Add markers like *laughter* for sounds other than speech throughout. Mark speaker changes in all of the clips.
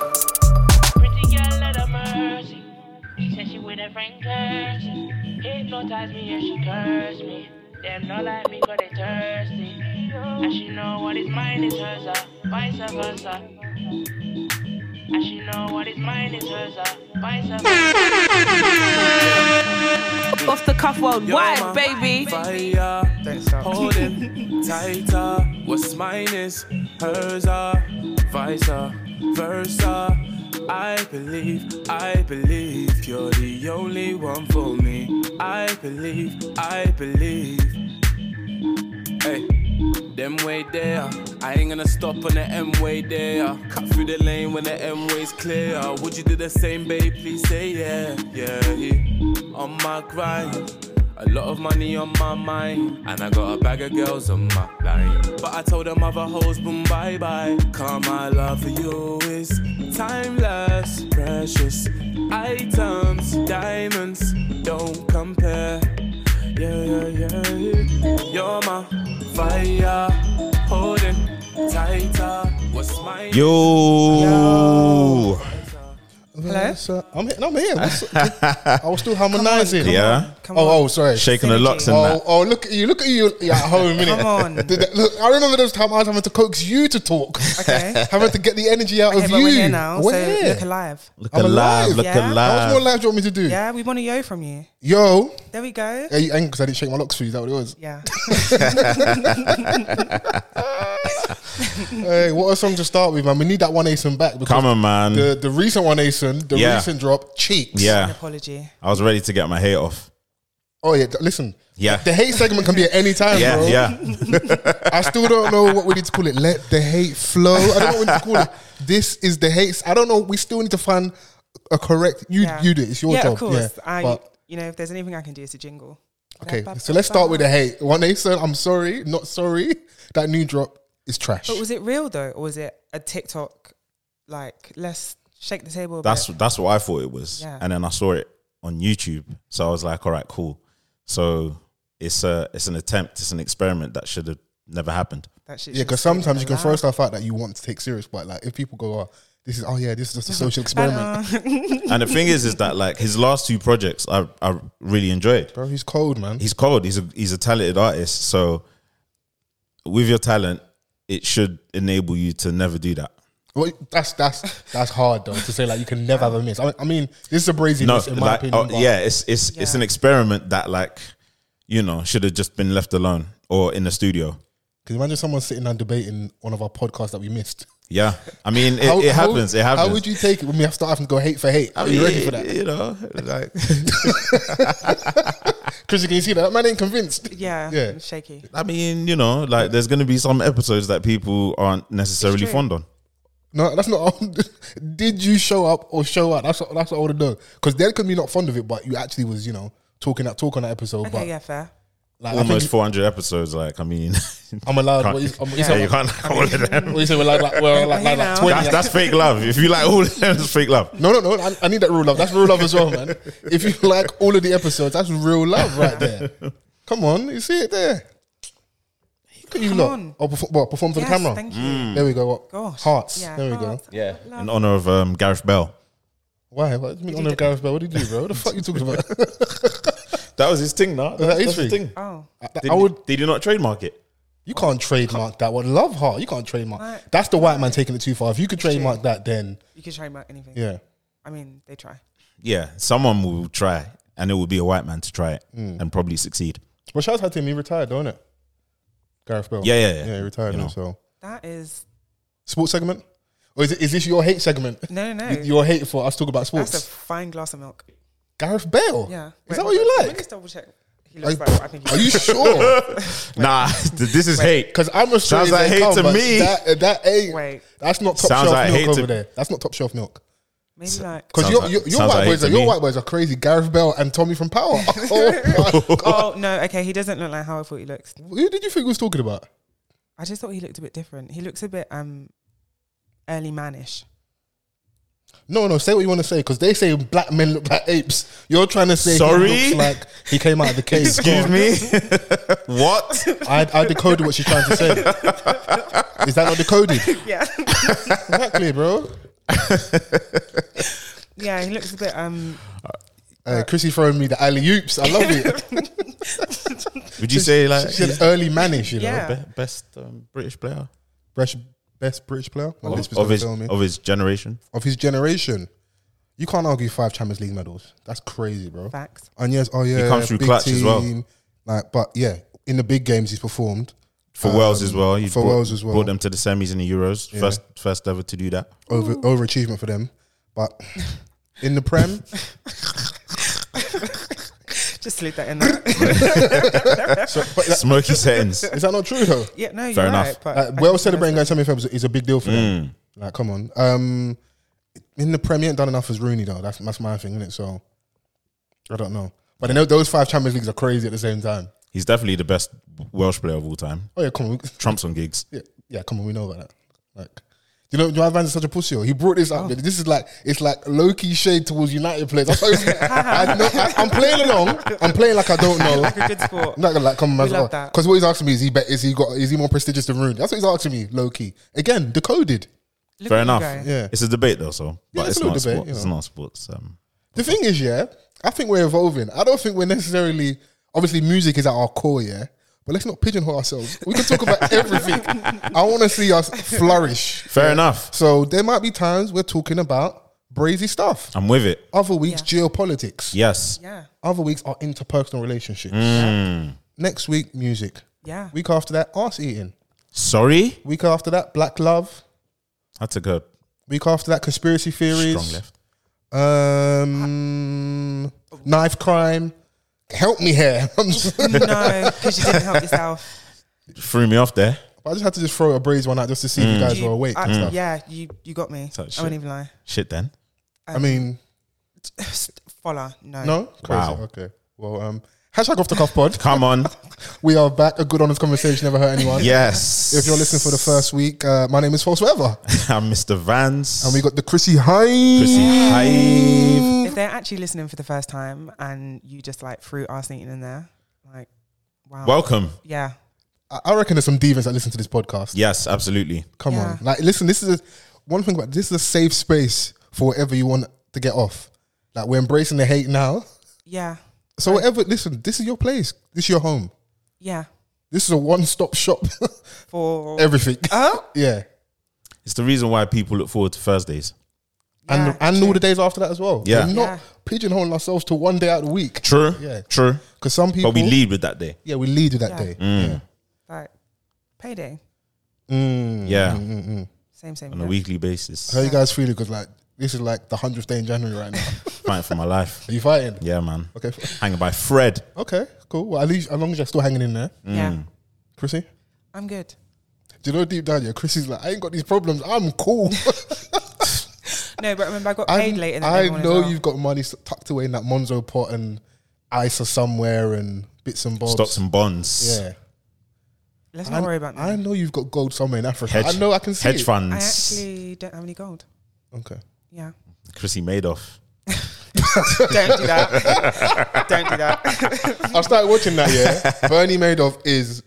Speaker 1: Pretty girl at a mercy. She said she with her friend Kirsty. Hypnotize me and she curse me. Them not like me cause they thirsty. And she know what is mine is hers, uh, vice versa. And she know what is mine is hers, uh, vice versa.
Speaker 2: Off the cuff worldwide,
Speaker 3: Yo, ma.
Speaker 2: baby.
Speaker 3: Fire, hold it tighter. What's mine is hers are vice uh, versa. I believe, I believe you're the only one for me. I believe, I believe. Hey. Them way there, I ain't gonna stop on the M way there. Cut through the lane when the M way's clear. Would you do the same, babe? Please say yeah, yeah. yeah. On my grind, a lot of money on my mind, and I got a bag of girls on my line. But I told them other hoes, boom, bye bye. Car, my love for you is timeless, precious items, diamonds. Don't compare. Yeah, yeah, yeah, yeah. You're my fire, holding tighter. What's mine? *laughs*
Speaker 4: Yo.
Speaker 5: Hello? I'm here. No, I'm here. What's-
Speaker 4: *laughs*
Speaker 5: I was still harmonizing.
Speaker 4: Yeah.
Speaker 5: Oh, oh, sorry.
Speaker 4: Shaking the locks and
Speaker 5: Oh,
Speaker 4: that.
Speaker 5: oh, look at you! Look at you! You're at home, innit?
Speaker 6: Come
Speaker 5: *laughs*
Speaker 6: on.
Speaker 5: Did that- look, I remember those time I was having to coax you to talk,
Speaker 6: Okay.
Speaker 5: *laughs* having to get the energy out
Speaker 6: Okay,
Speaker 5: of
Speaker 6: but
Speaker 5: you.
Speaker 6: we're here now,
Speaker 5: We're
Speaker 6: so
Speaker 5: here.
Speaker 6: look alive.
Speaker 4: Look
Speaker 5: I'm
Speaker 4: alive,
Speaker 5: alive.
Speaker 4: look
Speaker 6: Yeah.
Speaker 5: How much more
Speaker 4: alive.
Speaker 5: live do you want me to do?
Speaker 6: Yeah, we want to yo from you.
Speaker 5: Yo,
Speaker 6: There we go.
Speaker 5: are you angry because I didn't shake my locks for you? Is that what it was?
Speaker 6: Yeah.
Speaker 5: *laughs*
Speaker 6: Mm.
Speaker 5: hey, what a song to start with, man. We need that one Asen back. Because
Speaker 4: Come on, man.
Speaker 5: The, the recent one Asen, the
Speaker 4: Yeah.
Speaker 5: recent drop, cheeks.
Speaker 6: An
Speaker 4: Yeah.
Speaker 6: apology.
Speaker 4: I was ready to get my hair off.
Speaker 5: Oh yeah, th- listen.
Speaker 4: Yeah.
Speaker 5: The hate segment can be at any time,
Speaker 4: Yeah,
Speaker 5: bro.
Speaker 4: yeah.
Speaker 5: I still don't know what we need to call it. Let the hate flow. I don't know what we need to call it. This is the hate. I don't know. We still need to find a correct. You
Speaker 6: Yeah.
Speaker 5: you do. it. It's your
Speaker 6: yeah,
Speaker 5: job.
Speaker 6: of course.
Speaker 5: Yeah.
Speaker 6: I,
Speaker 5: But-
Speaker 6: you know, if there's anything I can do, it's a jingle.
Speaker 5: okay. So let's start with the hate. One Asen, I'm sorry, not sorry. That new drop is trash.
Speaker 6: But was it real though, or was it a TikTok? Like, let's shake the table. a
Speaker 4: That's
Speaker 6: bit?
Speaker 4: that's what I thought it was.
Speaker 6: Yeah.
Speaker 4: And then I saw it on YouTube. So I was like, all right, cool. So it's a it's an attempt, it's an experiment that should have never happened.
Speaker 6: that shit.
Speaker 5: yeah, because sometimes you can throw stuff out that you want to take serious, but like if people go, "Oh, this is oh yeah, this is just a social experiment."
Speaker 4: And the thing is is that like his last two projects I I really enjoyed.
Speaker 5: Bro, he's cold, man.
Speaker 4: he's cold. He's a he's a talented artist. So with your talent, it should enable you to never do that.
Speaker 5: Well, that's that's that's hard though to say like you can never have a miss. I mean, I mean this is a brazy
Speaker 4: No,
Speaker 5: miss in my
Speaker 4: like
Speaker 5: opinion.
Speaker 4: oh,
Speaker 5: but
Speaker 4: yeah, it's it's it's
Speaker 6: Yeah.
Speaker 4: an experiment that like you know should have just been left alone or in the studio.
Speaker 5: Because imagine someone sitting and debating one of our podcasts that we missed.
Speaker 4: Yeah, I mean it, it happens. it happens.
Speaker 5: How would you take it when we have to start having to go hate for hate?
Speaker 4: I
Speaker 5: Are
Speaker 4: mean,
Speaker 5: you ready for that?
Speaker 4: You know, like
Speaker 5: Chris, can you see that? that man ain't convinced. *laughs*
Speaker 6: Yeah,
Speaker 5: Yeah.
Speaker 6: yeah, shaky.
Speaker 4: I mean, you know, like there's gonna be some episodes that people aren't necessarily
Speaker 6: true.
Speaker 4: fond on.
Speaker 5: No, that's not. *laughs* Did you show up or show out? That's what, that's what I want to know. Because they could be not fond of it, but you actually was you know talking that talk on that episode. but
Speaker 6: Okay, yeah, fair.
Speaker 5: like, I
Speaker 4: Almost
Speaker 5: think
Speaker 4: 400 episodes. Like, I mean,
Speaker 5: I'm allowed.
Speaker 4: can't-
Speaker 5: What is, I'm,
Speaker 4: *laughs* yeah,
Speaker 5: *laughs*
Speaker 4: you can't like all of them.
Speaker 5: What you say? We're like, like, we're like, like, like
Speaker 6: Hey,
Speaker 5: 20.
Speaker 4: That's, that's fake love. If you like all of them, it's fake love.
Speaker 5: No, no, no. I, I need that real love. That's real love as well, man. If you *laughs* like all of the episodes, that's real love right there. Come on, you see it there. Look at you
Speaker 6: Come
Speaker 5: lot.
Speaker 6: on.
Speaker 5: Oh, perform, what, perform for
Speaker 6: yes,
Speaker 5: the camera. Hmm.
Speaker 6: Thank you.
Speaker 5: There we go. What?
Speaker 6: Gosh.
Speaker 5: Hearts.
Speaker 6: Yeah,
Speaker 5: there we
Speaker 6: hearts.
Speaker 5: go.
Speaker 4: Yeah,
Speaker 6: Love.
Speaker 4: in honor of um, Gareth Bell.
Speaker 5: Why? What? Me on the garage bell. What did you do, bro? What the fuck you talking
Speaker 6: *laughs*
Speaker 5: about?
Speaker 4: That was his thing, no?
Speaker 5: That is
Speaker 4: his
Speaker 5: thing.
Speaker 6: Oh,
Speaker 4: Did,
Speaker 5: I would.
Speaker 4: did you not trademark it?
Speaker 5: You can't trademark that. What love heart? You can't trademark.
Speaker 6: Right.
Speaker 5: That's the white man taking it too far. If you could
Speaker 6: true.
Speaker 5: trademark that, then
Speaker 6: you can try about anything.
Speaker 5: yeah.
Speaker 6: I mean, they try.
Speaker 4: Yeah, someone will try, and it will be a white man to try it and probably *laughs* succeed.
Speaker 5: Well, shout out to him. He retired, don't it? Gareth Bell.
Speaker 4: Yeah, yeah, yeah.
Speaker 5: Yeah, he retired
Speaker 4: You
Speaker 5: now.
Speaker 4: know.
Speaker 5: So
Speaker 6: That is
Speaker 5: sports segment, or is it? Is this your hate segment? *laughs*
Speaker 6: no, no,
Speaker 5: Y-
Speaker 6: no.
Speaker 5: Your hate for us talking about sports.
Speaker 6: That's a fine glass of milk.
Speaker 5: Gareth Bale.
Speaker 6: Yeah.
Speaker 5: Is that what you
Speaker 6: Let me
Speaker 5: like?
Speaker 6: just double check. He looks like what I think he
Speaker 5: Are you *laughs* sure?
Speaker 4: Nah, *laughs* this is hate.
Speaker 5: Because I'm Australian.
Speaker 4: Sounds like
Speaker 5: they
Speaker 4: hate
Speaker 5: come,
Speaker 4: to
Speaker 5: but
Speaker 4: me.
Speaker 5: That, that ain't.
Speaker 6: Wait.
Speaker 5: That's not top
Speaker 4: Sounds
Speaker 5: shelf
Speaker 4: like hate
Speaker 5: milk
Speaker 4: to-
Speaker 5: over there. That's not top shelf milk.
Speaker 6: Maybe like.
Speaker 5: Because
Speaker 4: Sounds
Speaker 5: your,
Speaker 4: like-
Speaker 5: your, your
Speaker 4: sounds
Speaker 5: white
Speaker 4: like
Speaker 5: boys,
Speaker 4: hate
Speaker 5: are,
Speaker 4: to
Speaker 5: your
Speaker 4: me.
Speaker 5: white boys are crazy. Gareth Bell and Tommy from
Speaker 6: *laughs*
Speaker 5: Power. *laughs* Oh my God.
Speaker 6: Oh no! Okay, he doesn't look like how I thought he looks.
Speaker 5: Who did you think we was talking about?
Speaker 6: I just thought he looked a bit different. He looks a bit um, early manish.
Speaker 5: No, no. Say what you want to say. Because they say black men look like apes. You're trying to say
Speaker 4: Sorry?
Speaker 5: he looks like he came out of the cave.
Speaker 4: Excuse me. *laughs* what?
Speaker 5: I, I decoded what she's trying to say. Is that not
Speaker 6: *laughs*
Speaker 5: decoded?
Speaker 6: Yeah,
Speaker 5: Exactly, bro.
Speaker 6: yeah, he looks a bit um.
Speaker 5: Uh, Chrissy throwing me the alley oops. I love it.
Speaker 4: *laughs* Would you say like
Speaker 5: She said early manish, you know.
Speaker 6: Yeah.
Speaker 4: be- best um, British player
Speaker 5: Best, best British player Well, this
Speaker 4: of,
Speaker 5: was
Speaker 4: of his
Speaker 5: gonna fail me.
Speaker 4: of his generation?
Speaker 5: of his generation. You can't argue five Champions League medals. That's crazy, bro.
Speaker 6: Facts.
Speaker 5: And yes, oh yeah,
Speaker 4: comes through
Speaker 5: big
Speaker 4: clutch as well.
Speaker 5: Like, but yeah, in the big games he's performed.
Speaker 4: Um, For Wales as well. He
Speaker 5: for
Speaker 4: brought,
Speaker 5: Wales as well.
Speaker 4: Brought them to the semis in the Euros. First first ever to do *laughs* that.
Speaker 5: Over overachievement for them, but in the Prem,
Speaker 6: Just leave that in
Speaker 5: *laughs*
Speaker 6: there.
Speaker 5: so, but that-
Speaker 4: Smoky settings.
Speaker 5: is that not true though?
Speaker 6: yeah, no, you're
Speaker 4: Fair enough.
Speaker 6: right. But I
Speaker 5: Like,
Speaker 6: think
Speaker 5: Uh, well
Speaker 6: that's
Speaker 5: celebrating
Speaker 6: it.
Speaker 5: going semi-finals is a big deal for them. Like, come on. Um, in the Prem, he ain't done enough as Rooney though. That's that's my thing, isn't it? So, I don't know. But I know those five Champions Leagues are crazy at the same time.
Speaker 4: He's definitely the best Welsh player of all time.
Speaker 5: Oh yeah, come on. *laughs*
Speaker 4: Trumps on gigs.
Speaker 5: Yeah, yeah, come on, we know about that. Like, you know, Joao Vance is such a pussy. oh. He brought this up. This is like it's like low key shade towards United players. I'm, sorry, *laughs*
Speaker 6: *laughs*
Speaker 5: I know, I, am playing along. I'm playing like I don't know.
Speaker 6: Like a good *laughs* sport.
Speaker 5: I'm not gonna like come
Speaker 6: We love that.
Speaker 5: because what he's asking me is he bet is he got is he more prestigious than Rooney? That's what he's asking me. Low key again, decoded.
Speaker 6: Look
Speaker 4: Fair
Speaker 6: at you
Speaker 4: enough.
Speaker 6: go.
Speaker 5: Yeah.
Speaker 4: It's a debate though, so but it's,
Speaker 5: it's a
Speaker 4: not
Speaker 5: little debate,
Speaker 4: sports.
Speaker 5: you
Speaker 4: It's
Speaker 5: know.
Speaker 4: not sports. Um,
Speaker 5: The thing is, yeah, I think we're evolving. I don't think we're necessarily obviously music is at our core, yeah. But let's not pigeonhole ourselves. We can talk about everything. I want to see us flourish.
Speaker 4: fair enough.
Speaker 5: So there might be times we're talking about brazy stuff.
Speaker 4: I'm with it.
Speaker 5: Other weeks, geopolitics.
Speaker 4: Yes.
Speaker 6: Yeah,
Speaker 5: Other weeks are interpersonal relationships. Next week, music.
Speaker 6: yeah.
Speaker 5: Week after that, arse eating.
Speaker 4: Sorry.
Speaker 5: Week after that, black love.
Speaker 4: I took a
Speaker 5: Week after that, conspiracy theories.
Speaker 4: strong left.
Speaker 5: Um, knife crime. Help me here. *laughs* I'm just-
Speaker 6: *laughs* no, because you
Speaker 5: *laughs*
Speaker 6: didn't help yourself.
Speaker 4: Threw me off there.
Speaker 5: I just had to just throw a brazy one out just to see if you guys
Speaker 6: You-
Speaker 5: were awake.
Speaker 6: I-
Speaker 5: and stuff.
Speaker 6: Yeah, you you got me.
Speaker 4: Touch
Speaker 6: I won't
Speaker 4: it.
Speaker 6: even lie. *laughs*
Speaker 4: Shit then.
Speaker 5: I mean,
Speaker 6: Follow no.
Speaker 5: no? Crazy.
Speaker 4: Wow.
Speaker 5: Okay. Well, um, hashtag off the cuff pod.
Speaker 4: Come
Speaker 5: *laughs*
Speaker 4: on.
Speaker 5: We are back. A good honest conversation never hurt anyone.
Speaker 4: yes.
Speaker 5: If you're listening for the first week, uh, my name is False Weather.
Speaker 4: *laughs* I'm Mr. Vance.
Speaker 5: And we got the Chrissy Hines.
Speaker 4: Chrissy Hive.
Speaker 6: If they're actually listening for the first time and you just like threw arse eating in there, like wow.
Speaker 4: Welcome.
Speaker 6: yeah,
Speaker 5: I- I reckon there's some divas that listen to this podcast.
Speaker 4: Yes, absolutely.
Speaker 5: Come
Speaker 6: Yeah.
Speaker 5: on. Like, listen, this is a, one thing about this is a safe space for whatever you want to get off. Like, we're embracing the hate now.
Speaker 6: yeah,
Speaker 5: So, whatever, listen, this is your place. This is your home.
Speaker 6: yeah.
Speaker 5: This is a one stop shop. *laughs*
Speaker 6: For
Speaker 5: Everything.
Speaker 6: oh
Speaker 5: *laughs* yeah.
Speaker 4: It's the reason why people look forward to Thursdays.
Speaker 5: And,
Speaker 6: Yeah,
Speaker 5: and all the days after that as well.
Speaker 4: Yeah.
Speaker 5: We're
Speaker 6: Yeah.
Speaker 5: not pigeonholing ourselves to one day out of the week.
Speaker 4: True.
Speaker 5: Yeah.
Speaker 4: True.
Speaker 5: Because some people.
Speaker 4: But we lead Mm. with that day.
Speaker 5: Yeah, we lead with that
Speaker 6: Yeah.
Speaker 5: day.
Speaker 6: like payday.
Speaker 5: Mm.
Speaker 4: Yeah.
Speaker 6: Same same.
Speaker 4: On a
Speaker 6: yeah.
Speaker 4: weekly
Speaker 5: How
Speaker 4: basis.
Speaker 5: you guys feeling? Because, like, this is like the 100th day in January right now.
Speaker 4: Fighting for my life.
Speaker 5: Are you fighting?
Speaker 4: Yeah, man.
Speaker 5: Okay.
Speaker 4: Hanging by Fred.
Speaker 5: Okay, cool. Well, at least as long as you're still hanging in there,
Speaker 6: Yeah,
Speaker 5: Chrissy.
Speaker 6: I'm good.
Speaker 5: Do you know deep down, yeah, Chrissy's like, I ain't got these problems. I'm cool. *laughs*
Speaker 6: No, but remember I got
Speaker 5: I,
Speaker 6: paid late in the
Speaker 5: I
Speaker 6: day.
Speaker 5: know you've got money s- tucked away in that Monzo pot and ISA somewhere and bits and bobs.
Speaker 4: Stocks and bonds.
Speaker 5: yeah.
Speaker 6: Let's
Speaker 5: I,
Speaker 6: not worry about that.
Speaker 5: I know you've got gold somewhere in Africa.
Speaker 4: Hedge,
Speaker 5: I know I can see
Speaker 4: hedge
Speaker 5: it.
Speaker 4: funds.
Speaker 6: I actually don't have any gold.
Speaker 5: Okay.
Speaker 6: Yeah.
Speaker 4: Chrissy Madoff.
Speaker 6: don't do that. don't do that.
Speaker 5: I started watching that,
Speaker 4: *laughs*
Speaker 5: yeah. Bernie Madoff is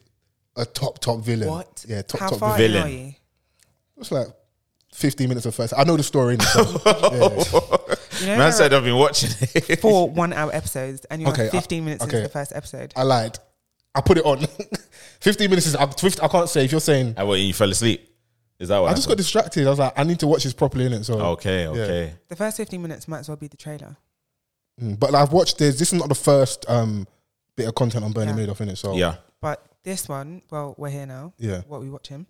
Speaker 5: a top, top villain.
Speaker 6: what?
Speaker 5: Yeah, top,
Speaker 6: How
Speaker 5: top
Speaker 6: far
Speaker 5: villain.
Speaker 6: in
Speaker 4: villain.
Speaker 6: are you?
Speaker 5: It's like 15 minutes of first. I know the story. innit?
Speaker 4: *laughs*
Speaker 5: So, yeah.
Speaker 6: You know,
Speaker 4: Man
Speaker 6: there
Speaker 4: said I've been watching it.
Speaker 6: are four one-hour episodes, and you're
Speaker 5: uh, Okay, I-
Speaker 6: 15 minutes
Speaker 5: okay.
Speaker 6: into the first episode.
Speaker 5: I lied. I put it on. *laughs* 15 minutes is, I, I can't say if you're saying
Speaker 4: I what, you fell asleep. Is that what
Speaker 5: I just got
Speaker 4: happened? Oh,
Speaker 5: distracted. I was like, I need to watch this properly in it. So,
Speaker 4: Okay, okay.
Speaker 6: the first 15 minutes might as well be the trailer.
Speaker 5: Mm, but I've watched this. This is not the first um, bit of content on Bernie
Speaker 6: Yeah.
Speaker 5: Madoff in it. So,
Speaker 4: Yeah.
Speaker 6: But this one, well, we're here now.
Speaker 5: Yeah.
Speaker 6: What we watch him.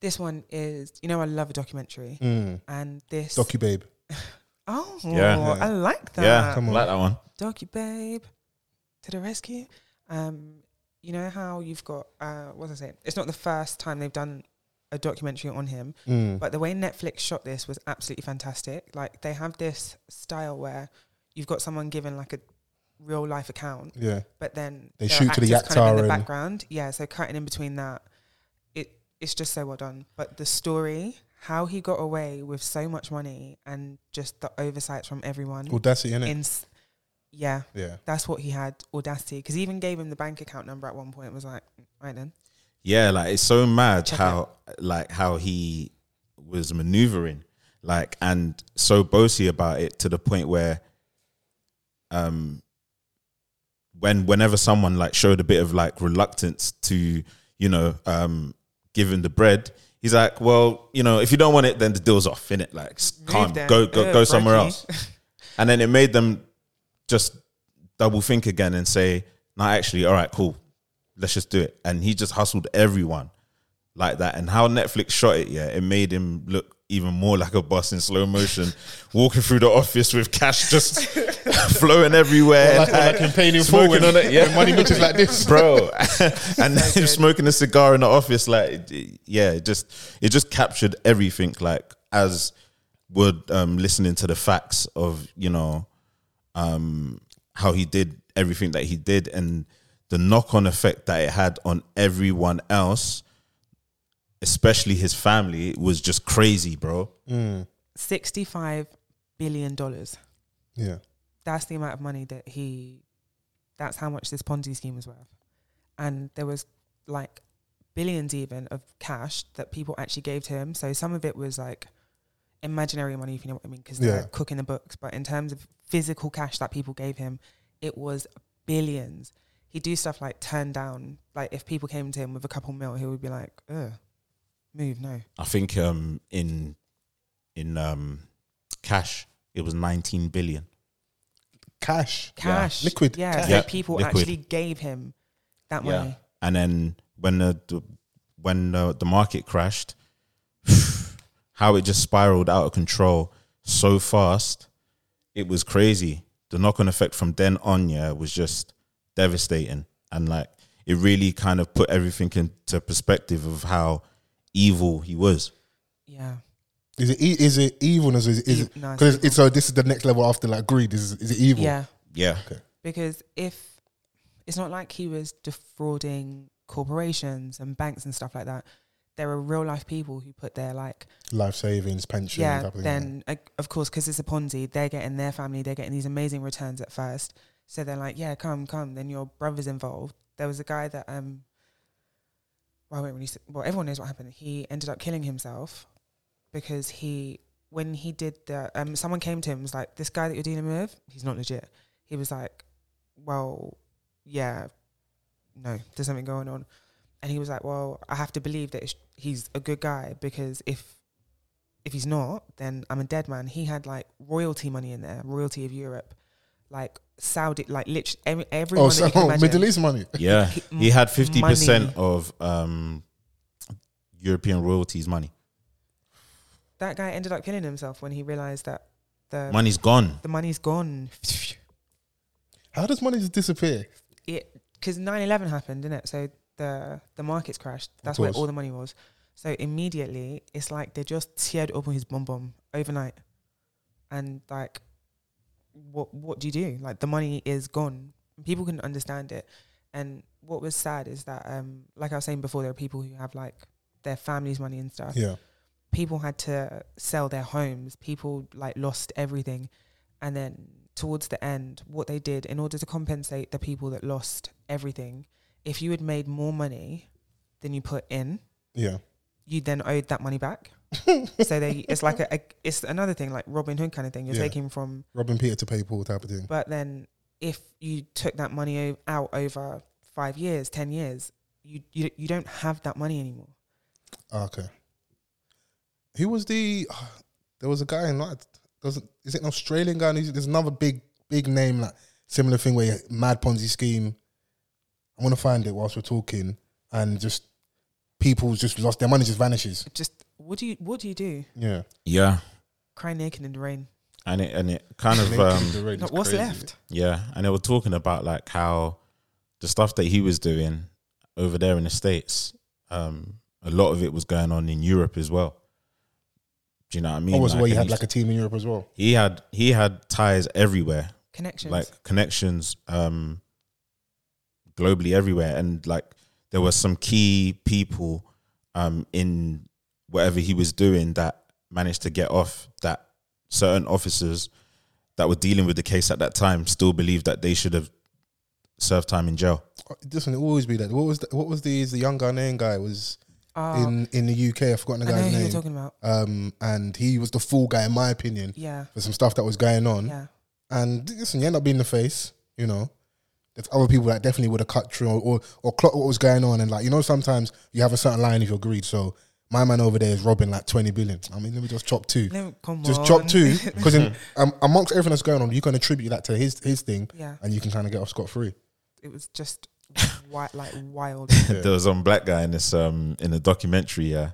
Speaker 6: This one is, you know, I love a documentary, and this.
Speaker 5: Mm. Docu Babe.
Speaker 6: oh,
Speaker 4: Yeah.
Speaker 6: I like that.
Speaker 4: Yeah.
Speaker 5: Come on.
Speaker 4: like that one.
Speaker 6: Docu babe. to the rescue. Um, you know how you've got uh, what was I saying? It's not the first time they've done a documentary on him,
Speaker 5: Mm.
Speaker 6: but the way Netflix shot this was absolutely fantastic. Like they have this style where you've got someone giving like a real life account,
Speaker 5: Yeah.
Speaker 6: but then
Speaker 5: They
Speaker 6: there are
Speaker 5: shoot to the
Speaker 6: actors kind of
Speaker 5: actor
Speaker 6: in
Speaker 5: and-
Speaker 6: the background. Yeah, so cutting in between that, it it's just so well done. But the story, how he got away with so much money, and just the oversights from everyone.
Speaker 5: Audacity, innit?
Speaker 6: In, s- yeah,
Speaker 5: yeah.
Speaker 6: that's what he had audacity because he even gave him the bank account number at one point. and Was like, "Mm, right then,
Speaker 4: Yeah, like it's so mad
Speaker 6: Check
Speaker 4: how like how he was maneuvering, like and so bossy about it to the point where, um, when whenever someone like showed a bit of like reluctance to you know um give him the bread, he's like, well, you know, if you don't want it, then the deal's off, innit? Like, s- calm,
Speaker 6: then.
Speaker 4: go go
Speaker 6: Ugh,
Speaker 4: go somewhere
Speaker 6: Frankie.
Speaker 4: else. And then it made them just double think again and say, no, actually, all right, cool. Let's just do it. And he just hustled everyone like that. And how Netflix shot it, yeah, it made him look even more like a boss in slow motion, walking through the office with cash just *laughs* flowing everywhere.
Speaker 5: Like, like him paying him forward.
Speaker 4: on
Speaker 6: *laughs*
Speaker 4: it, yeah.
Speaker 5: And *laughs* money looks like this.
Speaker 4: *laughs*
Speaker 5: *laughs*
Speaker 4: Bro, and him
Speaker 6: good.
Speaker 4: smoking a cigar in the office, like, it- yeah, it just it just captured everything. Like, as would um, listening to the facts of you know um, how he did everything that he did and the knock on effect that it had on everyone else, especially his family, was just crazy, bro.
Speaker 5: Mm.
Speaker 6: sixty-five billion dollars.
Speaker 5: Yeah.
Speaker 6: That's the amount of money that he. That's how much this Ponzi scheme was worth, and there was like billions even of cash that people actually gave to him. So some of it was like imaginary money, if you know what I mean, because they're
Speaker 5: Yeah.
Speaker 6: cooking the books. But in terms of physical cash that people gave him, it was billions. He'd do stuff like turn down. Like if people came to him with a couple mil, he would be like, "Ugh, move no."
Speaker 4: I think um, in in um, cash it was nineteen billion.
Speaker 5: Cash.
Speaker 6: cash,
Speaker 5: Liquid
Speaker 6: Yeah,
Speaker 5: cash.
Speaker 6: so
Speaker 4: Yeah,
Speaker 6: people
Speaker 4: liquid.
Speaker 6: actually gave him that
Speaker 4: Yeah.
Speaker 6: money.
Speaker 4: And then when the, the when the, the market crashed, *sighs* how it just spiraled out of control so fast, it was crazy. The knock on effect from then on, yeah, was just devastating. And like it really kind of put everything into perspective of how evil he was.
Speaker 6: Yeah,
Speaker 5: Is it, e- is it evilness? Is it, is it,
Speaker 6: E- no, it's
Speaker 5: 'cause it's,
Speaker 6: evil.
Speaker 5: it's, so this is the next level after like greed. Is, is it evil?
Speaker 6: yeah.
Speaker 4: Yeah.
Speaker 6: Because if it's not like he was defrauding corporations and banks and stuff like that, there are real life people who put their like
Speaker 5: Life savings, pension,
Speaker 6: yeah.
Speaker 5: type of thing.
Speaker 6: Then uh, of course, because it's a Ponzi, they're getting their family, they're getting these amazing returns at first. So they're like, yeah, come, come. Then your brother's involved. There was a guy that um, well, I won't really. Say, well, everyone knows what happened. He ended up killing himself because he, when he did the, um, someone came to him and was like, this guy that you're dealing with, he's not legit. He was like, well, yeah, no, there's something going on. And he was like, well, I have to believe that it's- he's a good guy because if if he's not, then I'm a dead man. He had like royalty money in there, royalty of Europe, like Saudi, like literally every, everyone.
Speaker 5: Oh,
Speaker 6: that
Speaker 5: so
Speaker 6: you can
Speaker 5: *laughs*
Speaker 6: imagine.
Speaker 5: Middle East money.
Speaker 6: *laughs*
Speaker 4: Yeah.
Speaker 6: He-
Speaker 4: He had
Speaker 6: money.
Speaker 4: 50% of um, European royalties money.
Speaker 6: That guy ended up killing himself when he realized that the
Speaker 4: Money's gone.
Speaker 6: the
Speaker 4: *laughs*
Speaker 6: money's gone.
Speaker 5: How does money just disappear?
Speaker 6: It because 9-11 happened, didn't it? So the the markets crashed. That's where
Speaker 5: course.
Speaker 6: all the money was. So immediately, it's like they just teared up on his bum bum overnight, and like, what what do you do? Like the money is gone. People couldn't understand it, and what was sad is that, um, like I was saying before, there are people who have like their family's money and stuff.
Speaker 5: Yeah.
Speaker 6: people had to sell their homes people like lost everything and then towards the end what they did in order to compensate the people that lost everything if you had made more money than you put in
Speaker 5: Yeah.
Speaker 6: you then owed that money
Speaker 5: *laughs*
Speaker 6: back so they it's like a, a it's another thing like robin hood kind of thing you're
Speaker 5: Yeah.
Speaker 6: taking from
Speaker 5: Robin Peter to pay Paul type of thing.
Speaker 6: but then if you took that money o- out over 5 years 10 years you you, you don't have that money anymore
Speaker 5: Ah, okay. Who was the? *sighs* There was a guy in like doesn't is it an Australian guy? And he's- There's another big big name like similar thing where you- mad Ponzi scheme. I'm gonna find it whilst we're talking and just people just lost their money just vanishes.
Speaker 6: just what do you what do you do
Speaker 5: Yeah,
Speaker 4: Yeah.
Speaker 6: cry naked in the rain
Speaker 4: and it and it kind of
Speaker 5: Linking
Speaker 4: um,
Speaker 5: the ring
Speaker 6: Not
Speaker 5: is
Speaker 6: what's
Speaker 5: crazy.
Speaker 6: left.
Speaker 4: Yeah, and they were talking about like how the stuff that he was doing over there in the states, um, a lot of it was going on in Europe as well. Do you know what I mean?
Speaker 5: Oh, was where you
Speaker 4: and
Speaker 5: had like a team in Europe as well.
Speaker 4: he had he had ties everywhere,
Speaker 6: Connections.
Speaker 4: like connections, um, globally everywhere, and like there were some key people, um, in whatever he was doing that managed to get off that certain officers that were dealing with the case at that time still believed that they should have served time in jail.
Speaker 5: Doesn't Oh, it always be that? What was the, what was the the young Ghanaian guy was
Speaker 6: Ah,
Speaker 5: in in the UK? I've forgotten the
Speaker 6: I know
Speaker 5: guy's
Speaker 6: who you're
Speaker 5: name.
Speaker 6: talking about.
Speaker 5: um, and he was the fool guy in my opinion
Speaker 6: Yeah,
Speaker 5: for some stuff that was going on.
Speaker 6: yeah.
Speaker 5: And listen, you end up being the face, you know. There's other people that definitely would have cut through or, or or clocked what was going on, and like you know, sometimes you have a certain line if you're greed. So my man over there is robbing like twenty billion. I mean, let me just chop two,
Speaker 6: No, come
Speaker 5: just
Speaker 6: on.
Speaker 5: chop
Speaker 6: *laughs*
Speaker 5: two, because um, amongst everything that's going on, you can attribute that to his his thing,
Speaker 6: Yeah,
Speaker 5: and you can kind of get off scot free.
Speaker 6: it was just wi- like
Speaker 5: *laughs*
Speaker 6: wild.
Speaker 5: Yeah.
Speaker 4: there was some black guy in this um in a documentary yeah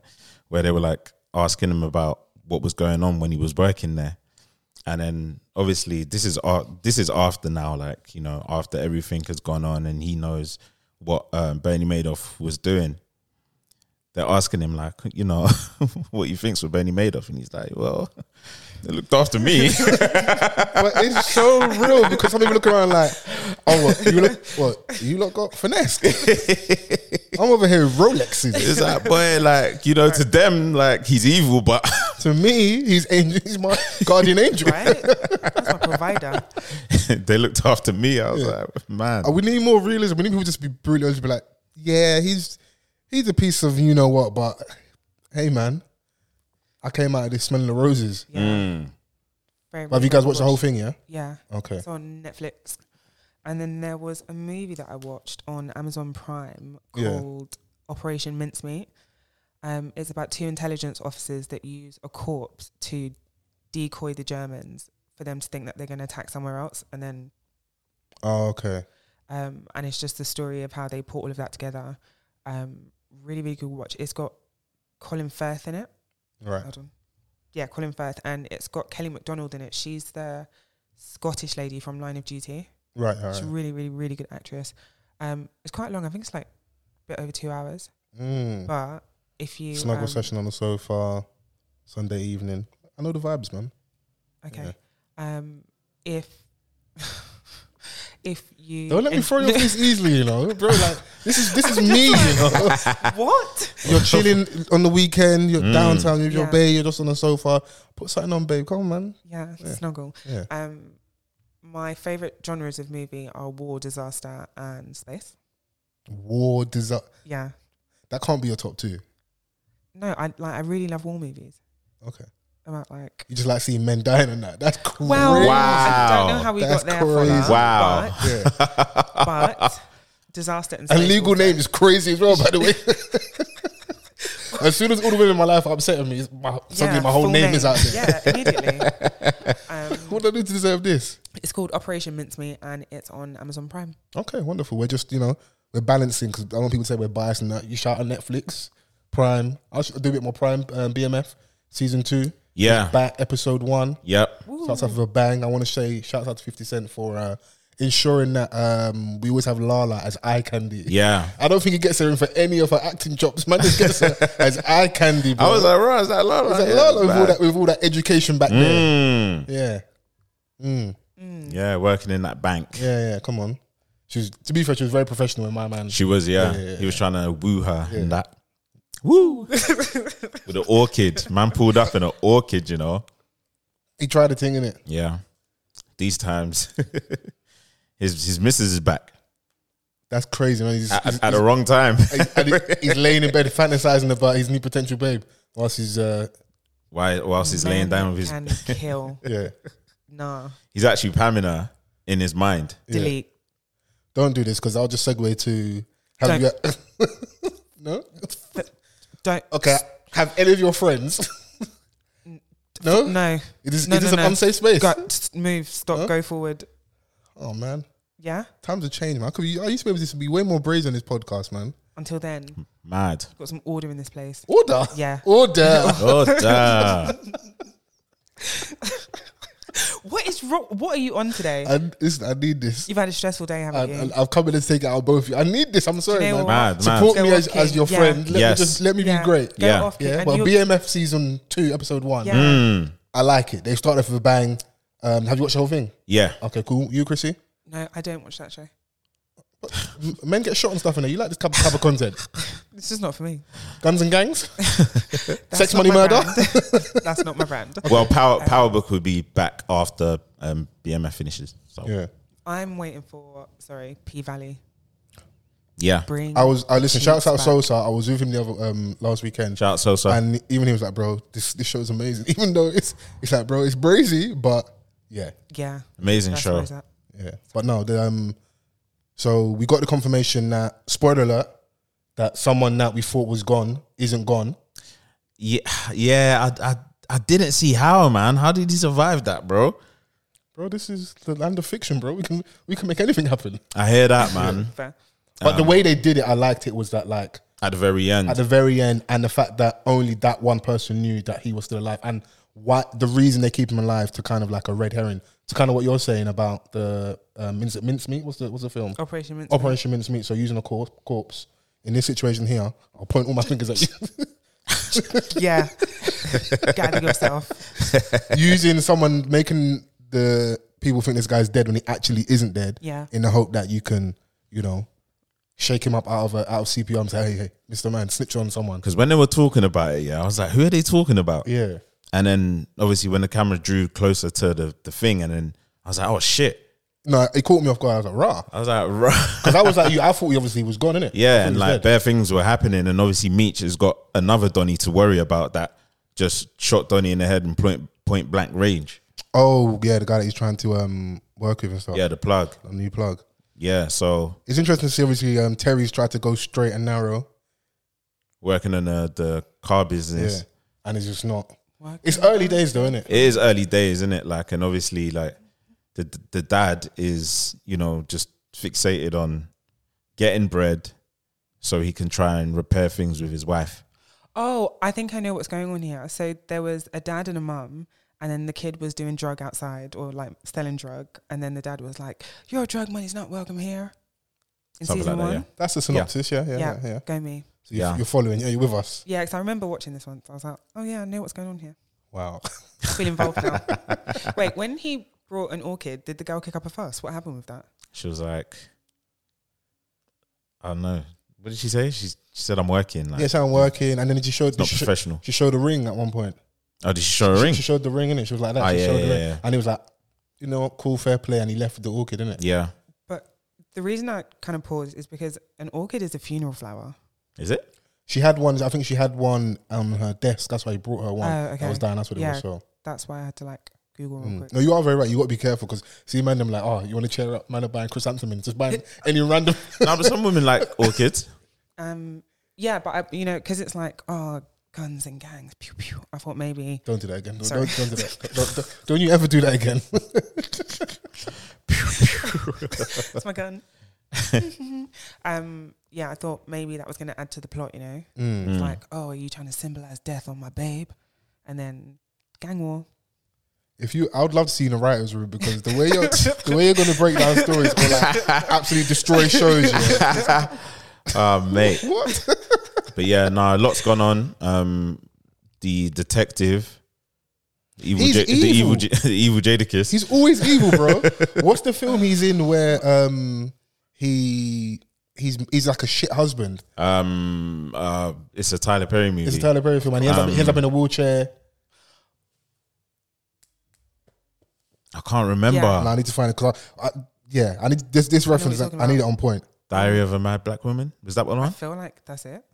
Speaker 4: where they were like asking him about what was going on when he was working there and then obviously this is ar- this is after now like you know after everything has gone on and he knows what um, Bernie Madoff was doing they're asking him like you know *laughs* what he thinks of Bernie Madoff and he's like well *laughs* they looked after me *laughs*
Speaker 5: but it's so real because some people look around like, oh, what you look, what you lot got finessed. I'm over here with Rolexes.
Speaker 4: it's like boy like you know to them like he's evil but *laughs*
Speaker 5: To me, he's angel, he's my guardian angel.
Speaker 6: right? That's my provider.
Speaker 4: they looked after me I was like man
Speaker 5: Uh, We need more realism. We need people just to be brutally honest. Be like, yeah, he's he's a piece of you know what, but hey, man, I came out of this smelling the roses.
Speaker 6: Yeah.
Speaker 4: Mm.
Speaker 6: Very
Speaker 5: Hmm. Have you guys watched the whole
Speaker 6: much.
Speaker 5: thing? Yeah.
Speaker 6: Yeah.
Speaker 5: Okay.
Speaker 6: It's on Netflix. And then there was a movie that I watched on Amazon Prime
Speaker 5: Yeah.
Speaker 6: called Operation Mincemeat. Um, it's about two intelligence officers that use a corpse to decoy the Germans for them to think that they're going to attack somewhere else, and then
Speaker 5: Oh, okay.
Speaker 6: um, and it's just the story of how they put all of that together. Um, really, really good watch. It's got Colin Firth in it.
Speaker 5: Right.
Speaker 6: Hold on. Yeah, Colin Firth, and it's got Kelly MacDonald in it. She's the Scottish lady from Line of Duty.
Speaker 5: Right. All
Speaker 6: She's a
Speaker 5: right.
Speaker 6: really, really, really good actress. Um, it's quite long. I think it's like a bit over two hours.
Speaker 5: Mm.
Speaker 6: But if you
Speaker 5: Snuggle
Speaker 6: um,
Speaker 5: session on the sofa, Sunday evening. I know the vibes, man.
Speaker 6: okay, um, if *laughs* if you
Speaker 5: Don't let me throw you
Speaker 6: *laughs*
Speaker 5: off this easily, you know, bro. Like this is this is me, you know.
Speaker 6: what?
Speaker 5: You're chilling on the weekend. You're
Speaker 4: Mm.
Speaker 5: downtown with your
Speaker 6: Yeah.
Speaker 5: babe. You're just on the sofa. Put something on, babe. Come on, man.
Speaker 6: Yeah,
Speaker 5: Yeah.
Speaker 6: snuggle.
Speaker 5: Yeah.
Speaker 6: Um, my favorite genres of movie are war, disaster, and space.
Speaker 5: War desire.
Speaker 6: Yeah.
Speaker 5: That can't be your top two.
Speaker 6: No, I like. I really love war movies.
Speaker 5: Okay.
Speaker 6: About like.
Speaker 5: You just like seeing men dying and that. That's crazy.
Speaker 6: Well, I
Speaker 4: Wow.
Speaker 6: don't know how we
Speaker 5: Mm. That's
Speaker 6: got there. From
Speaker 5: crazy.
Speaker 6: that,
Speaker 4: Wow.
Speaker 5: Yeah.
Speaker 6: But, but *laughs* disaster and space.
Speaker 5: And legal
Speaker 6: also.
Speaker 5: name is crazy as well, by the way. as soon as all the women in my life are upsetting me, it's my, suddenly
Speaker 6: Yeah,
Speaker 5: my whole
Speaker 6: full
Speaker 5: name, is out there.
Speaker 6: Yeah, immediately.
Speaker 5: *laughs*
Speaker 6: um,
Speaker 5: What did I do to deserve this?
Speaker 6: it's called Operation Mincemeat, and it's on Amazon Prime.
Speaker 5: Okay, wonderful. We're just, you know, we're balancing because I want people to say we're biased and that. You shout on Netflix, Prime. I'll sh- do a bit more Prime, um, BMF, season two.
Speaker 4: Yeah.
Speaker 5: Back, episode one.
Speaker 4: Yep.
Speaker 5: Shouts out for a bang. I want to say shouts out to 50 Cent for uh, ensuring that um, we always have Lala as eye candy.
Speaker 4: Yeah.
Speaker 5: I don't think he gets her in for any of her acting jobs. Man
Speaker 4: *laughs*
Speaker 5: just gets her as eye candy. Bro.
Speaker 4: I was like, right, is that Lala?
Speaker 5: It's like
Speaker 4: Yeah,
Speaker 5: Lala with
Speaker 4: man.
Speaker 5: all that with all that education back there.
Speaker 4: Mm.
Speaker 5: Yeah,
Speaker 4: Yeah, working in that bank.
Speaker 5: yeah, yeah. Come on, she was. To be fair, she was very professional in my man.
Speaker 4: She was, yeah.
Speaker 5: Yeah, yeah, yeah.
Speaker 4: He was trying to woo her and that. Woo! *laughs* With an orchid. Man pulled up in an orchid, you know?
Speaker 5: He tried a thing in it.
Speaker 4: Yeah. These times, *laughs* his his missus is back
Speaker 5: That's crazy, man. He's,
Speaker 4: at,
Speaker 5: he's,
Speaker 4: at, at the wrong time.
Speaker 5: and he- he's laying in bed fantasizing about his new potential babe whilst he's uh
Speaker 4: *laughs* Why? Whilst he's laying down with his. *laughs*
Speaker 6: Can kill.
Speaker 5: yeah.
Speaker 6: Nah.
Speaker 4: He's actually pamming her in his mind.
Speaker 6: Delete.
Speaker 5: Don't do this because I'll just segue to have you. no.
Speaker 6: Don't.
Speaker 5: Okay. Have any of your friends? *laughs* no.
Speaker 6: No.
Speaker 5: It is.
Speaker 6: No,
Speaker 5: it is
Speaker 6: no,
Speaker 5: an
Speaker 6: no.
Speaker 5: unsafe space.
Speaker 6: Go, just move. Stop.
Speaker 5: Huh?
Speaker 6: Go forward.
Speaker 5: Oh man.
Speaker 6: Yeah.
Speaker 5: Times have changed, man. I, could be, I used to be able to be way more brazen on this podcast, man.
Speaker 6: Until
Speaker 5: Hmm.
Speaker 6: then,
Speaker 4: Mad.
Speaker 6: got some order in this place.
Speaker 5: Order.
Speaker 6: *laughs* Yeah.
Speaker 5: *laughs* Order.
Speaker 4: Oh, da.
Speaker 6: what is wrong? What are you on today?
Speaker 5: I, listen, I need this.
Speaker 6: You've had a stressful day, haven't
Speaker 5: I,
Speaker 6: you?
Speaker 5: I, I've come in and take it out of both of you. I need this. I'm sorry,
Speaker 6: you know
Speaker 5: man.
Speaker 6: what?
Speaker 4: Mad, mad.
Speaker 5: Support
Speaker 6: Go
Speaker 5: me
Speaker 6: off
Speaker 5: as, as
Speaker 6: key.
Speaker 5: your
Speaker 6: Yeah.
Speaker 5: friend. Let
Speaker 4: Yes.
Speaker 5: me just let me
Speaker 6: Yeah.
Speaker 5: be great.
Speaker 6: Go
Speaker 4: Yeah.
Speaker 6: off, kid.
Speaker 5: Yeah,
Speaker 6: And
Speaker 5: well, Hmm.
Speaker 6: you-
Speaker 5: BMF season two, episode one.
Speaker 6: Yeah.
Speaker 5: I like it. They started off with a bang. Um, have you watched the whole thing?
Speaker 4: Yeah.
Speaker 5: Okay, cool. You, Chrissy?
Speaker 6: No, I don't watch that show.
Speaker 5: M- Men get shot and stuff in there. You like this type type of content?
Speaker 6: This is not for me.
Speaker 5: Guns and
Speaker 6: *laughs*
Speaker 5: gangs?
Speaker 6: That's
Speaker 5: Sex,
Speaker 6: not
Speaker 5: money,
Speaker 6: my
Speaker 5: murder? *laughs*
Speaker 6: brand. That's not my brand.
Speaker 4: Well, Power Power Book would be back after um, BMF finishes. So yeah,
Speaker 5: yeah.
Speaker 6: I'm waiting for sorry, P Valley. Bring
Speaker 5: I was. I listen. Shouts out
Speaker 6: Cheeks back.
Speaker 5: Sosa. I was with him the other um, last weekend.
Speaker 4: shout out Sosa.
Speaker 5: and even he was like, "Bro, this this show is amazing." *laughs* Even though it's it's like, bro, it's brazy, but yeah,
Speaker 6: yeah.
Speaker 4: Amazing
Speaker 6: That's
Speaker 4: show.
Speaker 6: always up.
Speaker 5: yeah. But no, the um, so we got the confirmation that spoiler alert that someone that we thought was gone isn't gone.
Speaker 4: Yeah, yeah. I, I I didn't see how man. How did he survive that, bro?
Speaker 5: Bro, this is the land of fiction, bro. We can we can make anything happen.
Speaker 4: I hear that,
Speaker 5: *laughs*
Speaker 4: man.
Speaker 6: Fair.
Speaker 5: But the way they did it, I liked it. Was that like
Speaker 4: At the very end,
Speaker 5: at the very end, and the fact that only that one person knew that he was still alive, and what the reason they keep him alive to kind of like a red herring to kind of what you're saying about the um, mince mincemeat. What's the what's the film?
Speaker 6: Operation Mincemeat.
Speaker 5: Operation mincemeat. So using a corpse, corpse in this situation here, I'll point all
Speaker 6: *laughs*
Speaker 5: my fingers at you. *laughs*
Speaker 6: Yeah. Gather yourself.
Speaker 5: using someone making the people think this guy's dead when he actually isn't dead.
Speaker 6: Yeah.
Speaker 5: In the hope that you can, you know, shake him up out of a, out of CPR and say, hey, hey, Mister Man, snitch on someone.
Speaker 4: because when they were talking about it, yeah, I was like, who are they talking about?
Speaker 5: Yeah.
Speaker 4: And then obviously when the camera drew closer to the the thing, and then I was like, oh shit.
Speaker 5: No, it caught me off guard. I was like, rah.
Speaker 4: I was like, *laughs* right.
Speaker 5: Because I was like you, I thought he obviously was gone, innit? I
Speaker 4: Yeah,
Speaker 5: thought he
Speaker 4: and
Speaker 5: was
Speaker 4: like
Speaker 5: dead.
Speaker 4: bare things were happening, and obviously Meech has got another Donny to worry about that just shot Donny in the head in point point blank range.
Speaker 5: oh yeah, the guy that he's trying to um work with and stuff.
Speaker 4: Yeah, the plug.
Speaker 5: a new plug.
Speaker 4: Yeah, so
Speaker 5: It's interesting to see. Obviously, um, Terry's tried to go straight and narrow.
Speaker 4: working on the, the car business.
Speaker 5: Yeah, and it's just not.
Speaker 6: Work.
Speaker 5: It's early days though, isn't it?
Speaker 4: It is early days, isn't it? Like, and obviously, like the the dad is you know just fixated on getting bread so he can try and repair things with his wife.
Speaker 6: Oh, I think I know what's going on here. So there was a dad and a mum, and then the kid was doing drug outside or like selling drug, and then the dad was like, "Your drug money's not welcome here." In
Speaker 4: Something
Speaker 6: season
Speaker 4: like that,
Speaker 6: one,
Speaker 5: That's the synopsis. Yeah, yeah,
Speaker 6: yeah.
Speaker 5: yeah. yeah,
Speaker 6: go me.
Speaker 5: So you're,
Speaker 4: Yeah.
Speaker 5: you're following. Yeah, you're with us.
Speaker 6: Yeah, because I remember watching this once. I was like, "Oh yeah, I know what's going on here."
Speaker 5: Wow.
Speaker 6: I feel
Speaker 4: *laughs*
Speaker 6: involved now. Wait, when he brought an orchid, did the girl kick up a fuss? What happened with that?
Speaker 4: She was like, I don't know. What did she say? She she said I'm working. Like,
Speaker 5: yeah, so I'm working, and then she showed.
Speaker 4: not
Speaker 5: she, showed-
Speaker 4: professional.
Speaker 5: she showed a ring at one point.
Speaker 4: Oh, did she show a
Speaker 5: She-
Speaker 4: ring?
Speaker 5: She, showed the ring, innit? She was like that.
Speaker 4: Ah,
Speaker 5: she
Speaker 4: yeah,
Speaker 5: showed the
Speaker 4: yeah,
Speaker 5: ring,
Speaker 4: yeah.
Speaker 5: and he was like, you know what, cool, fair play, and he left with the orchid, innit?
Speaker 4: Yeah.
Speaker 6: But the reason I kind of paused is because an orchid is a funeral flower.
Speaker 4: Is it?
Speaker 5: She had one. I think she had one on her desk. That's why he brought her one.
Speaker 6: Oh, okay.
Speaker 5: That was down. That's what it
Speaker 6: Yeah.
Speaker 5: was. So.
Speaker 6: That's why I had to like Google real
Speaker 5: Mm.
Speaker 6: quick.
Speaker 5: No, you are very right. You got to be careful because see, man, them like, oh, you want to cheer up, man, are buying chrysanthemums, just
Speaker 6: *laughs*
Speaker 5: buying any random.
Speaker 4: No, but some women like
Speaker 5: *laughs*
Speaker 4: orchids.
Speaker 6: Um, yeah, but I, you know, because it's like, oh, guns and gangs, pew pew. I thought maybe
Speaker 5: don't do that again. Don't,
Speaker 6: Sorry.
Speaker 5: don't, don't do that. Don't, don't, don't you ever do that
Speaker 6: *laughs*
Speaker 5: again.
Speaker 6: that's
Speaker 4: *laughs*
Speaker 6: my gun. um, yeah, I thought maybe that was going to add to the plot. You know,
Speaker 4: Mm.
Speaker 6: it's like, oh, are you trying to symbolize death on my babe? And then gang war.
Speaker 5: *laughs* if you, I would love to see you in the writers' room because the way you're, the way you're going to break down stories or
Speaker 6: *laughs*
Speaker 5: like absolutely destroy shows. You know?
Speaker 4: Oh, mate.
Speaker 5: What?
Speaker 4: But yeah, no, a lot's gone on. Um, the detective, the evil,
Speaker 5: He's
Speaker 4: J- the
Speaker 5: evil.
Speaker 4: evil, J- *laughs* the evil Jadakiss.
Speaker 5: He's always evil, bro. What's the film he's in where um he he's he's like a shit husband?
Speaker 4: um, uh, it's a Tyler Perry movie.
Speaker 5: It's a Tyler Perry film, and he ends, up, he ends up in a wheelchair.
Speaker 4: I can't remember.
Speaker 6: Yeah.
Speaker 5: And I need to find it because I, I, yeah, I need this this reference.
Speaker 6: you're talking
Speaker 5: I, need it
Speaker 6: about.
Speaker 5: on point.
Speaker 4: Diary of a Mad Black Woman. Was that one?
Speaker 6: I
Speaker 4: on?
Speaker 6: feel like that's it.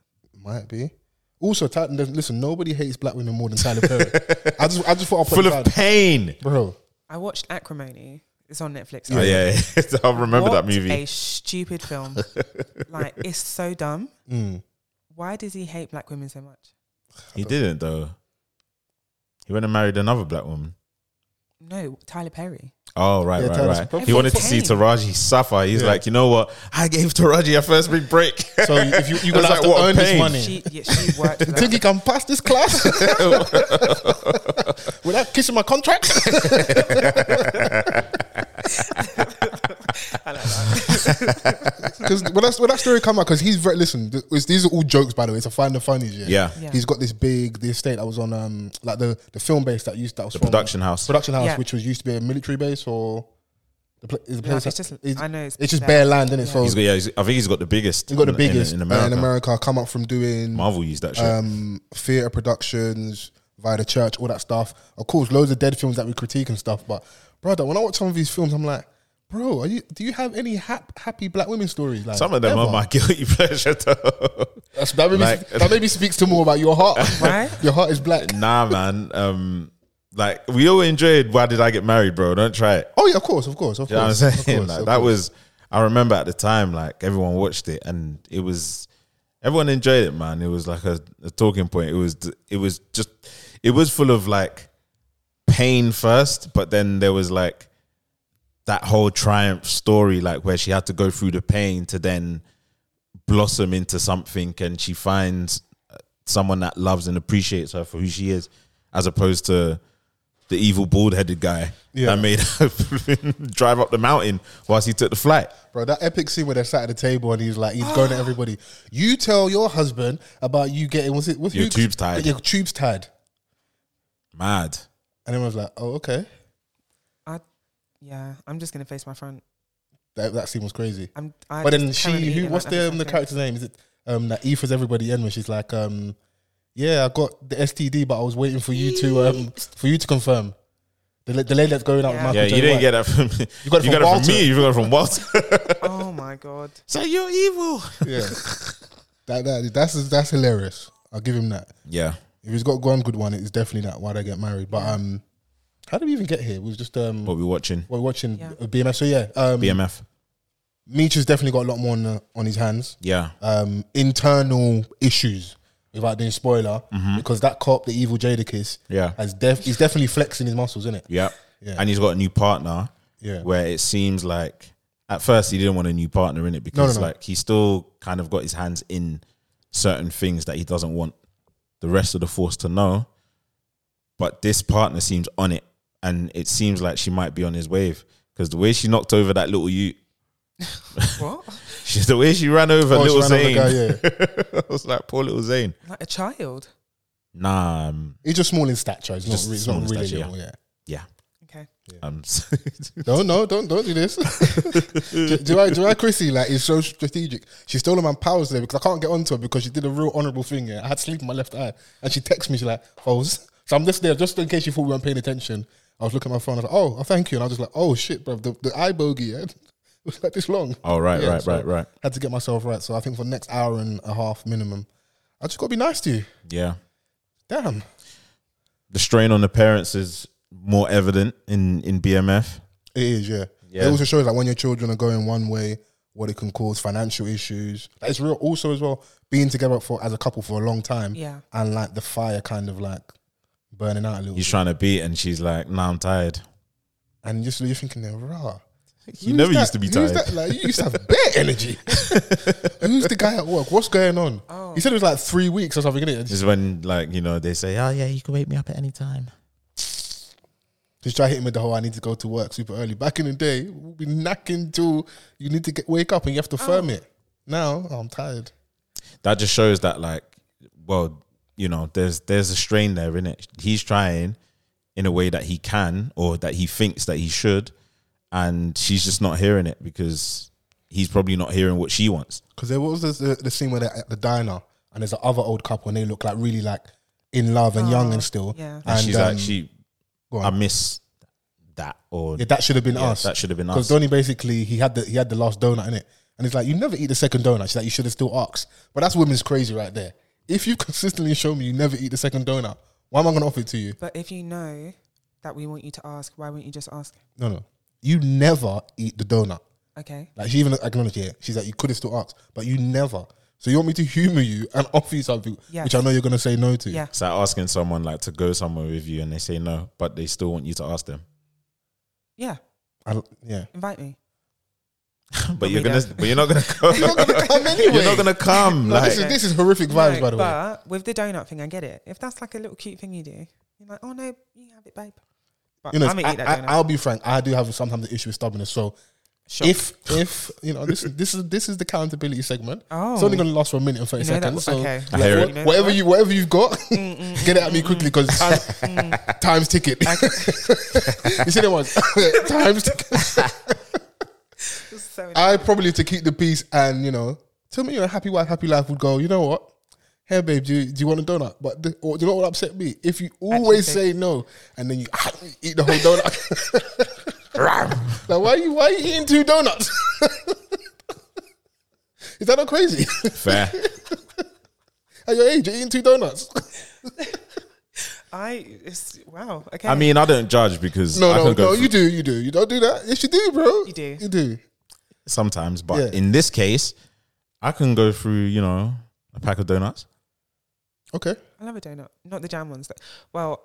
Speaker 5: Might be. Also, Ty- listen, nobody hates black women more than
Speaker 4: *laughs*
Speaker 5: Tyler Perry. I just, I just thought I'll put
Speaker 4: Full
Speaker 5: it
Speaker 4: of
Speaker 5: down.
Speaker 4: pain.
Speaker 5: bro.
Speaker 6: I watched Acrimony. It's on Netflix.
Speaker 4: Oh *laughs* yeah, I remember
Speaker 6: What
Speaker 4: that movie.
Speaker 6: A
Speaker 4: *laughs*
Speaker 6: stupid film. like it's so dumb.
Speaker 5: Mm.
Speaker 6: Why does he hate black women so much?
Speaker 4: He didn't though. He went and married another black woman.
Speaker 6: no Tyler Perry.
Speaker 4: Oh right,
Speaker 5: Yeah,
Speaker 4: right,
Speaker 5: Tyler
Speaker 4: right.
Speaker 5: Perry.
Speaker 4: He wanted to see
Speaker 6: Everything's
Speaker 4: Taraji suffer. He's like, you know what? I gave Taraji a first big break. *laughs*
Speaker 5: So if you
Speaker 4: It's
Speaker 5: you're gonna
Speaker 4: like,
Speaker 5: have to
Speaker 4: what a
Speaker 5: earn this
Speaker 4: pain.
Speaker 5: money.
Speaker 6: She yeah, she
Speaker 4: *laughs*
Speaker 6: worked.
Speaker 5: You
Speaker 6: with
Speaker 5: think
Speaker 6: us.
Speaker 5: you can pass this class *laughs* without kissing my
Speaker 6: *laughs*
Speaker 5: contract? Because when that, when that story come out, because he's very listen. th- it's- these are all jokes, by the way. It's a find the funnies. Yeah,
Speaker 4: Yeah.
Speaker 6: Yeah.
Speaker 5: He's got this big the estate that was on um like the the film base that used that was
Speaker 4: The
Speaker 5: from-
Speaker 4: production house.
Speaker 5: production house,
Speaker 6: Yeah.
Speaker 5: which was used to be a military base or the pla- is the
Speaker 6: No,
Speaker 5: place.
Speaker 6: it's
Speaker 5: that-
Speaker 6: just- I know it's
Speaker 5: it's just bare
Speaker 6: there.
Speaker 5: land, innit? it?
Speaker 6: Yeah.
Speaker 5: So
Speaker 4: He's got, yeah, he's, I think he's got the biggest.
Speaker 5: he got the
Speaker 4: in- in-
Speaker 5: biggest uh,
Speaker 4: in, America.
Speaker 5: in America. Come up from doing
Speaker 4: Marvel used that shit.
Speaker 5: um, theater productions via the church, all that stuff. Of course, loads of dead films that we critique and stuff. But brother, when I watch some of these films, I'm like, bro, are you? Do you have any hap, happy black women stories? Like
Speaker 4: Some of them
Speaker 5: ever?
Speaker 4: are my *laughs* guilty pleasure. Though.
Speaker 5: That's, that, maybe,
Speaker 4: like-
Speaker 5: that maybe speaks to more about
Speaker 4: *laughs*
Speaker 5: your heart.
Speaker 6: Right?
Speaker 5: your heart is black.
Speaker 4: nah, man. Um, like we all enjoyed. Why did I get married, bro? Don't try it.
Speaker 5: Oh yeah, of course, of course, of
Speaker 4: You know what I'm
Speaker 5: course.
Speaker 4: saying? *laughs*
Speaker 5: of course,
Speaker 4: Like,
Speaker 5: of
Speaker 4: that
Speaker 5: course.
Speaker 4: was. I remember at the time, like everyone watched it, and it was everyone enjoyed it, man. It was like a, a talking point. It was. It was just. It was full of like pain first, but then there was like that whole triumph story, like where she had to go through the pain to then blossom into something, and she finds someone that loves and appreciates her for who she is, as opposed to the evil bald-headed guy
Speaker 5: Yeah.
Speaker 4: that made her *laughs* drive up the mountain whilst he took the flight.
Speaker 5: bro. That epic scene where they're sat at the table and he's like, he's going to
Speaker 4: Ah.
Speaker 5: everybody. You tell your husband about you getting what's it? What's
Speaker 4: Your
Speaker 5: who-
Speaker 4: tubes tied."
Speaker 5: Your tubes tied.
Speaker 4: Mad.
Speaker 5: And everyone's like, oh okay.
Speaker 6: I, yeah, I'm just gonna face my front.
Speaker 5: That, that scene was crazy.
Speaker 6: I'm. I
Speaker 5: But then
Speaker 6: just
Speaker 5: she,
Speaker 6: currently
Speaker 5: who,
Speaker 6: in
Speaker 5: what's
Speaker 6: another
Speaker 5: the um, the
Speaker 6: second.
Speaker 5: character's name? Is it um, that E for everybody in when she's like, um, yeah, I got the STD, but I was waiting for you to um, for you to confirm. The, la- the lady that's going out
Speaker 6: Yeah.
Speaker 5: with Michael
Speaker 4: Yeah,
Speaker 5: J.
Speaker 4: you didn't
Speaker 5: White.
Speaker 4: get that from me. You
Speaker 5: got
Speaker 4: got
Speaker 5: it
Speaker 4: it
Speaker 5: from
Speaker 4: from,
Speaker 5: Walter.
Speaker 4: me. You got it from Walter. *laughs*
Speaker 6: Oh my god!
Speaker 4: so you're evil.
Speaker 5: Yeah, *laughs* that, that that's that's hilarious. I'll give him that.
Speaker 4: Yeah.
Speaker 5: If he's got one good one, it's definitely that. Why they get married? But um, how did we even get here? We was just um,
Speaker 4: What we watching?
Speaker 5: we're watching
Speaker 6: Yeah.
Speaker 5: BMF. So yeah, um,
Speaker 4: BMF.
Speaker 5: Meech has definitely got a lot more on, uh, on his hands.
Speaker 4: Yeah.
Speaker 5: um, internal issues without doing spoiler because that cop, the evil Jadakiss,
Speaker 4: Mm-hmm. Yeah.
Speaker 5: has def- he's definitely flexing his muscles, isn't it?
Speaker 4: Yeah.
Speaker 5: Yeah.
Speaker 4: And he's got a new partner.
Speaker 5: Yeah.
Speaker 4: Where it seems like at first he didn't want a new partner in it because
Speaker 5: no, no.
Speaker 4: like he still kind of got his hands in certain things that he doesn't want the rest of the force to know. But this partner seems on it, and it seems like she might be on his wave because the way she knocked over that little you, *laughs*
Speaker 6: What?
Speaker 4: she, the way she ran over
Speaker 5: Oh, she
Speaker 4: little
Speaker 5: ran over the
Speaker 4: Zane,
Speaker 5: guy, yeah.
Speaker 4: *laughs* I was like poor little Zane.
Speaker 6: Like a child.
Speaker 4: Nah, um,
Speaker 5: He's just small in stature. He's
Speaker 4: Just
Speaker 5: not, re- he's
Speaker 4: small
Speaker 5: not
Speaker 4: in
Speaker 5: really
Speaker 4: stature, yeah.
Speaker 5: little,
Speaker 4: yeah.
Speaker 5: yeah.
Speaker 6: Okay.
Speaker 4: Um,
Speaker 5: No, no, don't don't do this. *laughs* do, do I do I Chrissy like is so strategic. She stole my powers today because I can't get onto her because she did a real honourable thing. Yeah, I had sleep in my left eye, and she texted me. She's like, "Oh," so I'm just there just in case you thought we weren't paying attention. I was looking at my phone. I was like, "Oh, oh, thank you," and I was just like, "Oh shit, bro, the, the eye bogey yeah, *laughs* was like this long."
Speaker 4: *laughs* oh right,
Speaker 5: Yeah,
Speaker 4: right,
Speaker 5: so
Speaker 4: right, right.
Speaker 5: Had to get myself right. So I think for the next hour and a half minimum, I just got to be nice to you.
Speaker 4: Yeah.
Speaker 5: Damn.
Speaker 4: the strain on the parents is more evident in in BMF.
Speaker 5: It is, yeah.
Speaker 4: Yeah.
Speaker 5: It also shows like when your children are going one way, what it can cause financial issues. Like, it's real. Also, as well, being together for as a couple for a long time,
Speaker 6: Yeah.
Speaker 5: and like the fire kind of like burning out a little,
Speaker 4: He's
Speaker 5: bit.
Speaker 4: trying to beat, and she's like, "Nah, I'm tired."
Speaker 5: and just you're thinking, they're raw.
Speaker 4: You never used to be tired.
Speaker 5: That? Like you used to have bare
Speaker 4: *laughs*
Speaker 5: energy. who's the guy at work? What's going on? He said it was like three weeks or something. Innit?
Speaker 4: This
Speaker 5: Just,
Speaker 4: is when, like, you know, they say, "Oh yeah, you can wake me up at any time."
Speaker 5: just try hitting with the whole. I need to go to work super early. Back in the day, we'd be knacking till you need to get, wake up and you have to firm it. Now oh, I'm tired.
Speaker 4: That just shows that, like, well, you know, there's there's a strain there in it. He's trying in a way that he can or that he thinks that he should, and she's just not hearing it because he's probably not hearing what she wants.
Speaker 5: Because there was this, uh, the, the scene where they're at the diner and there's the other old couple and they look like really like in love and young and still.
Speaker 6: yeah. And
Speaker 4: And, she's
Speaker 5: um,
Speaker 4: like, "She,
Speaker 5: go
Speaker 4: I
Speaker 5: on.
Speaker 4: miss that," or
Speaker 5: Yeah, that should have been
Speaker 4: Yeah,
Speaker 5: us.
Speaker 4: that should have been us.
Speaker 5: Because Donnie basically he had the he had the last donut in it, and it's like you never eat the second donut. She's like you should have still asked. But that's women's crazy right there. If you *laughs* consistently show me you never eat the second donut, why am I going to offer it to you?
Speaker 6: But if you know that we want you to ask, why wouldn't you just ask?
Speaker 5: No, no, you never eat the donut.
Speaker 6: Okay.
Speaker 5: Like she even acknowledged it. She's like you could have still asked, but you never. So you want me to humor you and offer you something
Speaker 6: Yes.
Speaker 5: which I know you're going to say no to.
Speaker 6: Yeah.
Speaker 4: It's like asking someone like to go somewhere with you and they say no, but they still want you to ask them. *laughs*
Speaker 6: Yeah,
Speaker 5: I, yeah.
Speaker 6: invite me.
Speaker 4: but you're
Speaker 6: we
Speaker 4: gonna,
Speaker 6: don't.
Speaker 4: but you're not gonna come.
Speaker 5: *laughs* *laughs* You're not gonna come anyway.
Speaker 4: You're not gonna
Speaker 5: *laughs*
Speaker 4: come.
Speaker 5: No,
Speaker 4: Like,
Speaker 5: this, is, this is horrific vibes,
Speaker 6: No,
Speaker 5: by the way.
Speaker 6: But with the donut thing, I get it. If that's like a little cute thing you do, you're like, oh no, you have it, babe. But
Speaker 5: You know,
Speaker 6: I'm gonna eat that donut.
Speaker 5: I, will be frank. I do have sometimes the issue with stubbornness. So
Speaker 6: Shock.
Speaker 5: if if you know this is this is this is the accountability segment.
Speaker 6: Oh.
Speaker 5: It's only going to last for a minute and thirty
Speaker 6: You know that-
Speaker 5: seconds. So
Speaker 6: okay.
Speaker 4: I hear it.
Speaker 5: what-
Speaker 6: You know
Speaker 5: whatever
Speaker 6: that? Mm,
Speaker 5: you whatever you've got, *laughs* get it at me quickly
Speaker 6: *laughs*
Speaker 5: because time, *laughs* time's ticket. you see that one? *laughs* time's ticket.
Speaker 6: *laughs* So nice.
Speaker 5: I probably to keep the peace and you know tell me your happy wife, happy life would go. You know what? Hey babe, do you, do you want a donut? But the, or, do you know what would upset me? If you always say
Speaker 6: think-
Speaker 5: no and then you ah, eat the whole donut. *laughs* like why are you why are you eating two donuts? *laughs* Is that not crazy?
Speaker 4: fair.
Speaker 5: At your age, you're eating two donuts. *laughs*
Speaker 6: I it's, wow. Okay.
Speaker 4: I mean, I don't judge because
Speaker 5: No,
Speaker 4: I
Speaker 5: no,
Speaker 4: can go
Speaker 5: no.
Speaker 4: through
Speaker 5: You do, you do. You don't do that. Yes, you do, bro.
Speaker 6: You do.
Speaker 5: You do.
Speaker 4: sometimes, but
Speaker 5: Yeah.
Speaker 4: in this case, I can go through. You know, a pack of donuts.
Speaker 5: Okay.
Speaker 6: I love a donut, not the jam ones. Though. Well,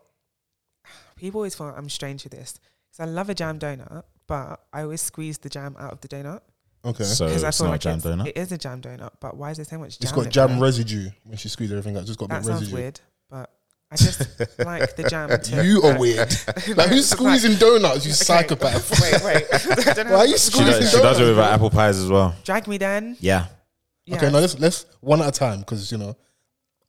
Speaker 6: *sighs* people always feel I'm strange with this because I love a jam donut, but I always squeeze the jam out of the donut
Speaker 5: Okay.
Speaker 4: So
Speaker 6: because
Speaker 4: Oh, it's not
Speaker 6: I feel
Speaker 4: a
Speaker 6: like
Speaker 4: jam
Speaker 6: it's,
Speaker 4: donut.
Speaker 6: it is a jam donut. But why is there so much jam?
Speaker 5: it's got
Speaker 6: in
Speaker 5: jam
Speaker 6: there?
Speaker 5: residue when she squeezed everything out. It's just got a
Speaker 6: That
Speaker 5: bit
Speaker 6: sounds
Speaker 5: residue.
Speaker 6: weird, but I just like the jam. To
Speaker 5: You
Speaker 6: *laughs*
Speaker 5: are weird. like who's squeezing donuts? You psychopath.
Speaker 6: wait, *laughs* wait.
Speaker 5: *laughs*
Speaker 6: I don't know
Speaker 5: Why
Speaker 6: how
Speaker 5: are
Speaker 6: to
Speaker 5: you
Speaker 4: She
Speaker 5: squeezing
Speaker 4: does,
Speaker 5: donuts?
Speaker 4: she does it with her apple pies as well.
Speaker 6: Drag me then.
Speaker 4: Yeah,
Speaker 6: Yeah.
Speaker 5: Okay, now let's let's one at a time because you know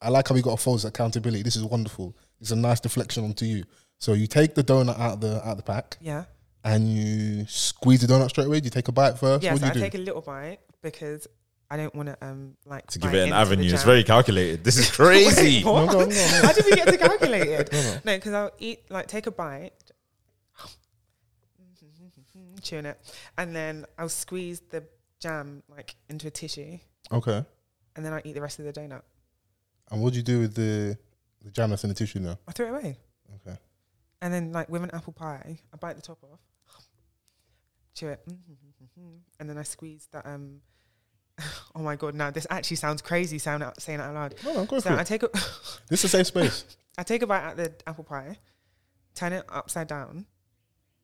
Speaker 5: I like how we got a false accountability. This is wonderful. It's a nice deflection onto you. So you take the donut out of the out of the pack
Speaker 6: Yeah.
Speaker 5: and you squeeze the donut straight away. Do you take a bite first?
Speaker 6: Yeah.
Speaker 5: what
Speaker 6: So
Speaker 5: do you
Speaker 6: I
Speaker 5: do?
Speaker 6: take a little bite because I don't want to um like
Speaker 4: to give
Speaker 6: bite
Speaker 4: it an
Speaker 6: into the
Speaker 4: avenue. It's
Speaker 6: jam.
Speaker 4: very calculated. This
Speaker 6: *laughs*
Speaker 4: is crazy.
Speaker 6: What?
Speaker 5: No, go
Speaker 6: *laughs*
Speaker 5: on, go on,
Speaker 6: How did we get to calculate it? No, because I'll eat like take a bite, *laughs* chewing it, and then I'll squeeze the jam like into a tissue,
Speaker 5: okay.
Speaker 6: and then I eat the rest of the donut.
Speaker 5: And what do you do with the the jam that's in the tissue now?
Speaker 6: I throw it away,
Speaker 5: Okay.
Speaker 6: and then like with an apple pie, I bite the top off, *gasps* chew it, *laughs* and then I squeeze that. Um, *laughs* oh my god! Now this actually sounds crazy. Sound out saying it out loud.
Speaker 5: No, no, go
Speaker 6: So
Speaker 5: for
Speaker 6: I
Speaker 5: it.
Speaker 6: take a *laughs*
Speaker 5: This is a safe space.
Speaker 6: I take a bite at the apple pie, turn it upside down,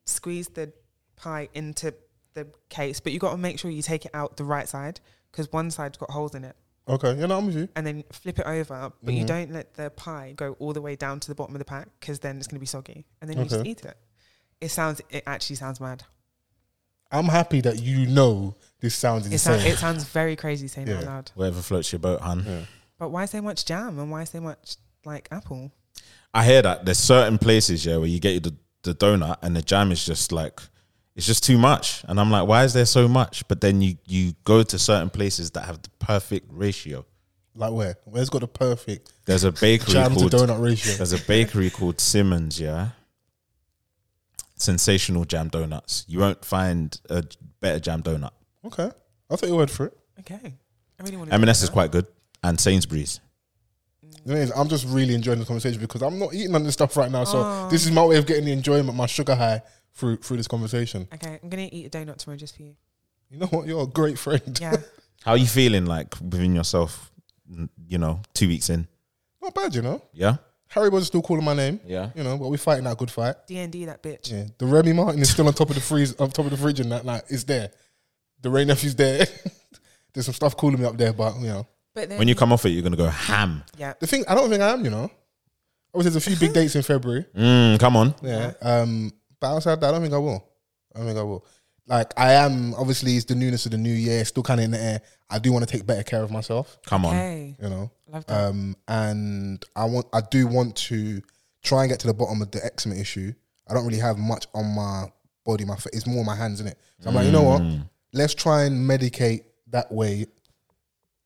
Speaker 6: squeeze the pie into the case, but you got to make sure you take it out the right side because one side's got holes in it,
Speaker 5: Okay, yeah, no, I'm with you.
Speaker 6: and then flip it over, but you
Speaker 5: Mhm.
Speaker 6: don't let the pie go all the way down to the bottom of the pack because then it's going to be soggy, and then you just
Speaker 5: Okay.
Speaker 6: eat it. It sounds, it actually sounds mad.
Speaker 5: I'm happy that you know this sounds
Speaker 6: It, sound,
Speaker 5: insane.
Speaker 6: it sounds very crazy saying it out
Speaker 5: Yeah.
Speaker 6: loud.
Speaker 4: Whatever floats your boat, hun.
Speaker 6: But why so much jam and why so much like apple?
Speaker 4: I hear that. There's certain places, yeah, where you get the, the donut and the jam is just like it's just too much. And I'm like, why is there so much? But then you you go to certain places that have the perfect ratio.
Speaker 5: like where? Where's got the perfect
Speaker 4: There's a bakery
Speaker 5: jam to
Speaker 4: called
Speaker 5: donut ratio?
Speaker 4: There's a bakery called Simmons, yeah. Sensational jam donuts. You won't find a better jam donut.
Speaker 5: Okay, I'll take your word for it.
Speaker 6: Okay, I really want to.
Speaker 4: M&S is quite good, and Sainsbury's.
Speaker 5: The thing is, I'm just really enjoying this conversation because I'm not eating none of this stuff right now. So this is my way of getting the enjoyment, my sugar high through through this conversation.
Speaker 6: Okay, I'm gonna eat a donut tomorrow just for you.
Speaker 5: You know what? You're a great friend.
Speaker 6: Yeah. *laughs*
Speaker 4: How are you feeling like within yourself? n- You know, two weeks in,
Speaker 5: *laughs* not bad, you know.
Speaker 4: yeah,
Speaker 5: Harry was still calling my name.
Speaker 4: yeah.
Speaker 5: You know, but we're fighting that good fight.
Speaker 6: D and D that bitch.
Speaker 5: Yeah. The Remy Martin is still on top of the freeze, on top of the fridge, and that night is there. The Ray nephew's there. *laughs* There's some stuff calling me up there, but you know,
Speaker 6: But then
Speaker 4: When you come off it, you're gonna go ham.
Speaker 6: yeah,
Speaker 5: the thing I don't think I am. You know, obviously there's a few big dates in February.
Speaker 4: Mm, come on.
Speaker 5: Yeah. Um, but outside that, I don't think I will. I don't think I will. Like I am obviously it's the newness of the new year, still kind of in the air. I do want to take better care of myself,
Speaker 4: Come on.
Speaker 6: hey,
Speaker 5: you know.
Speaker 6: love that.
Speaker 5: Um, and I want, I do want to try and get to the bottom of the eczema issue. I don't really have much on my body. My fa- it's more my hands in it. So I'm like, you know what? Let's try and medicate that way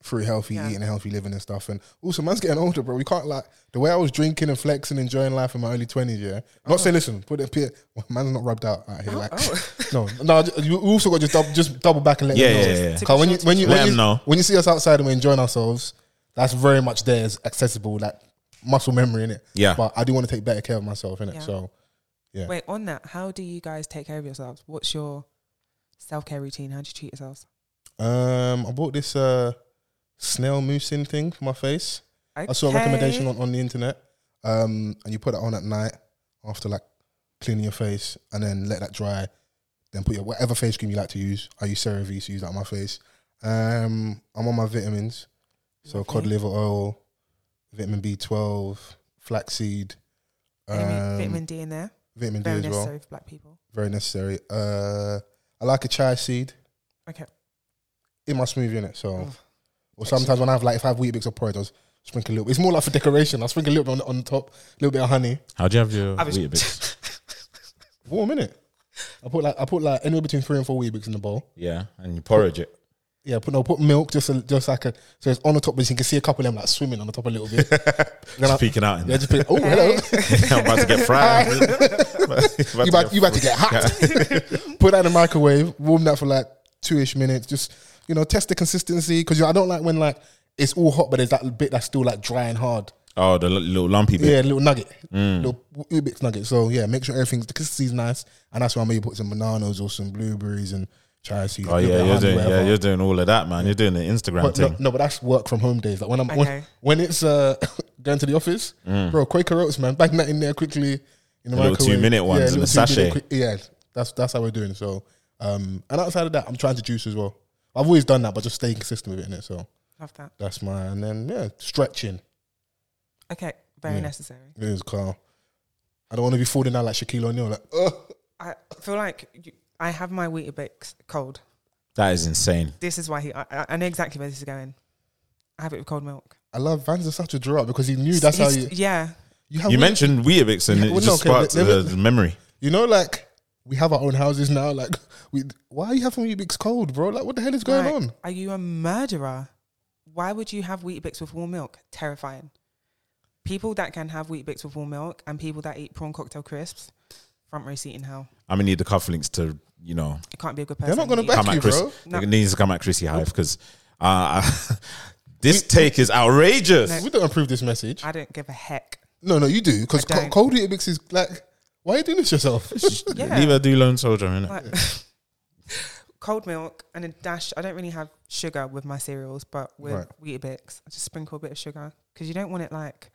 Speaker 5: through healthy
Speaker 6: Yeah.
Speaker 5: eating, healthy living, and stuff. And also, man's getting older, bro. We can't like the way I was drinking and flexing, enjoying life in my early twenties. Yeah, not say listen, put it. *laughs* Here, man's not rubbed out
Speaker 6: Oh,
Speaker 5: out here. like, no, no. You also got to just double, just double back and let
Speaker 4: Yeah,
Speaker 5: them know.
Speaker 4: yeah, yeah, yeah.
Speaker 5: Cause when you when you
Speaker 4: Let
Speaker 5: when you,
Speaker 4: them know.
Speaker 5: when you see us outside and we're enjoying ourselves, that's very much there as accessible, like muscle memory in it.
Speaker 4: Yeah.
Speaker 5: But I do want to take better care of myself in it.
Speaker 6: Yeah.
Speaker 5: So
Speaker 6: *laughs* Wait, on that, how do you guys take care of yourselves? What's your self care routine? How do you treat yourselves?
Speaker 5: um I bought this uh snail mousseline thing for my face. I saw a recommendation on, on the internet. Um and you put it on at night after like cleaning your face and then let that dry. Then put your whatever face cream you like to use. I use CeraVe, so use that on my face. Um, I'm on my vitamins, so cod liver oil, vitamin B12, flaxseed,
Speaker 6: vitamin,
Speaker 5: um,
Speaker 6: vitamin D in there.
Speaker 5: vitamin D
Speaker 6: Very
Speaker 5: as well.
Speaker 6: necessary for black people.
Speaker 5: Very necessary. Uh, I like a chai seed
Speaker 6: Okay.
Speaker 5: in my smoothie in it. So,
Speaker 6: Mm.
Speaker 5: or sometimes when I have like if I have wheat bix or porridge, I'll sprinkle a little. bit. It's more like for decoration. I will sprinkle a little bit on, on top, a little bit of honey.
Speaker 4: How do you have your
Speaker 6: I was-
Speaker 4: Weetabix?
Speaker 5: Warm in it. I put like I put like anywhere between three and four wheat bix in the bowl.
Speaker 4: yeah, and you porridge it.
Speaker 5: Yeah, put no put milk just a, just like a so it's on the top, but you can see a couple of them like swimming on the top a little
Speaker 4: *laughs*
Speaker 5: bit. then I,
Speaker 4: Just peeking out. In
Speaker 5: yeah, just put, oh hello.
Speaker 4: *laughs* I'm about to get fried.
Speaker 5: *laughs* you about, you about to get hot. *laughs* Put that in the microwave, warm that for like two ish minutes. Just you know, test the consistency because you know, I don't like when like it's all hot, but there's that bit that's still like dry and hard.
Speaker 4: *laughs* Oh, the li- little lumpy bit.
Speaker 5: Yeah, little nugget,
Speaker 4: Mm.
Speaker 5: little little bit nugget. So yeah, make sure everything's the consistency's nice, and that's why I maybe put some bananas or some blueberries and try to see.
Speaker 4: Oh yeah, you're doing yeah, you're doing all of that, man. You're doing the Instagram
Speaker 5: But
Speaker 4: thing.
Speaker 5: no, no, but that's work from home days. Like when I'm when,
Speaker 6: Okay.
Speaker 5: when it's uh, *coughs* going to the office, bro, Quaker Oats, man, bang that in there quickly. In
Speaker 4: The
Speaker 5: the
Speaker 4: Mm. little
Speaker 5: microwave.
Speaker 4: two-minute ones in
Speaker 5: little
Speaker 4: the
Speaker 5: two-minute
Speaker 4: sachet.
Speaker 5: quick- yeah, that's that's how we're doing. So, um, and outside of that, I'm trying to juice as well. I've always done that, but just staying consistent with it. Innit? So
Speaker 6: Love that.
Speaker 5: that's my and then yeah, stretching
Speaker 6: Okay. Very
Speaker 5: Yeah.
Speaker 6: necessary.
Speaker 5: It is Carl. I don't want to be falling down like Shaquille O'Neal. Like, *laughs* oh,
Speaker 6: I feel like you, I have my Weetabix cold.
Speaker 4: That is insane.
Speaker 6: This is why he. I, I- I know exactly where this is going. I have it with cold milk.
Speaker 5: I love Vans is such a draw because he knew that's how
Speaker 6: He's-
Speaker 5: you
Speaker 6: Yeah.
Speaker 5: you have
Speaker 4: You mentioned Weetabix and
Speaker 5: Oh, Yeah,
Speaker 4: it
Speaker 5: well, no,
Speaker 4: just
Speaker 5: okay,
Speaker 4: sparked
Speaker 5: let- let me-
Speaker 4: the memory.
Speaker 5: You know, like we have our own houses now. Like, we why are you having Weetabix cold, bro? Like, what the hell is going
Speaker 6: Like,
Speaker 5: on?
Speaker 6: Are you a murderer? Why would you have Weetabix with warm milk? Terrifying. People that can have Weetabix with warm milk and people that eat prawn cocktail crisps, front row seat in hell.
Speaker 4: I'm gonna need the cufflinks to you know
Speaker 6: It can't be a good
Speaker 5: They're
Speaker 6: person.
Speaker 5: not going to
Speaker 6: You-
Speaker 5: back
Speaker 4: come
Speaker 5: you,
Speaker 4: at Chris.
Speaker 5: bro.
Speaker 6: No.
Speaker 4: It needs to come at Chrissy Hive because uh, *laughs* this take is outrageous.
Speaker 5: We don't approve this message.
Speaker 6: I don't give a heck.
Speaker 5: No, no, you do because
Speaker 6: I don't.
Speaker 5: cold Weetabix is like, why are you doing this yourself?
Speaker 6: Yeah.
Speaker 4: Leave her do lone soldier, innit?
Speaker 6: Like, *laughs* cold milk and a dash. I don't really have sugar with my cereals, but with
Speaker 5: Right.
Speaker 6: Weetabix, I just sprinkle a bit of sugar because you don't want it like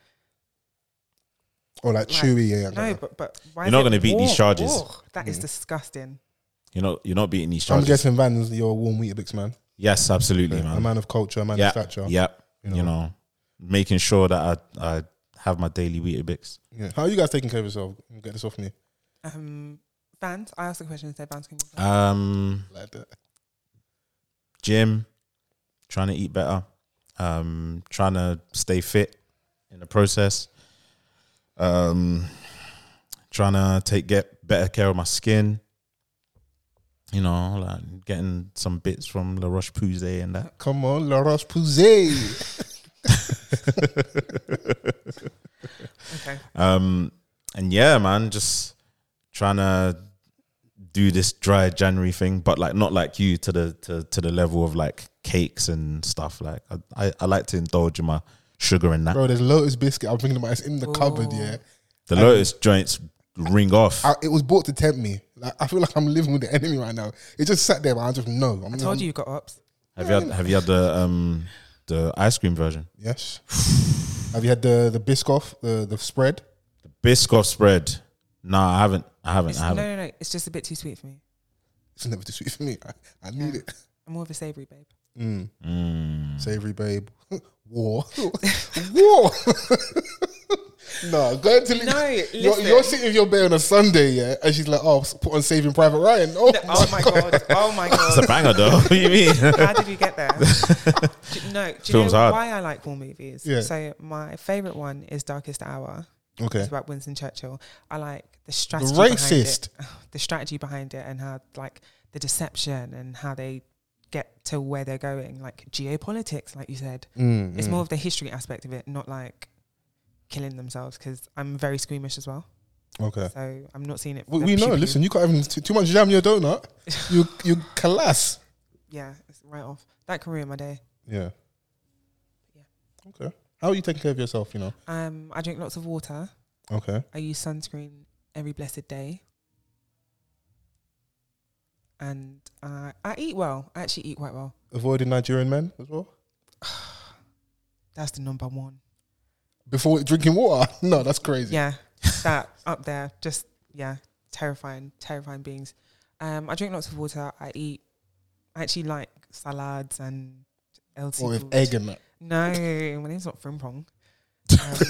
Speaker 5: *laughs* or like chewy, yeah.
Speaker 6: no,
Speaker 5: yeah.
Speaker 6: but but why
Speaker 4: You're
Speaker 6: is
Speaker 4: not
Speaker 6: it
Speaker 4: gonna beat these
Speaker 6: warm?
Speaker 4: charges.
Speaker 6: Ugh, That
Speaker 5: Mm.
Speaker 6: is disgusting.
Speaker 4: You're not you're not beating these
Speaker 5: I'm
Speaker 4: charges.
Speaker 5: guessing Vans, you're a warm Weetabix man,
Speaker 4: yes, absolutely,
Speaker 5: a
Speaker 4: man.
Speaker 5: man of culture, a man of
Speaker 4: Yeah,
Speaker 5: stature.
Speaker 4: yeah.
Speaker 5: you know.
Speaker 4: You know, making sure that I I have my daily Weetabix.
Speaker 5: Yeah. How are you guys taking care of yourself? Get this off me.
Speaker 6: Um, Vans, I asked a question instead. Vans can. you-
Speaker 4: Um.
Speaker 5: Like that.
Speaker 4: gym, trying to eat better, um, trying to stay fit in the process, um, trying to take get better care of my skin. You know, like getting some bits from La Roche Posay and
Speaker 5: *laughs*
Speaker 4: that.
Speaker 5: Come on, La Roche
Speaker 6: *laughs*
Speaker 5: Posay.
Speaker 6: Okay.
Speaker 4: Um, and yeah, man, just trying to do this dry January thing, but like not like you to the to, to the level of like cakes and stuff. Like I, I, I like to indulge in my sugar and that.
Speaker 5: Bro, there's Lotus biscuit. I'm thinking about it. it's in the cupboard.
Speaker 6: Ooh.
Speaker 5: Yeah,
Speaker 4: The Lotus joints ring off.
Speaker 5: I, it was bought to tempt me. Like I feel like I'm living with the enemy right now. It just sat there, but I just know. I'm,
Speaker 6: I told you you got ops.
Speaker 4: have you had, have you had the um the ice cream version?
Speaker 5: Yes. Have you had the the Biscoff the the spread?
Speaker 4: Biscoff spread. No, I haven't. I haven't.
Speaker 6: It's,
Speaker 4: I
Speaker 6: no,
Speaker 4: haven't.
Speaker 6: no, no. It's just a bit too sweet for me.
Speaker 5: It's never too sweet for me. I, I need it.
Speaker 6: I'm more of a savory babe.
Speaker 5: Mm.
Speaker 4: Mm.
Speaker 5: Savory babe. *laughs* War. War. *laughs* no, go to
Speaker 6: No, *laughs*
Speaker 5: you're,
Speaker 6: listen.
Speaker 5: you're sitting with your babe on a Sunday, yeah, and she's like, "Oh, put on Saving Private Ryan." Oh,
Speaker 6: Oh my god! Oh my
Speaker 4: It's a
Speaker 6: *laughs* god!
Speaker 4: banger though. *laughs* what do you
Speaker 5: *laughs*
Speaker 4: mean?
Speaker 6: *laughs* How did we get there? *laughs* Do- no, do you
Speaker 4: Film's
Speaker 6: know
Speaker 4: hard.
Speaker 6: why I like war movies?
Speaker 5: Yeah.
Speaker 6: So my favorite one is Darkest Hour.
Speaker 5: *laughs* okay.
Speaker 6: It's about Winston Churchill. I like the strategy,
Speaker 5: racist.
Speaker 6: behind it, *laughs* the strategy behind it, and how like the deception and how they get to where they're going, like geopolitics, like you said.
Speaker 5: Mm,
Speaker 6: It's
Speaker 5: mm.
Speaker 6: more of the history aspect of it, not like killing themselves. Because I'm very squeamish as well,
Speaker 5: okay.
Speaker 6: so I'm not seeing it.
Speaker 5: We,
Speaker 6: for
Speaker 5: we know.
Speaker 6: puberty.
Speaker 5: Listen, you can't even too, too much jam in your
Speaker 6: *laughs*
Speaker 5: donut. You you colass.
Speaker 6: yeah, it's right off. That can ruin my day.
Speaker 5: Yeah.
Speaker 6: Yeah.
Speaker 5: Okay. How are you taking care of yourself? You know.
Speaker 6: Um, I drink lots of water.
Speaker 5: Okay.
Speaker 6: I use sunscreen every blessed day. And uh, I eat well. I actually eat quite well.
Speaker 5: Avoiding Nigerian men as well.
Speaker 6: That's the number one.
Speaker 5: Before drinking water. *laughs* No, *laughs* that's crazy.
Speaker 6: Yeah, that up there. Just yeah, terrifying, terrifying beings. Um, I drink lots of water. I eat. I actually like salads and LT.
Speaker 5: Or with
Speaker 6: food.
Speaker 5: egg in that.
Speaker 6: No, my name's not
Speaker 5: *laughs*
Speaker 6: Um, Frimpong.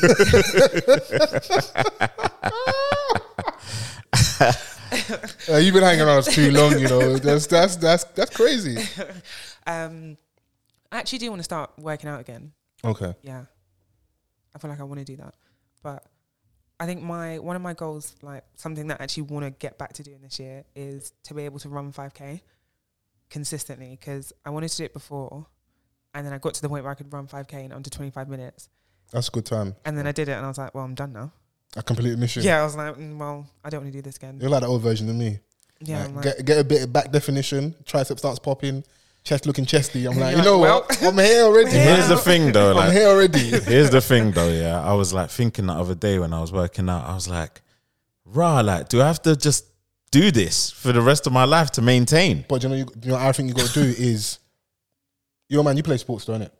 Speaker 5: Uh, you've been hanging around us too long, you know. That's that's that's that's crazy.
Speaker 6: Um, I actually do want to start working out again.
Speaker 5: Okay.
Speaker 6: yeah i feel like i want to do that but i think my one of my goals like something that i actually want to get back to doing this year is to be able to run 5k consistently because i wanted to do it before and then i got to the point where i could run 5k in under 25 minutes
Speaker 5: That's a good time.
Speaker 6: and then i did it and i was like well i'm done now
Speaker 5: I completed mission.
Speaker 6: yeah i was like mm, well i don't want to do this again
Speaker 5: You're like the old version of me.
Speaker 6: yeah
Speaker 5: Like,
Speaker 6: I'm like,
Speaker 5: get get a bit of back definition, tricep starts popping, chest looking chesty. I'm like, you
Speaker 6: like,
Speaker 5: know what? I'm here
Speaker 6: *laughs*
Speaker 5: already.
Speaker 4: Here's the thing though,
Speaker 5: I'm
Speaker 4: like
Speaker 5: here already. *laughs*
Speaker 4: Here's the thing though, yeah. I was like thinking that other day when I was working out, I was like, rah, like, do I have to just do this for the rest of my life to maintain?
Speaker 5: But you know, you, you know, what I think you got to do is, yo man, you play sports, don't it?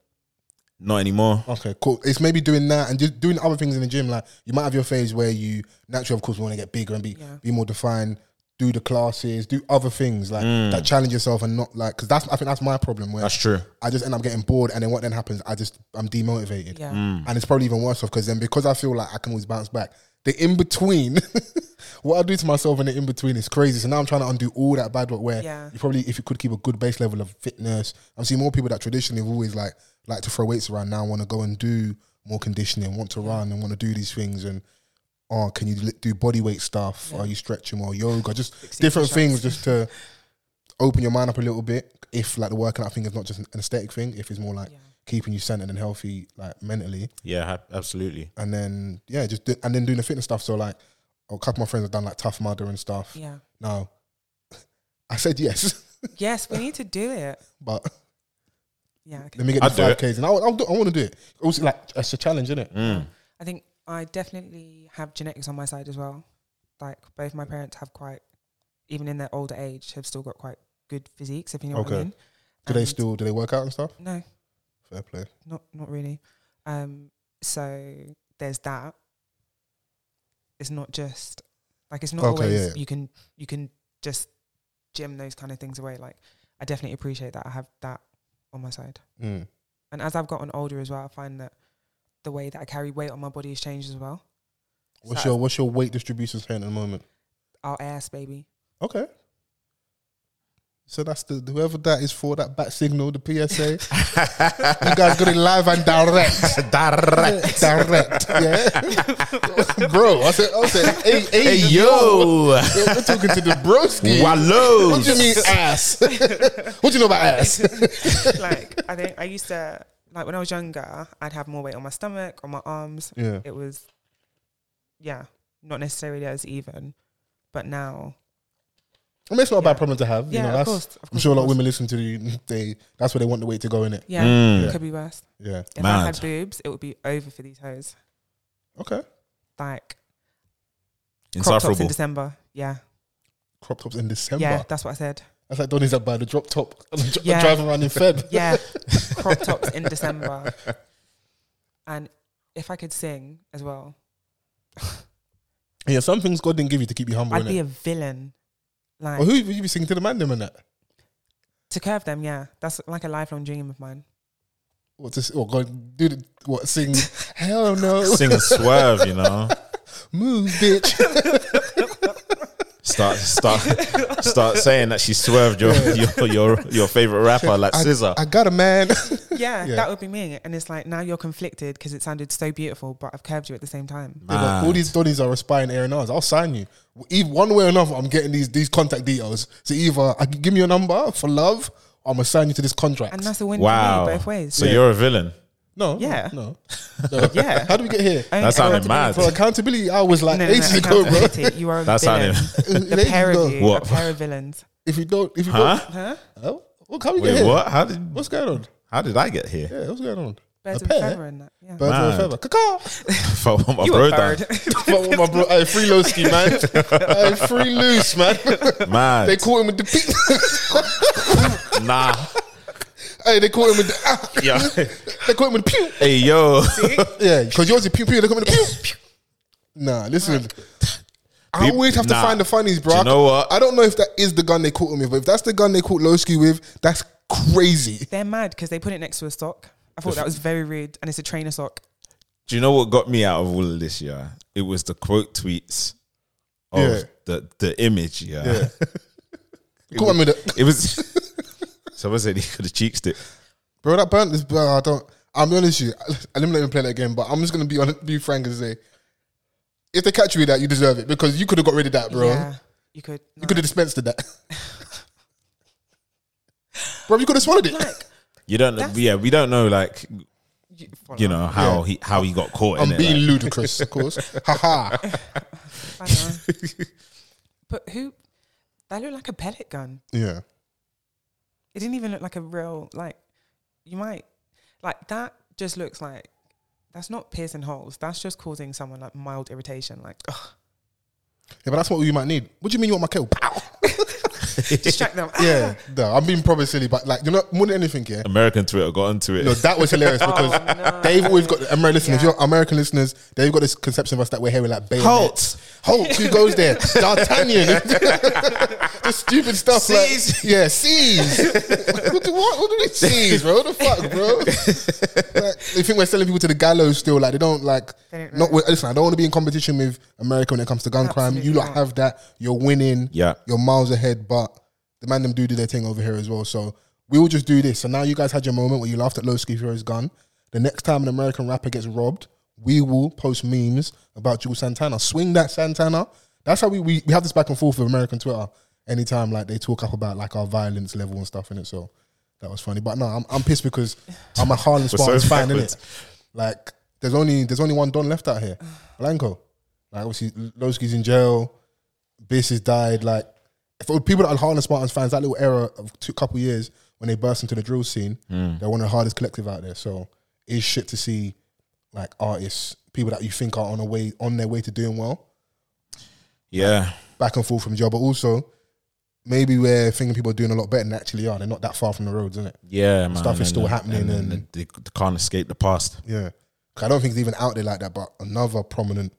Speaker 4: Not anymore.
Speaker 5: Okay, cool. It's maybe doing that and just doing other things in the gym. Like you might have your phase where you naturally, of course, want to get bigger and be
Speaker 6: Yeah.
Speaker 5: be more defined. Do the classes, do other things like that. Challenge yourself and not like because that's I think that's my problem where
Speaker 4: Mm. That's true.
Speaker 5: I just end up getting bored and then what then happens? I just I'm demotivated.
Speaker 6: yeah
Speaker 5: Mm. And it's probably even worse off because then because I feel like I can always bounce back, the in between, *laughs* what I do to myself in the in between is crazy. So now I'm trying to undo all that bad work where
Speaker 6: Yeah.
Speaker 5: you probably if you could keep a good base level of fitness. I'm seeing more people that traditionally have always like like to throw weights around now want to go and do more conditioning, want to run and want to do these things and oh, can you li- do body weight stuff? Are you stretching more yoga? Just different things just to open your mind up a little bit. If like the working out thing is not just an aesthetic thing, if it's more like
Speaker 6: Yeah.
Speaker 5: keeping you centered and healthy, like mentally,
Speaker 4: Yeah, hap- absolutely.
Speaker 5: and then yeah, just do, and then doing the fitness stuff. So like, a couple of my friends have done like Tough Mudder and stuff.
Speaker 6: yeah
Speaker 5: Now, *laughs* I said yes, *laughs*
Speaker 6: yes we need to do it
Speaker 5: but
Speaker 6: yeah okay.
Speaker 5: let me get the
Speaker 4: I'd do
Speaker 5: five
Speaker 4: it.
Speaker 5: Ks, and I'll, I'll do, I want to do it. Also, like it's a challenge, isn't it?
Speaker 4: *laughs*
Speaker 6: I think I definitely have genetics on my side as well. Like both my parents have quite, even in their older age, have still got quite good physiques. If you know what
Speaker 5: Okay.
Speaker 6: I mean.
Speaker 5: Do they
Speaker 6: And-
Speaker 5: still do they work out and stuff?
Speaker 6: No,
Speaker 5: Fair play.
Speaker 6: not not really. Um, so there's that. It's not just like it's not
Speaker 5: Okay,
Speaker 6: always
Speaker 5: yeah, yeah.
Speaker 6: you can you can just gym those kind of things away. Like I definitely appreciate that I have that on my side.
Speaker 4: Hmm.
Speaker 5: Mm.
Speaker 6: And as I've gotten older as well, I find that the way that I carry weight on my body has changed as well.
Speaker 5: What's
Speaker 6: So-
Speaker 5: your what's your weight distribution saying at the moment?
Speaker 6: Our ass, baby.
Speaker 5: Okay. So that's the whoever that is for that back signal,
Speaker 4: *laughs*
Speaker 5: the PSA. you guys got it live and *laughs* direct. direct. direct.
Speaker 4: *laughs*
Speaker 5: Yeah. Bro, I said, I said, hey, hey,
Speaker 4: Hey, yo,
Speaker 5: yo, We're talking to the broski. What do you
Speaker 4: Wallows.
Speaker 5: mean
Speaker 4: *laughs*
Speaker 5: uh, ass? what do you know about ass?
Speaker 6: *laughs* like I think I used to like when I was younger, I'd have more weight on my stomach, on my arms.
Speaker 5: Yeah.
Speaker 6: It was yeah, not necessarily as even. But now
Speaker 5: I mean, it's not a bad problem to have. you
Speaker 6: Yeah,
Speaker 5: know,
Speaker 6: of
Speaker 5: that's,
Speaker 6: course, of
Speaker 5: I'm
Speaker 6: course,
Speaker 5: sure a lot
Speaker 6: of
Speaker 5: of women listen to you. They, that's where they want the weight to go in it.
Speaker 6: yeah,
Speaker 4: Mm.
Speaker 6: it could be worse.
Speaker 5: Yeah.
Speaker 6: If I
Speaker 4: Mad.
Speaker 6: had boobs, it would be over for these hoes.
Speaker 5: Okay.
Speaker 6: Like crop tops in
Speaker 4: Insufferable.
Speaker 6: December. Yeah.
Speaker 5: Crop tops in December.
Speaker 6: Yeah, that's what I said.
Speaker 5: That's like Donnie's up by the drop top. *laughs*
Speaker 6: Yeah.
Speaker 5: Driving around in Feb.
Speaker 6: *laughs*
Speaker 4: *laughs*
Speaker 6: Yeah. crop tops in December. And if I could sing as well,
Speaker 5: Yeah, some things God didn't give you to keep you humble.
Speaker 6: I'd be
Speaker 5: innit?
Speaker 6: a villain. Like
Speaker 5: Well, who would you be singing to the man them and that?
Speaker 6: to curve them, yeah. That's like a lifelong dream
Speaker 5: *laughs*
Speaker 6: of mine.
Speaker 5: What to s- what God do the, what
Speaker 6: *laughs*
Speaker 5: sing? Hell *laughs* no,
Speaker 4: Sing a swerve, you know.
Speaker 5: *laughs* move, bitch.
Speaker 4: Start, start, start saying that she swerved your your your, your favorite rapper like Scissor.
Speaker 5: I, I got a man. *laughs*
Speaker 6: yeah,
Speaker 5: Yeah.
Speaker 6: that would be me. And it's like now you're conflicted because it sounded so beautiful, but I've curved you at the same time.
Speaker 5: Yeah, but all these Donnies are aspiring A and R's. I'll sign you. Either one way or another, I'm getting these these contact details. So either I can give me your number for love, or I'm gonna sign you to this contract.
Speaker 6: And that's a win
Speaker 4: Wow.
Speaker 6: for me both ways.
Speaker 4: So you're a villain.
Speaker 5: no,
Speaker 6: Yeah. *laughs*
Speaker 5: no, no.
Speaker 6: Yeah.
Speaker 5: *laughs* How do we get here?
Speaker 6: Own
Speaker 4: That sounded
Speaker 6: accountability.
Speaker 5: For accountability, I was like
Speaker 6: *laughs* No, no, no,
Speaker 5: ages ago, bro.
Speaker 6: accountability. You are a
Speaker 4: That
Speaker 6: villain.
Speaker 4: sounded- *laughs*
Speaker 6: the
Speaker 5: Ages
Speaker 6: pair
Speaker 5: ago.
Speaker 6: of you,
Speaker 4: What?
Speaker 6: a pair of villains.
Speaker 5: If you don't, if you
Speaker 4: Huh?
Speaker 6: Huh?
Speaker 5: don't, oh, what can we get
Speaker 4: Wait,
Speaker 5: here?
Speaker 4: what? How did
Speaker 5: What's going on?
Speaker 4: how did I get here?
Speaker 5: Yeah, what's going on?
Speaker 6: Birds
Speaker 5: a
Speaker 6: of a feather
Speaker 5: pair.
Speaker 6: in that. Yeah.
Speaker 5: Birds of a
Speaker 4: Mad.
Speaker 5: feather. Caw-caw.
Speaker 4: *laughs* Fell on my
Speaker 6: you
Speaker 4: bro
Speaker 6: a
Speaker 4: down.
Speaker 6: bird.
Speaker 5: *laughs* Fuck with my bro. Hey, free
Speaker 4: *laughs*
Speaker 5: Lowski, man. *laughs* Hey, free loose, man.
Speaker 4: Man,
Speaker 5: They caught him with the *laughs* beat. *laughs*
Speaker 4: nah.
Speaker 5: hey, they caught him with the. *laughs* Ah.
Speaker 4: Yeah.
Speaker 5: They caught him with the pew.
Speaker 4: hey yo,
Speaker 5: Yeah, because yours is pew pew. They caught him with the pew. pew. Nah, listen. I
Speaker 4: Peop-
Speaker 5: always have to
Speaker 4: Nah.
Speaker 5: find the funnies, bro.
Speaker 4: Do you know what?
Speaker 5: I don't know if that is the gun they caught him with, but if that's the gun they caught Lowski with, that's crazy.
Speaker 6: *laughs* They're mad because they put it next to a sock. I thought that was very rude, and it's a trainer sock.
Speaker 4: Do you know what got me out of all of this? Yeah, it was the quote tweets of
Speaker 5: Yeah.
Speaker 4: the the image. Yeah,
Speaker 5: Yeah. Come on with it.
Speaker 4: *laughs* it was. Someone said he could have cheeked it.
Speaker 5: Bro, that burnt this. Bro, I don't. I'm be honest with you. *laughs* I didn't let him play that game, but I'm just gonna be on, be frank and say, if they catch you with that, you deserve it because you could have got rid of that, bro.
Speaker 6: Yeah, you could.
Speaker 5: You could have dispensed of that, *laughs* bro. You could have swallowed it.
Speaker 6: like,
Speaker 4: You don't. know
Speaker 6: That's-
Speaker 4: yeah, we don't know. Like you know how
Speaker 5: Yeah.
Speaker 4: he how he got caught.
Speaker 5: I'm
Speaker 4: in
Speaker 5: being
Speaker 4: it,
Speaker 5: ludicrous,
Speaker 4: *laughs*
Speaker 5: of course. Haha.
Speaker 6: I don't
Speaker 5: *laughs*
Speaker 6: know. but who? That looked like a pellet gun.
Speaker 5: Yeah.
Speaker 6: It didn't even look like a real like. You might like that. Just looks like that's not piercing holes. That's just causing someone like mild irritation. Like ugh,
Speaker 5: Yeah, but that's what we might need. What do you mean you want my kill? Pow. *laughs*
Speaker 6: distract them. *laughs*
Speaker 5: Yeah, no, I'm being probably silly, but like you know, more than anything, yeah.
Speaker 4: American Twitter got onto it.
Speaker 5: No, that was hilarious
Speaker 6: *laughs*
Speaker 5: because
Speaker 6: Oh, no.
Speaker 5: they've always got American listeners.
Speaker 6: Yeah.
Speaker 5: Your American listeners, they've got this conception of us that we're hearing like bayonets.
Speaker 4: Holt.
Speaker 5: Holt, who goes there? D'Artagnan, the stupid stuff.
Speaker 4: Seize.
Speaker 5: Like, yeah, seize. what, do, what? What do they seize, bro? What the fuck, bro? like, they think we're selling people to the gallows still. Like they don't like.
Speaker 6: They don't
Speaker 5: not
Speaker 6: know.
Speaker 5: listen. I don't want to be in competition with America when it comes to gun crime.
Speaker 6: Absolutely
Speaker 5: You like
Speaker 6: not.
Speaker 5: have that. You're winning.
Speaker 4: Yeah.
Speaker 5: You're miles ahead, but the man them do do their thing over here as well. So we will just do this. So now you guys had your moment where you laughed at Lowski for his gun. The next time an American rapper gets robbed, we will post memes about Jules Santana. Swing that Santana. That's how we, we, we have this back and forth with American Twitter. Anytime like they talk up about like our violence level and stuff in it. So that was funny. But no, I'm, I'm pissed because I'm a Harlem
Speaker 4: so
Speaker 5: Spartans fan,
Speaker 4: backwards.
Speaker 5: innit? Like there's only there's only one Don left out here. Blanco. Like obviously Lowski's in jail. Biss has died. Like for people that are Harlem Spartans fans, that little era of two couple years when they burst into the drill scene, they're one of the hardest collective out there. So it's shit to see like artists, people that you think are on a way on their way to doing well,
Speaker 4: Yeah,
Speaker 5: back and forth from jail. But also maybe we're thinking people are doing a lot better than they actually are. They're not that far from the roads, isn't it?
Speaker 4: yeah, man.
Speaker 5: Stuff is
Speaker 4: and
Speaker 5: still
Speaker 4: then-
Speaker 5: happening
Speaker 4: and, then
Speaker 5: and-
Speaker 4: they, they can't escape the past.
Speaker 5: Yeah. 'Cause I don't think it's even out there like that, but another prominent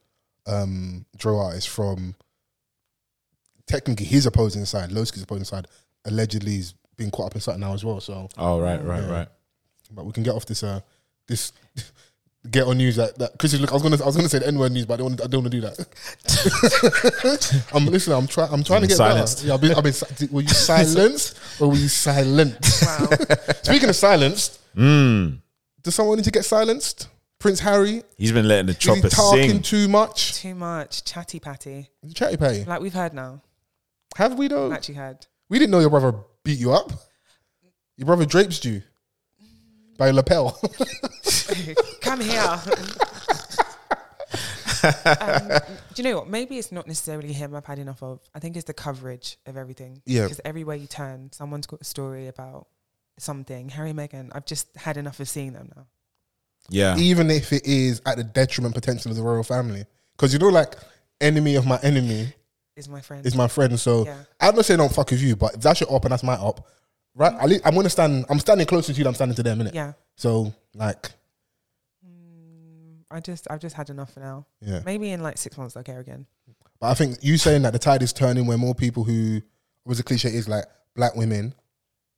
Speaker 5: um drill artist from technically his opposing side, Lowski's opposing side, allegedly has been caught up in something now as well. So
Speaker 4: Oh right, right,
Speaker 5: Yeah.
Speaker 4: right.
Speaker 5: but we can get off this uh this *laughs* get on news that that Chris look I was gonna I was gonna say the N word news, but I don't wanna, I don't want to do that. *laughs* I'm listening. I'm trying. I'm trying to
Speaker 4: You've
Speaker 5: get
Speaker 4: been
Speaker 5: silenced.
Speaker 4: silenced.
Speaker 5: Yeah, I've been. I've been. si- Were you silenced or were you silent?
Speaker 6: *laughs* Wow.
Speaker 5: Speaking of silenced,
Speaker 4: Mm.
Speaker 5: does someone need to get silenced? Prince Harry
Speaker 4: He's been letting the
Speaker 5: is he
Speaker 4: chopper
Speaker 5: talking
Speaker 4: sing.
Speaker 5: too much?
Speaker 6: Too much chatty patty.
Speaker 5: Chatty patty.
Speaker 6: Like we've heard now.
Speaker 5: Have we though?
Speaker 6: I've actually heard.
Speaker 5: We didn't know your brother beat you up. Your brother drapes you by your lapel. *laughs*
Speaker 6: *laughs* Come here. Um, do you know what? Maybe it's not necessarily him I've had enough of. I think it's the coverage of everything.
Speaker 5: Yeah.
Speaker 6: Because everywhere you turn, someone's got a story about something. Harry and Meghan, I've just had enough of seeing them now.
Speaker 4: Yeah,
Speaker 5: even if it is at the detriment potential of the royal family. Because you know, like enemy of my enemy
Speaker 6: Is my friend.
Speaker 5: is my friend. So
Speaker 6: Yeah.
Speaker 5: I'm not saying don't fuck with you, but if that's your up and that's my up, right? At least I'm gonna stand. I'm standing closer to you. than I'm standing to them, innit?
Speaker 6: yeah.
Speaker 5: So like,
Speaker 6: I just I've just had enough for now.
Speaker 5: yeah.
Speaker 6: Maybe in like six months they'll care again.
Speaker 5: But I think you saying that the tide is turning where more people who, what the cliche is like black women,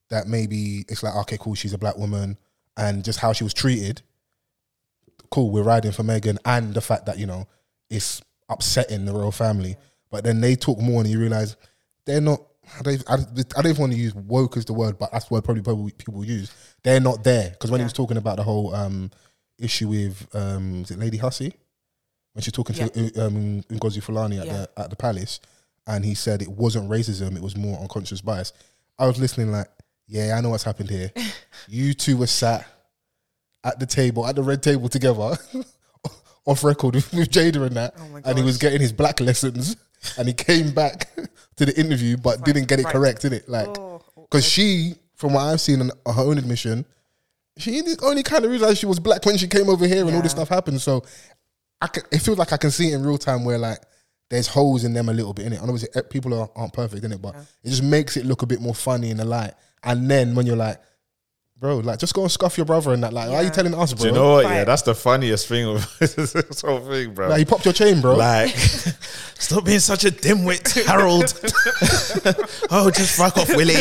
Speaker 5: that maybe it's like, okay, cool, she's a black woman and just how she was treated. Cool, we're riding for Megan and the fact that, you know, it's upsetting the royal family. But then they talk more and you realize they're not, I don't, even- I, don't- I don't even want to use woke as the word, but that's the word probably probably people use. They're not there. Because when he
Speaker 6: Yeah.
Speaker 5: was talking about the whole um, issue with, um, is it Lady Hussey? when she's talking to um, Ngozi Fulani at
Speaker 6: Yeah.
Speaker 5: the at the palace, and he said it wasn't racism; it was more unconscious bias. I was listening, like, yeah, I know what's happened
Speaker 6: *laughs*
Speaker 5: here. you two were sat at the table, at the red table together, *laughs* off record with, with Jada and that,
Speaker 6: Oh my
Speaker 5: and he was
Speaker 6: gosh.
Speaker 5: getting his black lessons, and he came back *laughs* to the interview but didn't get it
Speaker 6: right.
Speaker 5: correct, did it? Like,
Speaker 6: Oh,
Speaker 5: because she, from what I've seen on her own admission, she only kind of realized she was black when she came over here and all this
Speaker 6: Yeah.
Speaker 5: stuff happened. So I can, it feels like I can see it in real time where like there's holes in them a little bit in it. And obviously eh, people are, aren't perfect in it, but it just makes it look a bit more funny in the light. And then when you're like, bro. Like, just go and scuff your brother and that. Like, why are you
Speaker 6: Yeah.
Speaker 5: telling us, bro?
Speaker 4: Do you know what? Yeah,
Speaker 6: Right.
Speaker 4: that's the funniest thing of *laughs* this whole thing, bro.
Speaker 5: Like, he popped your chain, bro.
Speaker 4: Like, *laughs* stop being such a dimwit, *laughs* Harold. oh, just fuck off, Willie.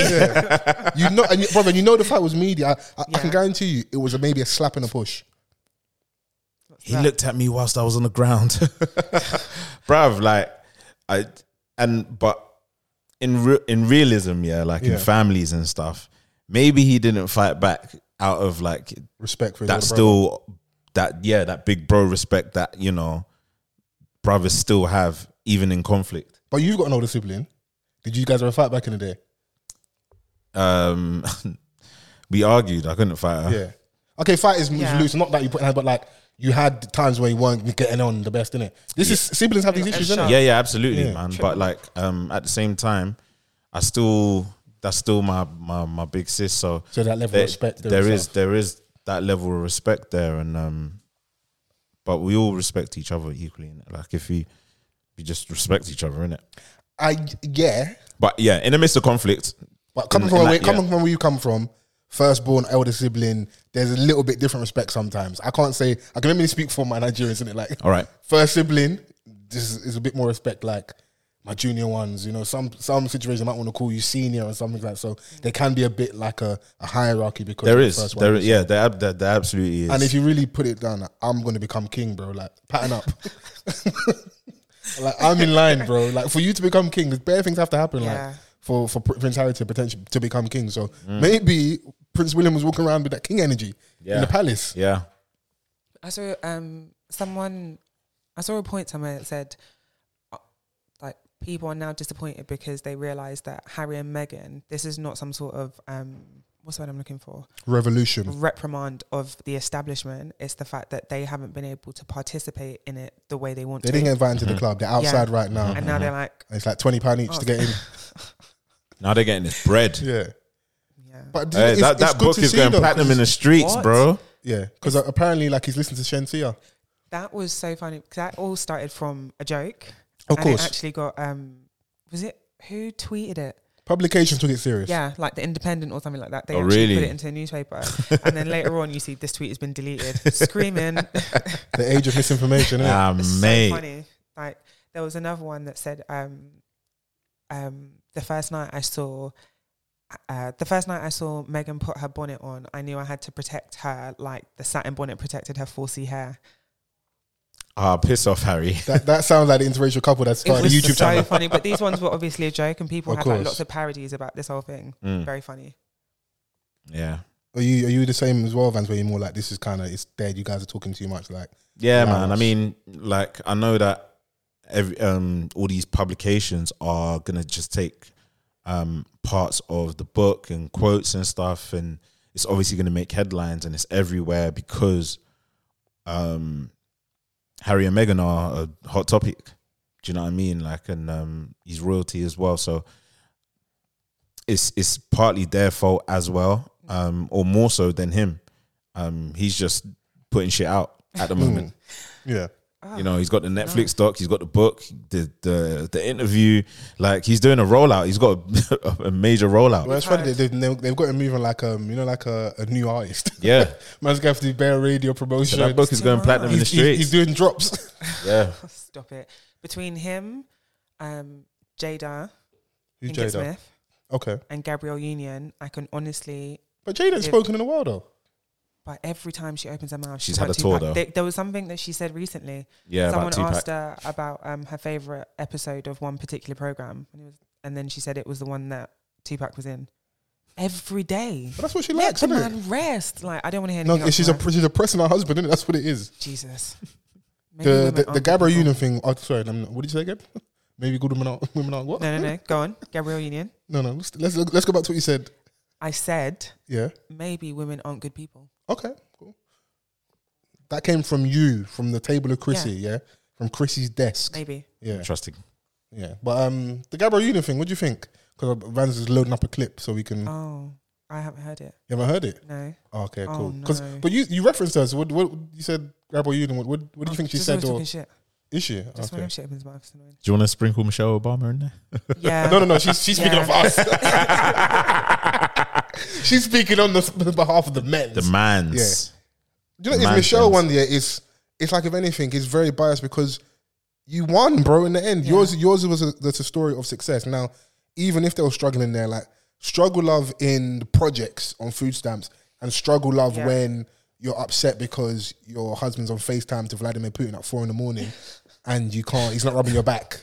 Speaker 5: you know, and you, brother, you know the fight was media. I, I, I can
Speaker 6: Yeah.
Speaker 5: guarantee you, it was a, maybe a slap and a push.
Speaker 4: He looked at me whilst I was on the ground. *laughs* Bruv, like, I, and, but in, re- in realism, yeah, like
Speaker 5: Yeah.
Speaker 4: in families and stuff, maybe he didn't fight back out of like
Speaker 5: Respect for his
Speaker 4: that
Speaker 5: older brother.
Speaker 4: still that yeah that big bro respect that you know brothers still have even in conflict
Speaker 5: But you've got an older sibling. Did you guys ever fight back in the day?
Speaker 4: um *laughs* we argued i couldn't fight her
Speaker 5: Yeah. Okay, fight is
Speaker 6: Yeah.
Speaker 5: loose. Not that you put, but like you had times where you weren't getting on the best, innit? This is siblings have these
Speaker 6: Yeah,
Speaker 5: issues,
Speaker 6: a
Speaker 5: innit?
Speaker 6: shock.
Speaker 4: yeah yeah absolutely
Speaker 5: Yeah.
Speaker 4: man but like um at the same time i still that's still my my, my big sis so
Speaker 5: So that level
Speaker 4: there-
Speaker 5: of respect.
Speaker 4: there is there is that level of respect there and um but we all respect each other equally innit? like if you you just respect each other in it
Speaker 5: I yeah,
Speaker 4: but yeah in the midst of conflict
Speaker 5: but coming
Speaker 4: In-
Speaker 5: from
Speaker 4: in
Speaker 5: where,
Speaker 4: that-
Speaker 5: coming
Speaker 4: yeah.
Speaker 5: from where you come from, firstborn, elder sibling. There's a little bit different respect sometimes. I can't say I can only speak for my Nigerians, innit? *laughs* Like
Speaker 4: all right
Speaker 5: first sibling, this is, is a bit more respect. Like my junior ones, you know, some some situations might want to call you senior or something like. So there can be a bit like a, a hierarchy because
Speaker 4: There
Speaker 5: of the
Speaker 4: is,
Speaker 5: first one.
Speaker 4: there is, yeah, there, ab- there, there absolutely is.
Speaker 5: And if you really put it down, like, I'm gonna become king, bro. Like pattern up. *laughs* like I'm in line, bro. Like for you to become king, there's bare things have to happen.
Speaker 6: Yeah.
Speaker 5: Like for for Pr- Prince Harry to potentially to become king. So
Speaker 4: Mm.
Speaker 5: maybe Prince William was walking around with that king energy in
Speaker 4: Yeah.
Speaker 5: the palace.
Speaker 4: yeah,
Speaker 6: I saw um someone I saw a point somewhere that said uh, like people are now disappointed because they realise that Harry and Meghan, this is not some sort of um what's the word I'm looking for?
Speaker 5: Revolution.
Speaker 6: Reprimand of the establishment. It's the fact that they haven't been able to participate in it the way they want
Speaker 5: They
Speaker 6: to.
Speaker 5: didn't Mm. get invited
Speaker 4: Mm-hmm.
Speaker 5: to the club. They're outside right now.
Speaker 6: and now they're like,
Speaker 5: And it's like twenty pound each
Speaker 6: Oh.
Speaker 5: to get in.
Speaker 4: now they're getting this
Speaker 5: *laughs*
Speaker 4: bread.
Speaker 5: Yeah.
Speaker 6: yeah.
Speaker 5: But
Speaker 4: Hey,
Speaker 5: it's-
Speaker 4: that
Speaker 5: it's
Speaker 4: that
Speaker 5: good
Speaker 4: book
Speaker 5: to
Speaker 4: is
Speaker 5: see
Speaker 4: going
Speaker 5: though,
Speaker 4: platinum
Speaker 5: 'cause-
Speaker 4: in the streets,
Speaker 6: What?
Speaker 4: bro.
Speaker 5: Yeah, because apparently, like he's listening to Shensia.
Speaker 6: That was so funny because that all started from a joke.
Speaker 5: Of
Speaker 6: and
Speaker 5: course,
Speaker 6: it actually got um was it who tweeted it?
Speaker 5: publications took it serious.
Speaker 6: Yeah, like the Independent or something like that. They
Speaker 4: Oh,
Speaker 6: actually put
Speaker 4: really?
Speaker 6: it into a newspaper, and
Speaker 4: *laughs*
Speaker 6: then later on you see this tweet has been
Speaker 5: *laughs*
Speaker 6: deleted, screaming. *laughs*
Speaker 5: The age of
Speaker 4: *laughs*
Speaker 5: misinformation. innit?
Speaker 4: Ah,
Speaker 6: It's
Speaker 4: mate,
Speaker 6: so funny. Like there was another one that said, um, um, the first night I saw, uh, the first night I saw Megan put her bonnet on, I knew I had to protect her, like the satin bonnet protected her 4C hair.
Speaker 4: ah, piss off, Harry.
Speaker 5: That, that sounds like the interracial couple that
Speaker 6: It
Speaker 5: started a
Speaker 6: was
Speaker 5: YouTube
Speaker 6: so
Speaker 5: channel.
Speaker 6: funny, but these ones were obviously a joke, and people
Speaker 5: Of
Speaker 6: had like,
Speaker 5: course. Hmm.
Speaker 6: lots of parodies about this whole thing.
Speaker 4: Mm,
Speaker 6: Very funny. *laughs*
Speaker 4: yeah,
Speaker 5: Are you are you the same as well, Vans? Where you're more like this is kind of it's dead. You guys are talking too much. Like
Speaker 4: yeah,
Speaker 5: Wow.
Speaker 4: man. I mean, like, I know that every um all these publications are gonna just take um parts of the book and quotes and stuff, and it's obviously gonna make headlines and it's everywhere because um Harry and Meghan are a hot topic. Do you know what I mean? Like, and um, he's royalty as well, so it's it's partly their fault as well, um, or more so than him. Um, he's just putting shit out at the moment.
Speaker 5: yeah,
Speaker 4: You know, he's got the
Speaker 6: Ah.
Speaker 4: Netflix doc, he's got the book, the the the interview. Like, he's doing a rollout. He's got a, *laughs* a major rollout.
Speaker 5: well, it's funny. They, they've they've got him moving like um you know like a, a new artist. *laughs*
Speaker 4: Yeah,
Speaker 5: Man's going to do bare radio *laughs* promotion.
Speaker 4: so that book is going platinum in the
Speaker 5: he's, he's,
Speaker 4: streets.
Speaker 5: he's doing drops. *laughs*
Speaker 4: yeah,
Speaker 6: Stop it. Between him, um, Jada,
Speaker 5: Who's
Speaker 6: Pinkett
Speaker 5: Jada?
Speaker 6: Smith,
Speaker 5: Okay,
Speaker 6: and Gabrielle Union, I can honestly.
Speaker 5: but Jada's
Speaker 6: Yeah.
Speaker 5: spoken in a while though.
Speaker 6: But every time she opens her mouth,
Speaker 4: She's
Speaker 6: she's
Speaker 4: had
Speaker 6: got
Speaker 4: a tour, though.
Speaker 6: Tupac. There, there was something that she said recently.
Speaker 4: yeah.
Speaker 6: Someone
Speaker 4: about Tupac.
Speaker 6: asked her about um, her favorite episode of one particular program, and, it was, and then she said it was the one that Tupac was in. Every day,
Speaker 5: But that's what she
Speaker 6: let
Speaker 5: likes,
Speaker 6: the
Speaker 5: isn't
Speaker 6: man
Speaker 5: it?
Speaker 6: rest. Like I don't want to hear.
Speaker 5: No,
Speaker 6: anything else
Speaker 5: she's
Speaker 6: from her.
Speaker 5: a, she's oppressing her husband, is That's what it is. *laughs*
Speaker 6: Jesus. Maybe
Speaker 5: The
Speaker 6: women
Speaker 5: the, the
Speaker 6: aren't
Speaker 5: Gabrielle
Speaker 6: people.
Speaker 5: Union thing. Oh, sorry, no, no, what did you say again? *laughs* Maybe good women aren't women aren't what?
Speaker 6: No, no, no. Go on, Gabrielle Union.
Speaker 5: *laughs* no, no. Let's let's let's go back to what you said.
Speaker 6: I said
Speaker 5: Yeah.
Speaker 6: maybe women aren't good people.
Speaker 5: Okay, cool. That came from you, from the table of Chrissy, yeah? From Chrissy's desk.
Speaker 6: Maybe.
Speaker 5: Yeah,
Speaker 4: Interesting.
Speaker 5: yeah. But um, the Gabrielle Union thing, what do you think? Because Vans is loading up a clip so we can.
Speaker 6: Oh, I haven't heard it.
Speaker 5: you ever heard it?
Speaker 6: No.
Speaker 5: Oh, okay,
Speaker 6: Oh,
Speaker 5: cool. 'Cause-
Speaker 6: no.
Speaker 5: But you, you referenced her. So what, what you said, Gabrielle Union, what, what, what do you think she
Speaker 6: Oh, Just
Speaker 5: said?
Speaker 6: always
Speaker 5: Or
Speaker 6: talking shit.
Speaker 5: is she?
Speaker 6: Just when
Speaker 5: Okay.
Speaker 6: I'm shit opens my mouth,
Speaker 5: *laughs*
Speaker 6: it's annoying.
Speaker 4: Do you want to sprinkle
Speaker 5: Uh,
Speaker 4: Michelle Obama in there?
Speaker 6: Yeah.
Speaker 5: No, no, no. She's, she's speaking
Speaker 6: Yeah.
Speaker 5: of us. *laughs* She's speaking on the s- behalf of the men.
Speaker 4: The man's.
Speaker 5: Do you know, if
Speaker 4: Man
Speaker 5: Michelle
Speaker 4: things.
Speaker 5: won the year, it's it's like if anything, it's very biased because you won, bro. In the end, yours yours was a, that's a story of success. Now, even if they were struggling there, like struggle love in the projects on food stamps, and struggle love
Speaker 6: Yeah.
Speaker 5: when you're upset because your husband's on Facetime to Vladimir Putin at four in the morning, and you can't. He's not rubbing your back.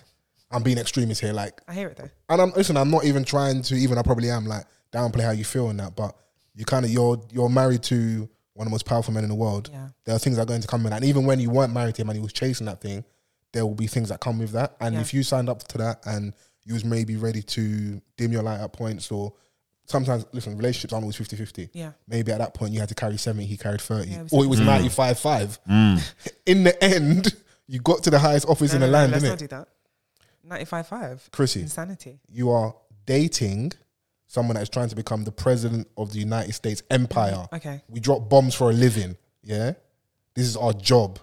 Speaker 5: I'm being extremist here, like
Speaker 6: I hear it though.
Speaker 5: and I'm listen. I'm not even trying to. Even I probably am like downplay how you feel in that, but you kind of you're you're married to one of the most powerful men in the world.
Speaker 6: Yeah.
Speaker 5: There are things that are going to come in, that. and even when you weren't married to him and he was chasing that thing, there will be things that come with that. And
Speaker 6: Yeah.
Speaker 5: if you signed up to that and you was maybe ready to dim your light at points, or sometimes listen, relationships aren't always 50-50.
Speaker 6: Yeah.
Speaker 5: Maybe at that point you had to carry seventy, he carried thirty,
Speaker 6: Yeah, it was
Speaker 5: or it was ninety five five. *laughs* In the end, *laughs* you got to the highest office in the land,
Speaker 6: let's
Speaker 5: didn't
Speaker 6: not
Speaker 5: it,
Speaker 6: do that. Ninety-five five.
Speaker 5: Chrissy?
Speaker 6: Insanity.
Speaker 5: you are dating someone that is trying to become the president of the United States empire.
Speaker 6: Okay.
Speaker 5: We drop bombs for a living. Yeah. This is our job.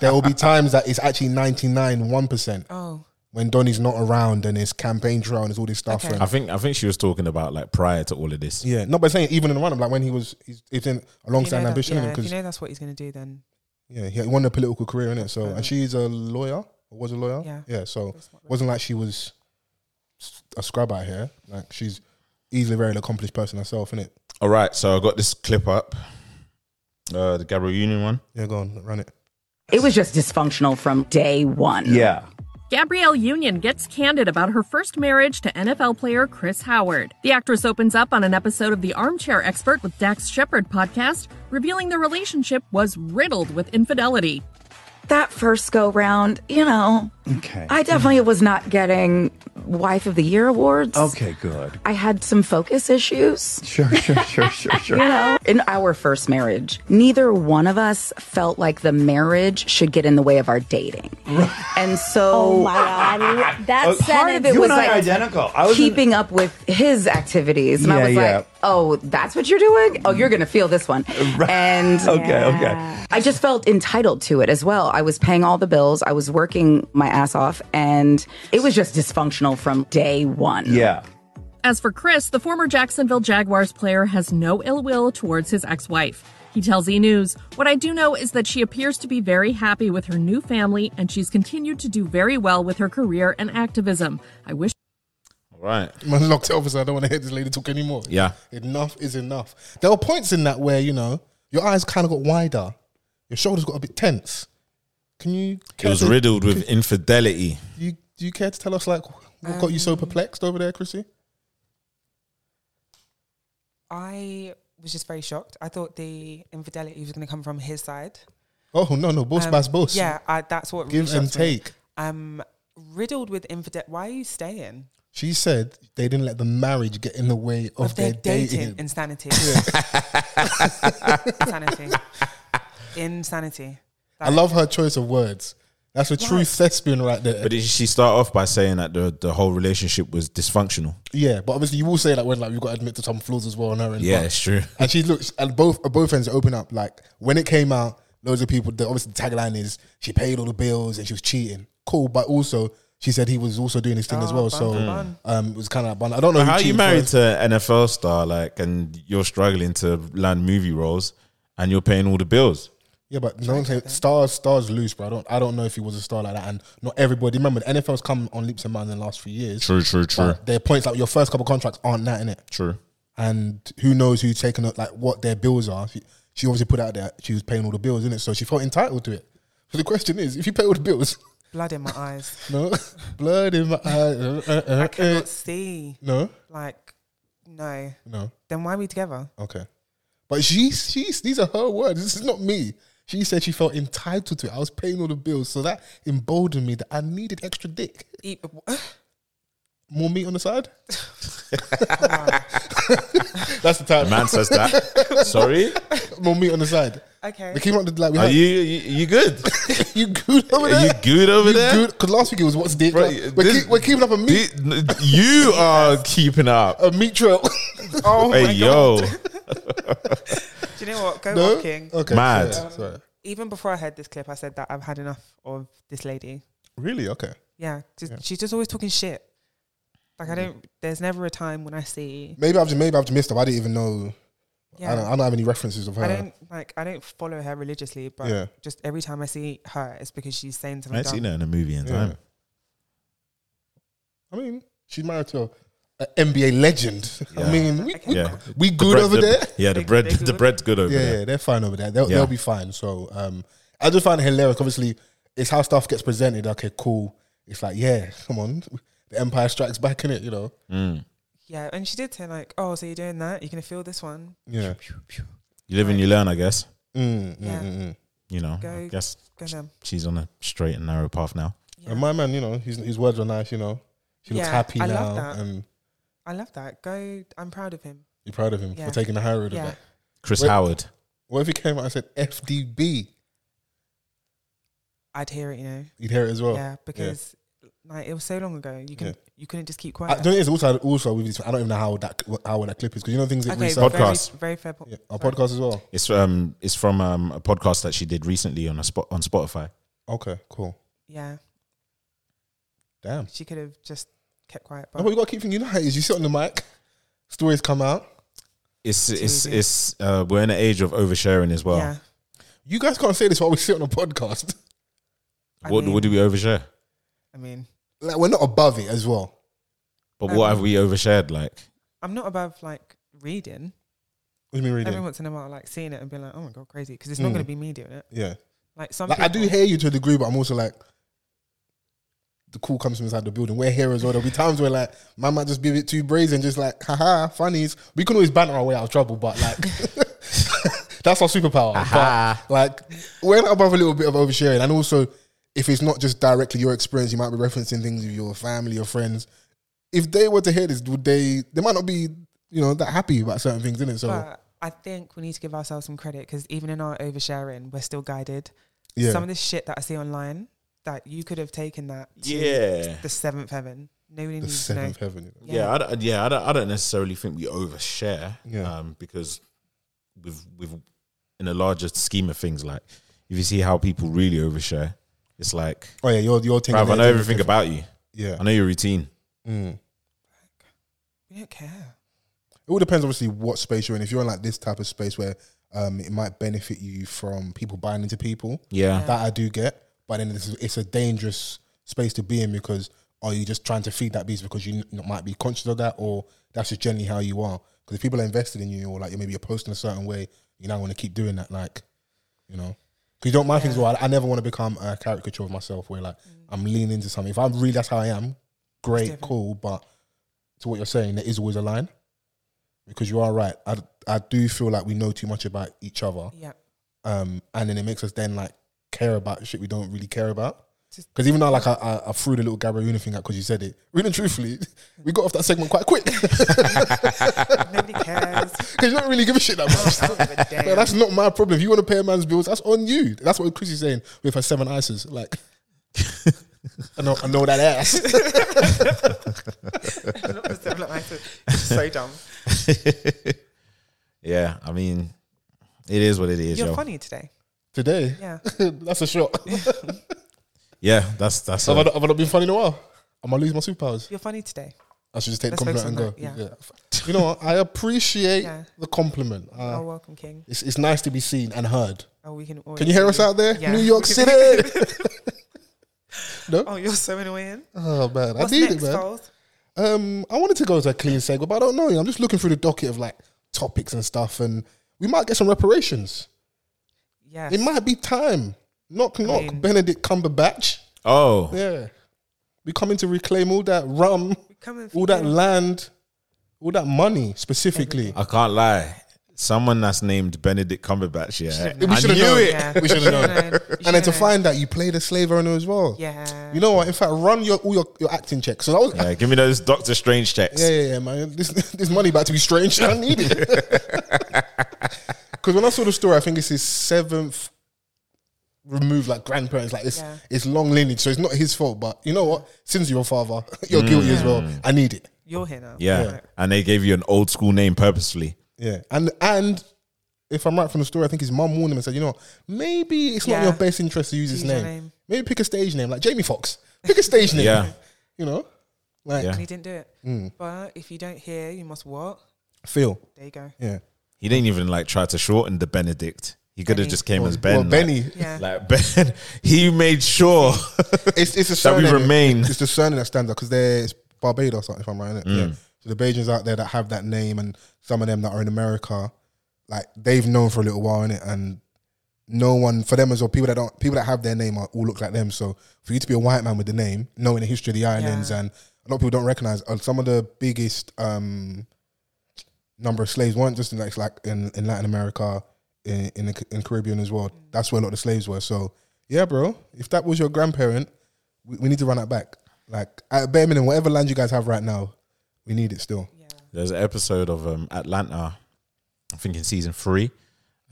Speaker 5: there will be times that it's actually 99, 1%
Speaker 6: Oh,
Speaker 5: when Donny's not around and his campaign trail and there's all this stuff.
Speaker 6: Okay.
Speaker 5: And
Speaker 4: I think I think she was talking about like prior to all of this.
Speaker 5: yeah. Not by saying even in the run up, like when he was, he's, he's in
Speaker 6: if you
Speaker 5: alongside
Speaker 6: know, that,
Speaker 5: ambition
Speaker 6: yeah, if
Speaker 5: because
Speaker 6: you know that's what he's going to do, then
Speaker 5: yeah, he won a political career in it. So,
Speaker 6: Uh-huh.
Speaker 5: and she's a lawyer or was a lawyer.
Speaker 6: Yeah.
Speaker 5: Yeah. So,
Speaker 6: that's not right.
Speaker 5: wasn't like she was a scrub out here. Like she's easily a very accomplished person herself, innit?
Speaker 4: All right, so I got this clip up. Uh, the Gabriel Union one.
Speaker 5: Yeah, go on, run it.
Speaker 7: It was just dysfunctional from day one.
Speaker 8: Yeah.
Speaker 9: Gabrielle Union gets candid about her first marriage to NFL player Chris Howard. The actress opens up on an episode of the Armchair Expert with Dax Shepard podcast, revealing the relationship was riddled with infidelity.
Speaker 7: That first go round, you know,
Speaker 8: Okay.
Speaker 7: I definitely was not getting Wife of the Year awards.
Speaker 8: okay, good.
Speaker 7: I had some focus issues,
Speaker 8: Sure, sure, sure, sure, sure.
Speaker 7: you know. In our first marriage, neither one of us felt like the marriage should get in the way of our dating. And so
Speaker 10: Oh my god, I lo- that
Speaker 7: part of it
Speaker 8: Oh, you
Speaker 7: was
Speaker 8: and I
Speaker 7: like
Speaker 8: are identical. I was in-
Speaker 7: keeping up with his activities, and
Speaker 8: Yeah,
Speaker 7: I was
Speaker 8: yeah.
Speaker 7: like, "Oh, that's what you're doing. Oh, you're gonna feel
Speaker 8: *laughs*
Speaker 7: this one." And
Speaker 8: Okay, okay.
Speaker 7: I just felt entitled to it as well. I was paying all the bills, I was working my ass off, and it was just dysfunctional from day one.
Speaker 8: Yeah.
Speaker 9: As for Chris, the former Jacksonville Jaguars player has no ill will towards his ex wife. He tells E! News, What I do know is that she appears to be very happy with her new family, and she's continued to do very well with her career and activism. I wish.
Speaker 4: All right.
Speaker 5: Man locked it officer, I don't want to hear this lady talk anymore.
Speaker 4: Yeah.
Speaker 5: Enough is enough. There were points in that where, you know, your eyes kind of got wider. Your shoulders got a bit tense. Can you
Speaker 4: It was
Speaker 5: to,
Speaker 4: riddled with infidelity.
Speaker 5: do you do you care to tell us like what got you so
Speaker 6: Um,
Speaker 5: perplexed over there, Chrissy?
Speaker 6: I was just very shocked. I thought the infidelity was going to come from his side.
Speaker 5: Oh no, no, boss
Speaker 6: Um,
Speaker 5: bass boss.
Speaker 6: Yeah, I, that's what
Speaker 5: Give
Speaker 6: really
Speaker 5: and
Speaker 6: shocked me.
Speaker 5: take.
Speaker 6: Um, riddled with infidel. Why are you staying?
Speaker 5: She said they didn't let the marriage get in the way of,
Speaker 6: Of
Speaker 5: their
Speaker 6: their
Speaker 5: dating. *laughs*
Speaker 6: dating insanity. insanity. Insanity.
Speaker 5: I love her choice of words. That's a true
Speaker 6: Yes.
Speaker 5: thespian right there.
Speaker 4: But did she start off by saying that the, the whole relationship was dysfunctional?
Speaker 5: yeah, but obviously you will say that when like you've got to admit to some flaws as well on her end.
Speaker 4: Yeah,
Speaker 5: but-
Speaker 4: it's true.
Speaker 5: And she looks and both at both ends open up. Like when it came out, loads of people. The, obviously, the tagline is she paid all the bills and she was cheating. Cool, but also she said he was also doing his thing as
Speaker 6: Oh,
Speaker 5: well.
Speaker 6: bun
Speaker 5: so
Speaker 6: for bun.
Speaker 5: um, it was kind of like bun. I don't know
Speaker 4: Mm. How
Speaker 5: who
Speaker 4: you
Speaker 5: cheated
Speaker 4: married
Speaker 5: first.
Speaker 4: to an NFL star like, and you're struggling to land movie roles, and you're paying all the bills?
Speaker 5: Yeah, but no one say stars. Stars loose, bro. I don't. I don't know if he was a star like that. And not everybody. Remember, the NFL's come on leaps and bounds in the last few years.
Speaker 4: True, true, true,
Speaker 5: But There are points like your first couple contracts aren't that in it.
Speaker 4: true.
Speaker 5: and who knows who's taking up like what their bills are. She, she obviously put out that she was paying all the bills, innit? So she felt entitled to it. So the question is, if you pay all the bills, *laughs*
Speaker 6: Blood in my eyes.
Speaker 5: no blood in my eye, uh, uh, uh,
Speaker 6: I
Speaker 5: uh,
Speaker 6: cannot see.
Speaker 5: no,
Speaker 6: Like, no.
Speaker 5: no,
Speaker 6: Then why are we together?
Speaker 5: okay. But she, she's these are her words. This is not me. She said she felt entitled to it. I was paying all the bills, so that emboldened me that I needed extra dick,
Speaker 6: *laughs* Eat,
Speaker 5: more meat on the side. *laughs*
Speaker 6: Wow.
Speaker 5: That's the time.
Speaker 4: The man says
Speaker 5: *laughs*
Speaker 4: that. Sorry,
Speaker 5: more meat on the side.
Speaker 6: okay.
Speaker 5: They came out with, like we
Speaker 4: are
Speaker 5: had,
Speaker 4: you you, you good?
Speaker 5: *laughs* you good over
Speaker 4: Are
Speaker 5: there?
Speaker 4: you good over there?
Speaker 5: Because last week it was what's dick.
Speaker 4: Bro,
Speaker 5: Like, we're,
Speaker 4: this-
Speaker 5: keep, we're keeping up a meat,
Speaker 4: The- You are keeping up.
Speaker 5: a meat
Speaker 6: *laughs*
Speaker 5: trail. *laughs*
Speaker 6: Oh my
Speaker 4: Hey yo,
Speaker 6: God. Do you know what? Go
Speaker 5: No?
Speaker 6: up, King.
Speaker 5: Okay,
Speaker 4: Mad.
Speaker 5: sorry, sorry.
Speaker 6: Even before I heard this clip, I said that I've had enough of this lady.
Speaker 5: Really? Okay.
Speaker 6: Yeah, just, she's just always talking shit. Like I
Speaker 5: Mm-hmm.
Speaker 6: don't. There's never a time when I see.
Speaker 5: Maybe I've maybe I've missed her. I didn't even know.
Speaker 6: Yeah.
Speaker 5: I, don't, I don't have any references of her.
Speaker 6: I don't like. I don't follow her religiously, but
Speaker 5: Yeah.
Speaker 6: just every time I see her, it's because she's saying
Speaker 4: I
Speaker 6: something.
Speaker 4: ain't seen
Speaker 6: dumb.
Speaker 4: that in a movie in
Speaker 5: Yeah.
Speaker 4: time.
Speaker 5: I mean, she's married to an NBA legend. *laughs*
Speaker 4: Yeah.
Speaker 5: I mean, we, we,
Speaker 4: Yeah.
Speaker 5: we
Speaker 4: The
Speaker 5: *laughs* good
Speaker 4: bread-
Speaker 5: over
Speaker 4: the-
Speaker 5: there.
Speaker 4: Yeah, the bread,
Speaker 6: they
Speaker 4: the
Speaker 6: good.
Speaker 4: bread's good *laughs* over
Speaker 5: Yeah,
Speaker 4: there.
Speaker 5: yeah, they're fine over there. They'll,
Speaker 4: Yeah.
Speaker 5: they'll be fine. So um, I just find it hilarious. Obviously, it's how stuff gets presented. Okay, cool. It's like, yeah, come on, the Empire Strikes Back in it. You know,
Speaker 4: Mm.
Speaker 6: Yeah, and she did say like, "Oh, so you're doing that? You're gonna feel this one?
Speaker 5: yeah.
Speaker 4: You live and you learn, I guess.
Speaker 5: Mm, mm,
Speaker 6: Yeah.
Speaker 5: mm, mm.
Speaker 4: You know, I
Speaker 6: Go-
Speaker 4: guess
Speaker 6: Go them."
Speaker 4: she's on a straight and narrow path now.
Speaker 6: Yeah.
Speaker 5: And my man, you know, his his words are nice. You know, she looks
Speaker 6: Yeah,
Speaker 5: happy
Speaker 6: I
Speaker 5: now,
Speaker 6: love that.
Speaker 5: and
Speaker 6: I love that. Go. I'm proud of him.
Speaker 5: you're proud of him
Speaker 6: Yeah.
Speaker 5: for taking the high road. Of
Speaker 6: Yeah.
Speaker 5: that.
Speaker 4: Chris
Speaker 5: Wait.
Speaker 4: Howard.
Speaker 5: What if he came out and said FDB?
Speaker 6: I'd hear it, you know.
Speaker 5: You'd hear it as well.
Speaker 6: yeah, because like it was so long ago. You can
Speaker 5: Oh, Yeah.
Speaker 6: you couldn't just
Speaker 5: I
Speaker 6: keep quiet.
Speaker 5: don't, it's also also with this, I don't even know how that how that clip is because you know things that we
Speaker 6: very-
Speaker 5: research.
Speaker 6: *laughs*
Speaker 4: Podcast.
Speaker 6: Very, fair point.
Speaker 5: Yeah, our podcast as well.
Speaker 4: It's um, it's from um, a podcast that she did recently on a spot on Spotify.
Speaker 5: Okay, cool.
Speaker 6: Yeah,
Speaker 5: Damn.
Speaker 6: she could have just kept quiet.
Speaker 5: No,
Speaker 6: But
Speaker 5: but you got to keep thinking United is you sit on the mic, stories come out.
Speaker 4: It's it's
Speaker 6: easy.
Speaker 4: it's uh, we're in an age of oversharing as well.
Speaker 6: yeah,
Speaker 5: You guys can't say this while we sit on a *laughs* podcast.
Speaker 6: I
Speaker 4: What
Speaker 6: mean-
Speaker 4: what do we overshare?
Speaker 6: I mean,
Speaker 5: Like we're not above it as well.
Speaker 4: But what
Speaker 6: Um,
Speaker 4: have we overshared? Like
Speaker 6: I'm not above like reading.
Speaker 5: What do you mean reading?
Speaker 6: Every once in a while, like seeing it and being like, "Oh my god, crazy!" Because it's not
Speaker 4: Hmm.
Speaker 5: Mm.
Speaker 6: going to be me doing it.
Speaker 5: yeah.
Speaker 6: Like some,
Speaker 5: Like I do
Speaker 6: people-
Speaker 5: hear you to a degree, but I'm also like the cool comes from inside the building. We're here as well. There'll be times where like man might just be a bit too brazen, just like haha, funnies. We can always banter our way out of trouble, but like *laughs* that's our superpower. But like we're not above a little bit of oversharing. And also if it's not just directly your experience, you might be referencing things with your family or friends. If they were to hear this, would they they might not be, you know, that happy about certain things, innit? So
Speaker 6: But I think we need to give ourselves some credit because even in our oversharing, we're still guided.
Speaker 5: yeah.
Speaker 6: Some of the shit that I see online, that you could have taken that. To
Speaker 4: yeah.
Speaker 6: The seventh heaven. Nobody
Speaker 5: the
Speaker 6: needs to know.
Speaker 5: seventh heaven. you know.
Speaker 4: yeah, I don't, yeah, I don't, I don't necessarily think we overshare,
Speaker 5: Yeah.
Speaker 4: um, because with with in the larger scheme of things, like if you see how people really overshare, it's like,
Speaker 5: Oh yeah, your your thing.
Speaker 4: bruv, I know
Speaker 5: Yeah.
Speaker 4: everything about you.
Speaker 5: Yeah.
Speaker 4: I know your routine.
Speaker 5: Mm.
Speaker 6: We don't care.
Speaker 5: It all depends, obviously, what space you're in. If you're in like this type of space where um, it might benefit you from people buying into people,
Speaker 4: Yeah,
Speaker 5: that I do get. But then it's, it's a dangerous space to be in because are you just trying to feed that beast because you n- might be conscious of that, or that's just generally how you are? Because if people are invested in you, or like maybe you're posting a certain way, you now want to keep doing that, like you know. Because you don't mind things. Well, I, I never want to become a caricature of myself where like I'm leaning into something. If I'm really that's how I am, great,
Speaker 6: different.
Speaker 5: cool. But to what you're saying, there is always a line. Because you are right. I, I do feel like we know too much about each other
Speaker 6: Yeah.
Speaker 5: um, and then it makes us then like care about shit we don't really care about.
Speaker 6: Just-
Speaker 5: Because even though like I, I, I threw the little Gabriel thing out because you said it, really and truthfully, *laughs* we got off that segment quite quick *laughs* because *laughs*
Speaker 6: Nobody cares.
Speaker 5: you don't really give a shit that
Speaker 6: *laughs*
Speaker 5: much. *laughs* Like, that's not my problem. If you want to pay a man's bills, that's on you. That's what Chris is saying with her seven ices.
Speaker 6: *laughs*
Speaker 5: Like, I know, I know that ass.
Speaker 6: Not the seven eyes. It's so dumb.
Speaker 4: yeah. I mean, it is what it is,
Speaker 6: You're
Speaker 4: yo.
Speaker 6: funny today.
Speaker 5: Today,
Speaker 6: Yeah.
Speaker 5: *laughs* that's a shot.
Speaker 4: Yeah, that's that's.
Speaker 5: *laughs* have, I
Speaker 4: a-
Speaker 5: not, have I not been funny in a while? Am I lose my superpowers?
Speaker 6: You're funny today.
Speaker 5: I should just take the
Speaker 6: Let's focus
Speaker 5: compliment and go.
Speaker 6: on that,
Speaker 5: Yeah. You know what? I appreciate
Speaker 6: Yeah.
Speaker 5: the compliment. Uh,
Speaker 6: oh, welcome, King.
Speaker 5: It's, it's nice to be seen and heard.
Speaker 6: Oh, we can. always
Speaker 5: Can you hear us out there?
Speaker 6: Yeah.
Speaker 5: New
Speaker 6: *laughs*
Speaker 5: York City. no?
Speaker 6: Oh, you're so annoying.
Speaker 5: Oh, man.
Speaker 6: What's
Speaker 5: I need
Speaker 6: next,
Speaker 5: it, man.
Speaker 6: Foles?
Speaker 5: Um, I wanted to go to a clean segue, but I don't know. I'm just looking through the docket of like topics and stuff, and we might get some reparations.
Speaker 6: Yes.
Speaker 5: It might be time. Knock, knock.
Speaker 6: mean-
Speaker 5: Benedict Cumberbatch.
Speaker 4: oh,
Speaker 5: Yeah. We coming to reclaim all that rum,
Speaker 6: coming for
Speaker 5: all that
Speaker 6: you.
Speaker 5: land, all that money specifically.
Speaker 4: I can't lie. Someone that's named Benedict Cumberbatch. Yeah,
Speaker 5: We
Speaker 4: I
Speaker 5: should've
Speaker 4: knew
Speaker 5: known.
Speaker 4: it.
Speaker 6: Yeah.
Speaker 5: We should have known.
Speaker 6: You should've
Speaker 5: and then to
Speaker 6: known.
Speaker 5: find out you played a slave owner as well.
Speaker 6: Yeah.
Speaker 5: You know what? In fact, run your all your, your acting checks. So that
Speaker 4: *laughs*
Speaker 5: was
Speaker 4: Yeah, give me those Doctor Strange checks.
Speaker 5: yeah, yeah, yeah, man. This *laughs* this money about to be strange. I need it. *laughs* Because when I saw the story, I think it's his seventh removed like grandparents. Like it's
Speaker 6: Yeah.
Speaker 5: it's long lineage, so it's not his fault. But you know what? Since you're a father, *laughs* you're guilty as well.
Speaker 4: Mm.
Speaker 5: I need it.
Speaker 6: You're here now.
Speaker 4: Yeah.
Speaker 6: Like,
Speaker 4: And they gave you an old school name purposefully.
Speaker 5: Yeah, and and. If I'm right from the story, I think his mum warned him and said, "You know, what? maybe it's not in
Speaker 6: Yeah.
Speaker 5: your best interest to use his
Speaker 6: Use your
Speaker 5: name.
Speaker 6: name.
Speaker 5: Maybe pick a stage name like Jamie Foxx. Pick a stage
Speaker 4: *laughs*
Speaker 5: name.
Speaker 4: Yeah.
Speaker 5: you know, Like,
Speaker 4: Yeah.
Speaker 6: and he didn't do it.
Speaker 5: Mm.
Speaker 6: But if you don't hear, you must what?
Speaker 5: Phil.
Speaker 6: There
Speaker 5: *laughs*
Speaker 6: you go.
Speaker 5: Yeah.
Speaker 4: He didn't even like try to shorten the Benedict. He could have
Speaker 6: Benny.
Speaker 4: just came as Ben.
Speaker 5: Well,
Speaker 4: like-
Speaker 5: Benny,
Speaker 6: Yeah.
Speaker 4: Like *laughs* Ben, he made sure *laughs*
Speaker 5: it's it's a
Speaker 4: that we
Speaker 5: surname.
Speaker 4: remain.
Speaker 5: It's the surname that stands out because there's Barbados, if I'm right. innit?
Speaker 4: Mm.
Speaker 5: Yeah. So the Bajans out there that have that name, and some of them that are in America, like they've known for a little while in it, and no one for them as well. People that don't, people that have their name are, all look like them. So for you to be a white man with the name, knowing the history of the islands, and a lot of people don't recognize uh, some of the biggest um, number of slaves weren't just in like, like in, in Latin America, in in the, C- in Caribbean as well. That's where a lot of the slaves were. So yeah, bro, if that was your grandparent, we, we need to run that back. Like at bare minimum, whatever land you guys have right now, we need it still.
Speaker 4: There's an episode of um, Atlanta, I think in season three,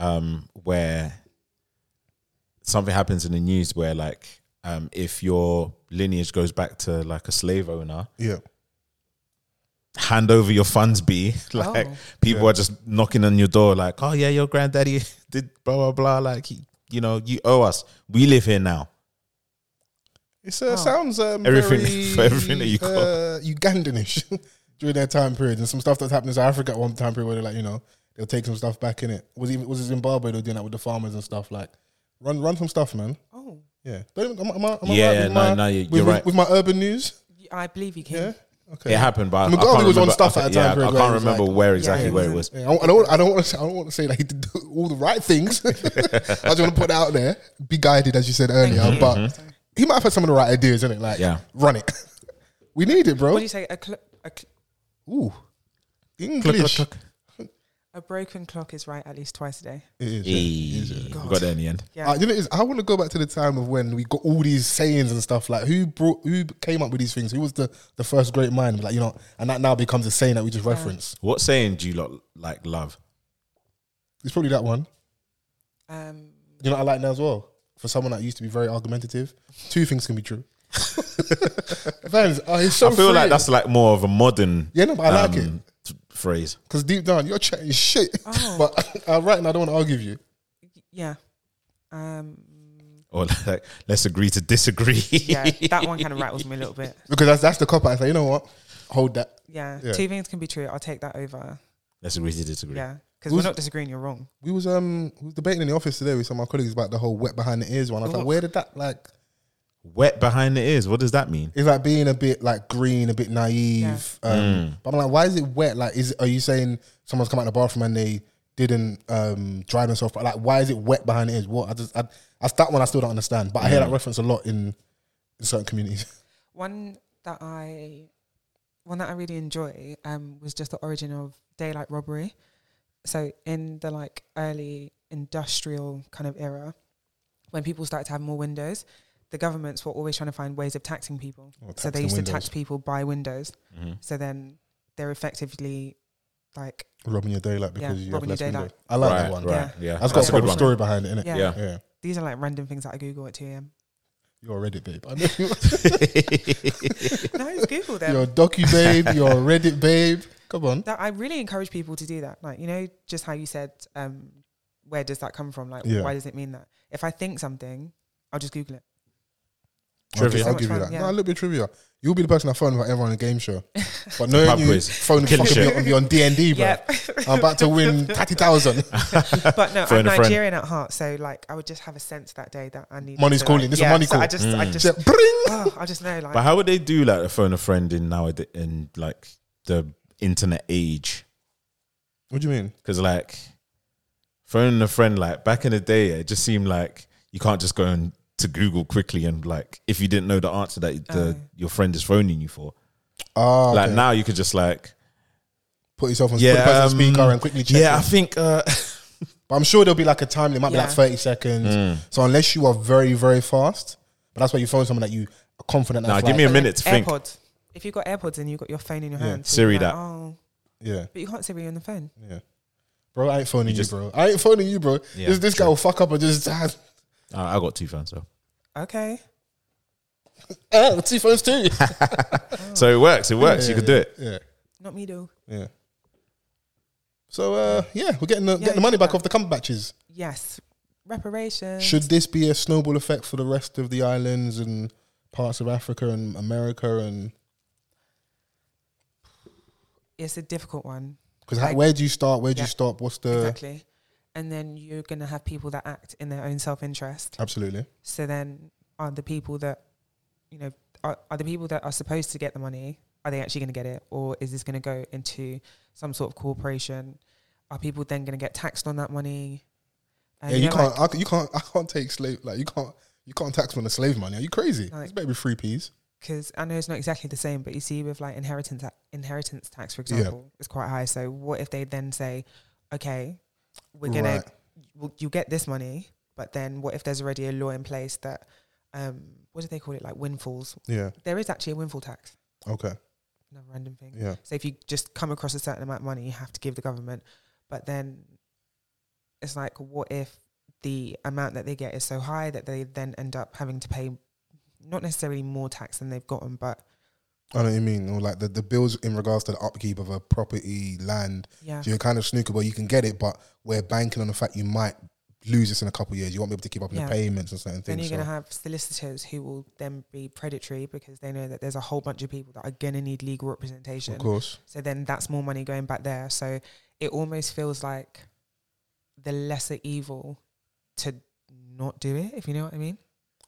Speaker 4: um, where something happens in the news where like um, if your lineage goes back to like a slave owner,
Speaker 5: Yeah,
Speaker 4: hand over your funds be *laughs* like
Speaker 6: Oh.
Speaker 4: people are just knocking on your door like oh yeah your granddaddy *laughs* did blah blah blah like he, you know you owe us we live here now
Speaker 5: it uh, sounds um,
Speaker 4: Everything-
Speaker 5: very,
Speaker 4: for *laughs* everything that you got.
Speaker 5: uh, Ugandanish *laughs* during their time period, and some stuff that's happened in South Africa at one time period where they're like, you know, they'll take some stuff back in it. Was even was it Zimbabwe they were doing that with the farmers and stuff like. Run, run some stuff, man.
Speaker 6: Oh,
Speaker 5: Yeah, Don't even- am, I- am I, am I
Speaker 4: Yeah,
Speaker 5: right
Speaker 4: yeah,
Speaker 5: with
Speaker 4: no,
Speaker 5: my-
Speaker 4: no, you-
Speaker 5: with-
Speaker 4: you're
Speaker 5: with-
Speaker 4: right.
Speaker 5: With my urban news,
Speaker 6: y- I believe you can.
Speaker 5: yeah, okay.
Speaker 4: it happened but I- I
Speaker 5: Mugabe
Speaker 4: can't
Speaker 5: was on
Speaker 4: remember-
Speaker 5: stuff at a
Speaker 4: I,
Speaker 5: time
Speaker 4: yeah,
Speaker 5: period
Speaker 4: I
Speaker 5: where it
Speaker 4: can't
Speaker 5: was
Speaker 4: remember
Speaker 5: like-
Speaker 4: where exactly
Speaker 6: Yeah,
Speaker 4: where
Speaker 6: yeah.
Speaker 4: it was
Speaker 5: Yeah, I don't- I don't. I don't want to. I don't want to say like *laughs* he did all the right things. *laughs* I just want to put it out there. Be guided, as you said earlier. But he might have had some of the right ideas, isn't it? Like,
Speaker 4: Yeah.
Speaker 5: run it. *laughs* We need it,
Speaker 6: What
Speaker 5: bro.
Speaker 6: do you say? A, cl- a, cl-
Speaker 5: Ooh, English.
Speaker 6: a broken clock is right at least twice a day.
Speaker 5: It is, yeah.
Speaker 4: we got there in the end
Speaker 6: Yeah.
Speaker 5: Uh, you know, what it is? I want to go back to the time of when we got all these sayings and stuff. Like, who brought, who came up with these things? Who was the the first great mind? Like, you know, and that now becomes a saying that we just reference.
Speaker 4: what saying do you lot like love
Speaker 5: It's probably that one.
Speaker 6: Um,
Speaker 5: You know, what I like now as well. For someone that used to be very argumentative, two things can be true. *laughs* Fans, oh, it's so
Speaker 4: I feel like
Speaker 5: freeing.
Speaker 4: that's Um, like more of a modern
Speaker 5: Yeah, no, but I like it.
Speaker 4: t- phrase
Speaker 5: Because deep down, you're chatting shit.
Speaker 6: Oh.
Speaker 5: *laughs* But uh, right now, I don't want to argue with you.
Speaker 6: yeah.
Speaker 5: *laughs*
Speaker 6: Um,
Speaker 4: or *laughs* like let's agree to disagree
Speaker 6: yeah, that one kind of rattles me a little bit.
Speaker 5: Because that's, that's the cop out. I say, you know what? Hold that.
Speaker 6: Yeah.
Speaker 5: Yeah.
Speaker 6: Two things can be true. I'll take that over.
Speaker 4: *laughs* let's agree to disagree
Speaker 6: Yeah. Because
Speaker 5: Who's-
Speaker 6: we're not disagreeing, you're wrong.
Speaker 5: We was um we was debating in the office today with some of my colleagues about the whole wet behind the ears one. I was like, where did that like?
Speaker 4: wet behind the ears what does that mean
Speaker 5: It's like being a bit like green, a bit naive. Um,
Speaker 4: Mm.
Speaker 5: But I'm like, why is it wet? Like, is are you saying someone's come out of the bathroom and they didn't um dry themselves? Like, why is it wet behind the ears? What? I just I, that's that one I still don't understand. But I
Speaker 4: Mm.
Speaker 5: hear that reference a lot in, in certain communities. *laughs*
Speaker 6: One that I one that I really enjoy um, was just the origin of daylight robbery. So in the like early industrial kind of era, when people started to have more windows, the governments were always trying to find ways of taxing people. so
Speaker 5: tax
Speaker 6: they
Speaker 5: the
Speaker 6: used to
Speaker 5: windows.
Speaker 6: tax people by windows. So then they're effectively like
Speaker 5: robbing your daylight because you have
Speaker 6: robbing your
Speaker 5: less window.
Speaker 6: daylight.
Speaker 5: I like that
Speaker 4: Right,
Speaker 5: one.
Speaker 4: right, Yeah. yeah.
Speaker 5: that's got
Speaker 4: That's a good
Speaker 5: a proper
Speaker 4: one.
Speaker 5: story behind it, innit?
Speaker 6: Yeah.
Speaker 4: Yeah.
Speaker 5: yeah.
Speaker 6: these are like random things that I Google at two AM.
Speaker 5: You're Reddit babe.
Speaker 6: *laughs*
Speaker 5: I know
Speaker 4: *laughs*
Speaker 5: you-
Speaker 6: no, just Google them.
Speaker 5: *laughs* you're a docu babe. You're a Reddit babe. Come on.
Speaker 6: that I really encourage people to do that. Like, you know, just how you said, um, where does that come from? Like,
Speaker 5: Yeah.
Speaker 6: why does it mean that? If I think something, I'll just
Speaker 5: *laughs*
Speaker 6: Google it.
Speaker 5: I'll give-
Speaker 4: Trivia.
Speaker 5: I'll give you
Speaker 6: Fun,
Speaker 5: that.
Speaker 6: yeah.
Speaker 5: No, a little bit of trivia. You'll be the person I phone about everyone on a game
Speaker 4: *laughs*
Speaker 5: show. But knowing
Speaker 4: Pub
Speaker 5: you,
Speaker 4: quiz.
Speaker 5: phone
Speaker 4: Killer
Speaker 5: fucking
Speaker 4: shit.
Speaker 5: be on, be on D&D, bro.
Speaker 6: Yep.
Speaker 5: I'm about to
Speaker 6: *laughs*
Speaker 5: win
Speaker 4: *laughs*
Speaker 5: 30,000.
Speaker 6: But
Speaker 4: Phone a
Speaker 6: no, I'm
Speaker 4: friend.
Speaker 6: Nigerian at heart, so like, I would just have a sense that day that I need
Speaker 5: Money's calling. This is a money
Speaker 6: so
Speaker 5: call. Mm.
Speaker 6: I just, I just,
Speaker 5: So, bring.
Speaker 6: *laughs* oh, I just know, like,
Speaker 4: But how would they do like a phone a friend in now in like the internet age?
Speaker 5: What do you mean?
Speaker 4: Because like phone a friend like back in the day, it just seemed like you can't just go and to Google quickly and like if you didn't know the answer that the, your friend is phoning you for.
Speaker 5: Oh,
Speaker 4: Like
Speaker 5: okay.
Speaker 4: now you could just like
Speaker 5: put yourself on put the
Speaker 4: yeah
Speaker 5: person on speaker
Speaker 4: um,
Speaker 5: and quickly check.
Speaker 4: Yeah,
Speaker 5: it.
Speaker 4: I think uh,
Speaker 5: But I'm sure there'll be like a time. It might be
Speaker 6: Yeah.
Speaker 5: like 30 seconds.
Speaker 4: Hmm.
Speaker 5: So unless you are very, very fast, but that's why you phone someone that you are
Speaker 4: *laughs*
Speaker 5: confident.
Speaker 4: nah,
Speaker 5: that's
Speaker 4: give me
Speaker 5: right.
Speaker 4: a minute to think.
Speaker 6: AirPods. If you've got AirPods and you've got your phone in your hand, so
Speaker 4: Siri
Speaker 6: you're like,
Speaker 4: that.
Speaker 6: Oh,
Speaker 5: Yeah,
Speaker 6: but you can't Siri on the phone.
Speaker 5: yeah. Bro, I ain't phoning you,
Speaker 4: just-
Speaker 5: bro. I ain't phoning you, bro.
Speaker 4: Yeah,
Speaker 5: this this guy
Speaker 4: true.
Speaker 5: will fuck up and just *laughs* ah, have
Speaker 4: Uh, I got two phones so
Speaker 6: Okay.
Speaker 5: uh, two phones too.
Speaker 4: so it works. It works. you could do it.
Speaker 5: *laughs* yeah,
Speaker 6: Not me, though.
Speaker 5: yeah. So uh, yeah, we're getting the, getting the
Speaker 6: you
Speaker 5: money
Speaker 6: can
Speaker 5: back
Speaker 6: do
Speaker 5: off the comeback batches.
Speaker 6: Yes. Reparations.
Speaker 5: Should this be a snowball effect for the rest of the islands and parts of Africa and America and
Speaker 6: it's a difficult one.
Speaker 5: Because
Speaker 6: Like-
Speaker 5: where do you start? Where do
Speaker 6: Yeah.
Speaker 5: you stop? What's the
Speaker 6: exactly? And then you're gonna have people that act in their own self interest.
Speaker 5: absolutely?
Speaker 6: So then, are the people that, you know, are, are the people that are supposed to get the money, are they actually going to get it, or is this going to go into some sort of corporation? Are people then going to get taxed on that money? And
Speaker 5: yeah, you,
Speaker 6: know, like-
Speaker 5: can't. I, c- you can't. I can't take slave. Like you can't. You can't tax me on the slave money. Are you crazy?
Speaker 6: Like-
Speaker 5: it's better be three p's.
Speaker 6: because I know it's not exactly the same, but you see with like inheritance ta- inheritance tax, for example, it's quite high. So what if they then say, okay, we're gonna
Speaker 5: Right.
Speaker 6: well, you get this money, but then what if there's already a law in place that um what do they call it like windfalls?
Speaker 5: Yeah.
Speaker 6: There is actually a windfall tax.
Speaker 5: Okay.
Speaker 6: Another random thing.
Speaker 5: Yeah.
Speaker 6: So if you just come across a certain amount of money, you have to give the government. But then it's like, what if the amount that they get is so high that they then end up having to pay not necessarily more tax than they've gotten, but
Speaker 5: I know what you mean. Or like the, the bills in regards to the upkeep of a property, land.
Speaker 6: Yeah.
Speaker 5: So you're kind of snooker, but you can get it, but we're banking on the fact you might lose this in a couple of years. You won't be able to keep up with
Speaker 6: Yeah.
Speaker 5: the payments and certain
Speaker 6: then
Speaker 5: things.
Speaker 6: you're
Speaker 5: so-
Speaker 6: going to have solicitors who will then be predatory because they know that there's a whole bunch of people that are going to need legal representation.
Speaker 5: of course.
Speaker 6: So then that's more money going back there. So it almost feels like the lesser evil to not do it, if you know what I mean.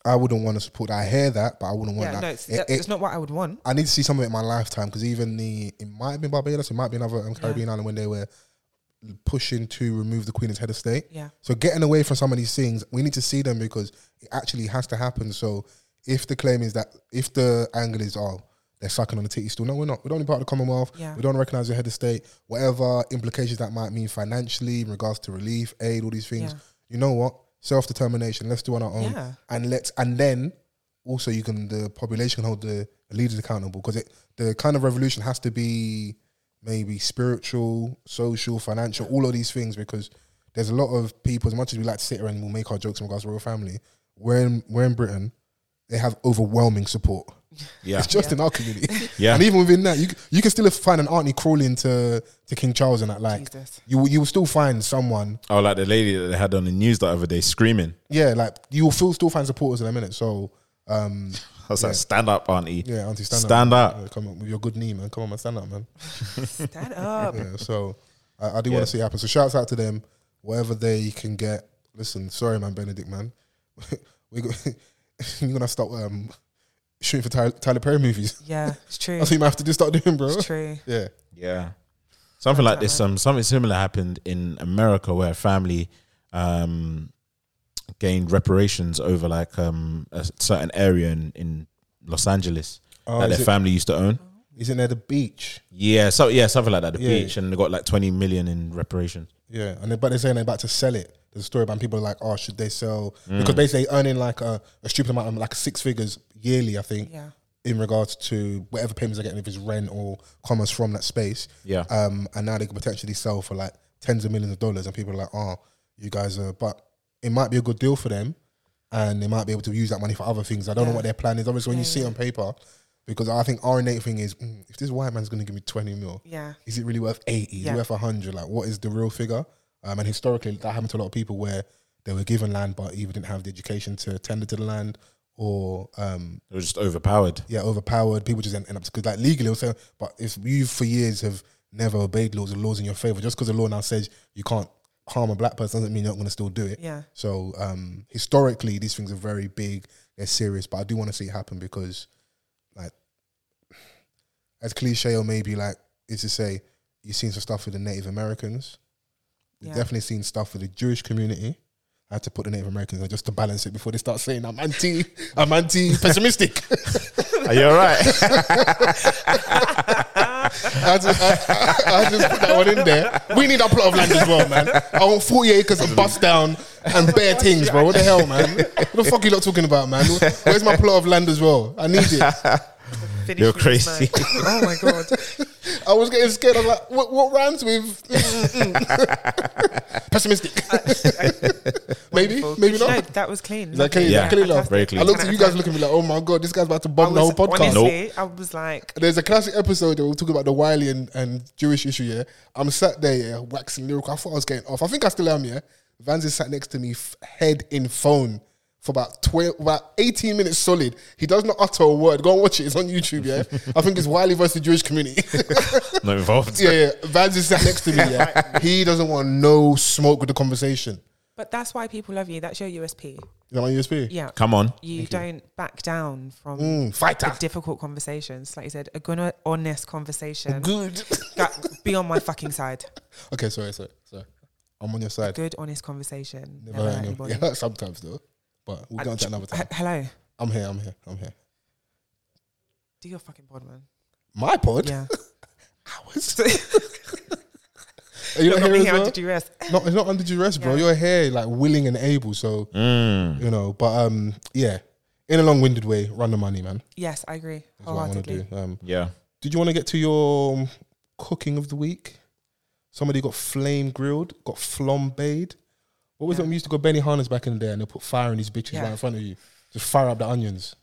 Speaker 5: I wouldn't want to support that. I hear that, but I wouldn't want
Speaker 6: yeah,
Speaker 5: that.
Speaker 6: no, it's,
Speaker 5: It-
Speaker 6: that-
Speaker 5: it-
Speaker 6: it's not what I would want.
Speaker 5: I need to see some of it in my lifetime because even the it might have been Barbados, it might be another um, Caribbean island when they were pushing to remove the Queen as head of state.
Speaker 6: Yeah.
Speaker 5: So getting away from some of these things, we need to see them because it actually has to happen. So if the claim is that if the angle is oh they're sucking on the titty still, no, we're not. We're only part of the Commonwealth.
Speaker 6: Yeah.
Speaker 5: We don't recognise the head of state. Whatever implications that might mean financially in regards to relief, aid, all these things.
Speaker 6: Yeah.
Speaker 5: You know what? Self determination. Let's do it on our own.
Speaker 6: Yeah.
Speaker 5: And let's and then also you can the population can hold the leaders accountable because it the kind of revolution has to be maybe spiritual, social, financial, all of these things because there's a lot of people. As much as we like to sit here and we'll make our jokes in regards to royal family, we're in we're in Britain. They have overwhelming support. *laughs*
Speaker 4: Yeah.
Speaker 5: It's just in our community.
Speaker 4: Yeah.
Speaker 5: And even within that, you you can still find an auntie crawling to to King Charles and that. Like
Speaker 6: Jesus.
Speaker 5: you will- you will still find someone.
Speaker 4: Oh, like the lady that they had on the news the other day screaming.
Speaker 5: Yeah, like you will still still find supporters in a minute. So um,
Speaker 4: I was like, stand up, auntie.
Speaker 5: yeah, auntie, stand,
Speaker 4: Stand
Speaker 5: up.
Speaker 4: up.
Speaker 5: Yeah, come on with your good knee, man. Come on, man, stand up, man. *laughs*
Speaker 6: Stand up.
Speaker 4: *laughs*
Speaker 5: Yeah, so I, I do
Speaker 4: Yeah.
Speaker 5: want to see it happen. So shouts out to them, whatever they can get. Listen, sorry, man, Benedict, man. *laughs* we go, *laughs* you're gonna stop um, shooting for Tyler, Tyler Perry movies. *laughs*
Speaker 6: Yeah, it's true.
Speaker 5: That's what you might have to do. Start doing, bro.
Speaker 6: It's true.
Speaker 5: Yeah,
Speaker 4: Yeah. Something like this. Um, something similar happened in America where a family um, gained reparations over like um, a certain area in, in Los Angeles
Speaker 5: Oh,
Speaker 4: that
Speaker 5: is
Speaker 4: their
Speaker 5: it-
Speaker 4: family used to own.
Speaker 5: isn't there the beach?
Speaker 4: Yeah, so yeah, something like that. The
Speaker 5: Yeah.
Speaker 4: beach, and they got like twenty million in reparations.
Speaker 5: Yeah, and they, but they're saying they're about to sell it. There's a story about people are like, oh, should they sell?
Speaker 4: Mm.
Speaker 5: Because basically they're earning like a, a stupid amount of like six figures yearly, I think.
Speaker 6: Yeah.
Speaker 5: In regards to whatever payments they're getting, if it's rent or commerce from that space.
Speaker 4: Yeah.
Speaker 5: Um, and now they could potentially sell for like tens of millions of dollars, and people are like, oh, you guys are. But it might be a good deal for them, and they might be able to use that money for other things. I don't know what their plan is. Obviously, when you see it on paper, because I think our innate thing is, mm, if this white man's going to give me twenty mil,
Speaker 6: Yeah.
Speaker 5: is it really worth 80 is it
Speaker 6: Yeah.
Speaker 5: worth 100 like what is the real figure um, and historically that happened to a lot of people where they were given land but either didn't have the education to tender to the land or um,
Speaker 4: They were just
Speaker 5: *laughs*
Speaker 4: overpowered.
Speaker 5: yeah overpowered people just end, end up because like legally it was saying, but if you for years have never obeyed laws or laws in your favor just because the law now says you can't harm a black person doesn't mean you're not going to still do it
Speaker 6: Yeah.
Speaker 5: so um, historically these things are very big they're serious but i do want to see it happen because like as cliche or maybe like is to say you've seen some stuff with the Native Americans. You've
Speaker 6: Yeah.
Speaker 5: definitely seen stuff with the Jewish community. I had to put the Native Americans on just to balance it before they start saying I'm anti, I'm anti
Speaker 6: *laughs*
Speaker 5: pessimistic.
Speaker 4: Are you all right?
Speaker 5: I, just, I, I just put that one in there. We need our plot of land as well, man. I want 40 acres of bust down and bare things, bro. What the hell, man? What the fuck are you lot talking about, man? Where's my plot of land as well? I need it.
Speaker 6: Finish
Speaker 4: You're
Speaker 6: with this man.
Speaker 4: crazy.
Speaker 6: *laughs* oh my god.
Speaker 5: I was getting scared. I'm like, what, what rhymes with *laughs* mm, mm, mm? pessimistic? *laughs* maybe, *laughs*
Speaker 6: Wonderful.
Speaker 5: maybe
Speaker 6: No,
Speaker 5: not.
Speaker 6: that was clean.
Speaker 5: Is that clean? Yeah.
Speaker 4: Yeah.
Speaker 5: clean enough?
Speaker 6: Fantastic.
Speaker 4: Very clean.
Speaker 5: I looked at you guys looking at me like, oh my god, this guy's about to bomb the whole podcast.
Speaker 6: honestly, I was like,
Speaker 5: There's a classic episode that we'll talk about the Wiley and, and Jewish issue, yeah. I'm sat there, yeah, waxing lyrical. I thought I was getting off. I think I still am, yeah. Vans is sat next to me, f- head in phone, for about 12, about 18 minutes solid. He does not utter a word. Go and watch it. It's on YouTube, yeah? I think it's Wiley versus the Jewish community.
Speaker 4: *laughs*
Speaker 5: *laughs*
Speaker 4: Not involved.
Speaker 5: yeah, yeah. Vans is sat next to me, yeah?
Speaker 6: *laughs*
Speaker 5: He doesn't want no smoke with the conversation.
Speaker 6: But that's why people love you. That's your USP.
Speaker 5: Is that my USP?
Speaker 6: Yeah.
Speaker 4: Come on.
Speaker 6: You don't back down from
Speaker 5: Mm, fighter.
Speaker 6: the difficult conversations. Like you said, a good, honest conversation.
Speaker 5: Good. *laughs*
Speaker 6: That- be on my fucking side.
Speaker 5: okay, sorry, sorry, sorry. I'm on your side.
Speaker 6: Good, honest conversation.
Speaker 5: Never hurt anybody.
Speaker 6: anybody.
Speaker 5: It *laughs* hurts sometimes though, but we'll get on to that another
Speaker 6: *laughs*
Speaker 5: time.
Speaker 6: H- Hello.
Speaker 5: I'm here. I'm here. I'm here.
Speaker 6: Do your fucking pod, man.
Speaker 5: My pod. *laughs*
Speaker 6: Yeah. *laughs*
Speaker 5: Are you
Speaker 6: You're
Speaker 5: not here
Speaker 6: not
Speaker 5: as
Speaker 6: here
Speaker 5: well?
Speaker 6: under duress.
Speaker 5: No, it's not under duress, bro.
Speaker 6: Yeah.
Speaker 5: You're here, like willing and able. So
Speaker 4: Mm.
Speaker 5: you know, but um, yeah. In a long-winded way, run the money, man.
Speaker 6: Yes, I agree.
Speaker 5: That's what I want to
Speaker 6: Wholeheartedly.
Speaker 5: do. Um,
Speaker 4: Yeah.
Speaker 5: did you want to get to your um, cooking of the week? Somebody got flame grilled, got flambéed. What was it? We used to go Benny Harness back in the day, and they put fire in these bitches
Speaker 6: Yeah.
Speaker 5: right in front of you. Just fire up the onions.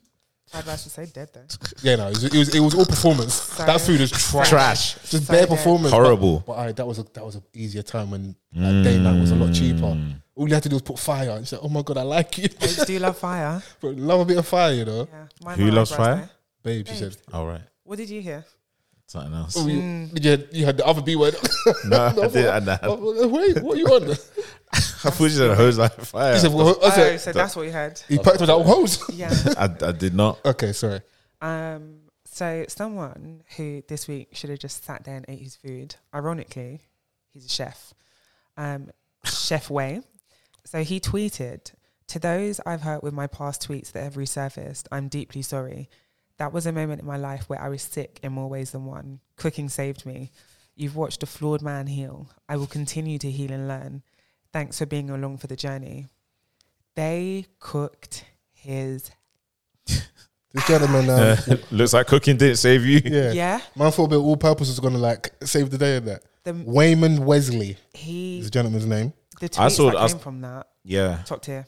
Speaker 6: I'd rather say dead then.
Speaker 5: Yeah, no, it was it was, it was all
Speaker 6: *laughs*
Speaker 5: performance. That food is trash.
Speaker 4: Trash.
Speaker 5: Just
Speaker 6: Sorry,
Speaker 5: bare
Speaker 6: Derek.
Speaker 5: performance.
Speaker 4: Horrible.
Speaker 5: But, but alright, that was a that was an easier time when
Speaker 4: Mm.
Speaker 5: like, day night was a lot cheaper. All you had to do was put fire. And she's like, oh my god, I like you.
Speaker 6: *laughs* I do love fire.
Speaker 5: *laughs* Bro, love a bit of fire, you know,
Speaker 6: Yeah. My
Speaker 4: Who
Speaker 6: my
Speaker 4: loves
Speaker 6: eyebrows
Speaker 4: fire?
Speaker 6: there.
Speaker 5: babe. She said,
Speaker 4: All right.
Speaker 6: What did you hear?
Speaker 4: Something
Speaker 5: *laughs*
Speaker 4: else.
Speaker 5: oh, you, you, had, you had the other B word. *laughs*
Speaker 4: No, I
Speaker 5: No,
Speaker 4: did. I,
Speaker 5: what-
Speaker 4: I,
Speaker 5: what- Wait, what are you
Speaker 4: *laughs*
Speaker 5: on? He
Speaker 4: I thought you said a hose like fire.
Speaker 5: said, well, I
Speaker 6: Oh,
Speaker 5: said,
Speaker 6: so that's what you heard.
Speaker 4: Uh,
Speaker 5: he packed without hose.
Speaker 6: Yeah.
Speaker 4: I, I did not.
Speaker 5: *laughs* okay, sorry.
Speaker 6: Um, so someone who this week should have just sat there and ate his food, ironically, he's a chef. Um, chef Way. So he tweeted, To those I've hurt with my past tweets that have resurfaced, I'm deeply sorry. That was a moment in my life where I was sick in more ways than one. Cooking saved me. You've watched a flawed man heal. I will continue to heal and learn. Thanks for being along for the journey. They cooked his
Speaker 5: This gentleman, um,
Speaker 4: *laughs* Looks like cooking didn't save you.
Speaker 5: *laughs* yeah,
Speaker 6: yeah.
Speaker 5: man, thought all purpose was gonna like save the day in that.
Speaker 6: The-
Speaker 5: Wayman Wesley
Speaker 6: He
Speaker 5: is the gentleman's name.
Speaker 6: the tweets
Speaker 4: I saw-
Speaker 6: that
Speaker 4: I
Speaker 6: came
Speaker 4: s-
Speaker 6: from that
Speaker 4: Yeah.
Speaker 6: top tier.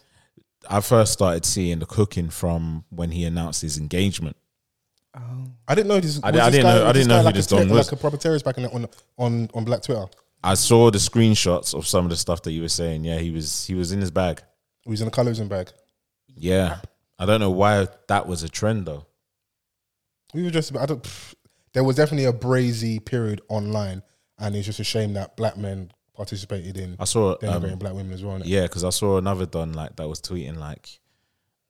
Speaker 4: I first started seeing the cooking from when he announced his engagement.
Speaker 6: Oh,
Speaker 5: I didn't know this.
Speaker 4: I
Speaker 5: was
Speaker 4: di- I
Speaker 5: this
Speaker 4: didn't
Speaker 5: guy-
Speaker 4: know- I
Speaker 5: was
Speaker 4: didn't
Speaker 5: guy
Speaker 4: know who
Speaker 5: like a
Speaker 4: this
Speaker 5: ter-
Speaker 4: Don was.
Speaker 5: Like a proper terrorist back in the, on on on Black Twitter.
Speaker 4: I saw the screenshots of some of the stuff that you were saying. Yeah, he was he was in his bag.
Speaker 5: He was in a colorism bag.
Speaker 4: Yeah. I don't know why that was a trend though.
Speaker 5: We were just. I don't. pff, there was definitely a brazy period online, and it's just a shame that black men participated in
Speaker 4: I saw
Speaker 5: denigrating
Speaker 4: um,
Speaker 5: black women as well. innit?
Speaker 4: yeah, because I saw another Don like that was tweeting like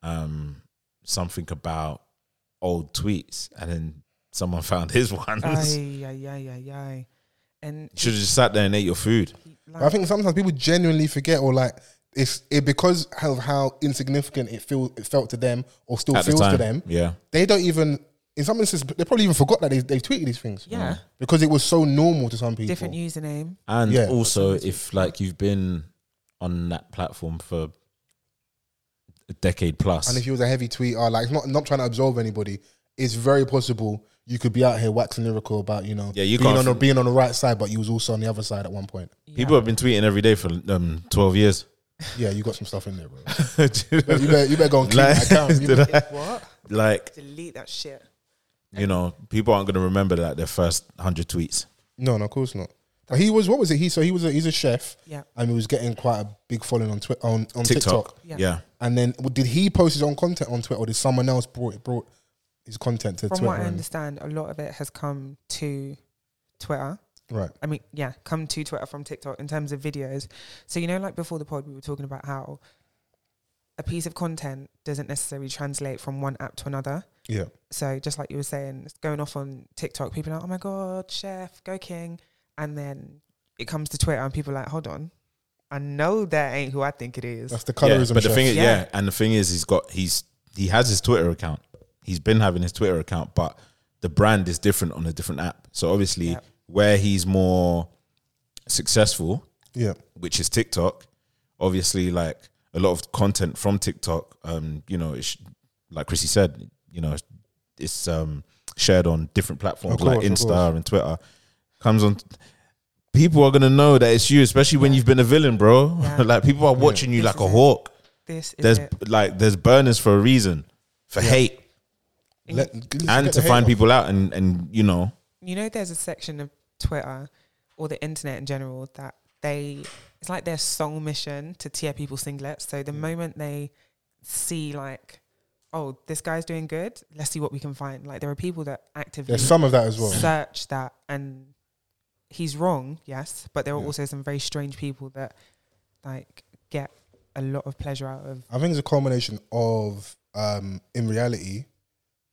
Speaker 4: um something about old tweets, and then someone *laughs* found his ones.
Speaker 6: ay, ay, ay, ay, ay. And
Speaker 4: Should have just sat there and ate your food.
Speaker 5: But I think sometimes people genuinely forget, or like it's it because of how insignificant it feels it felt to them, or still
Speaker 4: At the
Speaker 5: feels to
Speaker 4: time.
Speaker 5: them.
Speaker 4: Yeah.
Speaker 5: They don't even. In some instances, they probably even forgot that they, they tweeted these things.
Speaker 6: Yeah.
Speaker 5: Because it was so normal to some people.
Speaker 6: different username.
Speaker 4: And
Speaker 5: Yeah.
Speaker 4: also, if like you've been on that platform for a decade plus,
Speaker 5: And if he was a heavy tweeter, like it's not not trying to absolve anybody, it's very possible you could be out here waxing lyrical about you know
Speaker 4: Yeah, you
Speaker 5: being
Speaker 4: can't
Speaker 5: on the,
Speaker 4: f-
Speaker 5: being on the right side, but you was also on the other side at one point.
Speaker 4: people have been tweeting every day for um, twelve years. *laughs*
Speaker 5: Yeah, you got some stuff in there, bro.
Speaker 4: you *laughs*
Speaker 5: You better, you better go and clean
Speaker 4: like,
Speaker 5: that account. You better-
Speaker 6: What?
Speaker 4: like
Speaker 6: Delete that shit.
Speaker 4: you know, people aren't going to remember like their first hundred tweets.
Speaker 5: no, no, of course not. But he was what was it? He so he was a, he's a chef.
Speaker 6: Yeah.
Speaker 5: and he was getting quite a big following on Twitter on, on TikTok.
Speaker 4: TikTok,
Speaker 6: Yeah.
Speaker 4: yeah.
Speaker 5: And then well, did he post his own content on Twitter, or did someone else brought it brought his content to
Speaker 6: From
Speaker 5: Twitter?
Speaker 6: what I
Speaker 5: and-
Speaker 6: understand, a lot of it has come to Twitter.
Speaker 5: right.
Speaker 6: I mean, yeah, come to Twitter from TikTok in terms of videos. So you know, like before the pod, we were talking about how a piece of content doesn't necessarily translate from one app to another.
Speaker 5: Yeah.
Speaker 6: So just like you were saying, it's going off on TikTok, people are like, oh my God, chef, go king. And then it comes to Twitter and people are like, hold on, I know that ain't who I think it is.
Speaker 5: That's the
Speaker 4: Yeah,
Speaker 5: colorism.
Speaker 4: but the
Speaker 5: chef.
Speaker 4: thing is, yeah.
Speaker 6: Yeah.
Speaker 4: and the thing is, he's got he's he has his Twitter account. He's been having his Twitter account, but the brand is different on a different app. So obviously,
Speaker 6: Yep.
Speaker 4: where he's more successful,
Speaker 5: yeah.
Speaker 4: which is TikTok, obviously, like a lot of content from TikTok, um, you know, it's like Chrissy said, you know, it's um shared on different platforms
Speaker 5: Of course,
Speaker 4: like
Speaker 5: of
Speaker 4: Insta and Twitter. Comes on. People are gonna know that it's you, especially when you've been a villain, bro.
Speaker 6: Yeah.
Speaker 4: *laughs* like people are watching you
Speaker 6: This
Speaker 4: like a
Speaker 6: is it.
Speaker 4: hawk
Speaker 6: This is
Speaker 4: there's
Speaker 6: it.
Speaker 4: like there's burners for a reason for hate
Speaker 5: Let-
Speaker 4: and
Speaker 5: get
Speaker 4: to
Speaker 5: the hate
Speaker 4: find
Speaker 5: off.
Speaker 4: people out and and you know
Speaker 6: You know, there's a section of Twitter or the internet in general that they, it's like their sole mission to tear people's singlets. So the moment they see like, oh, this guy's doing good. Let's see what we can find. Like there are people that actively
Speaker 5: There's some of that as well.
Speaker 6: Search that, and he's wrong, yes, but there are
Speaker 5: Yeah.
Speaker 6: also some very strange people that like get a lot of pleasure out of
Speaker 5: I think it's a combination of, um, in reality,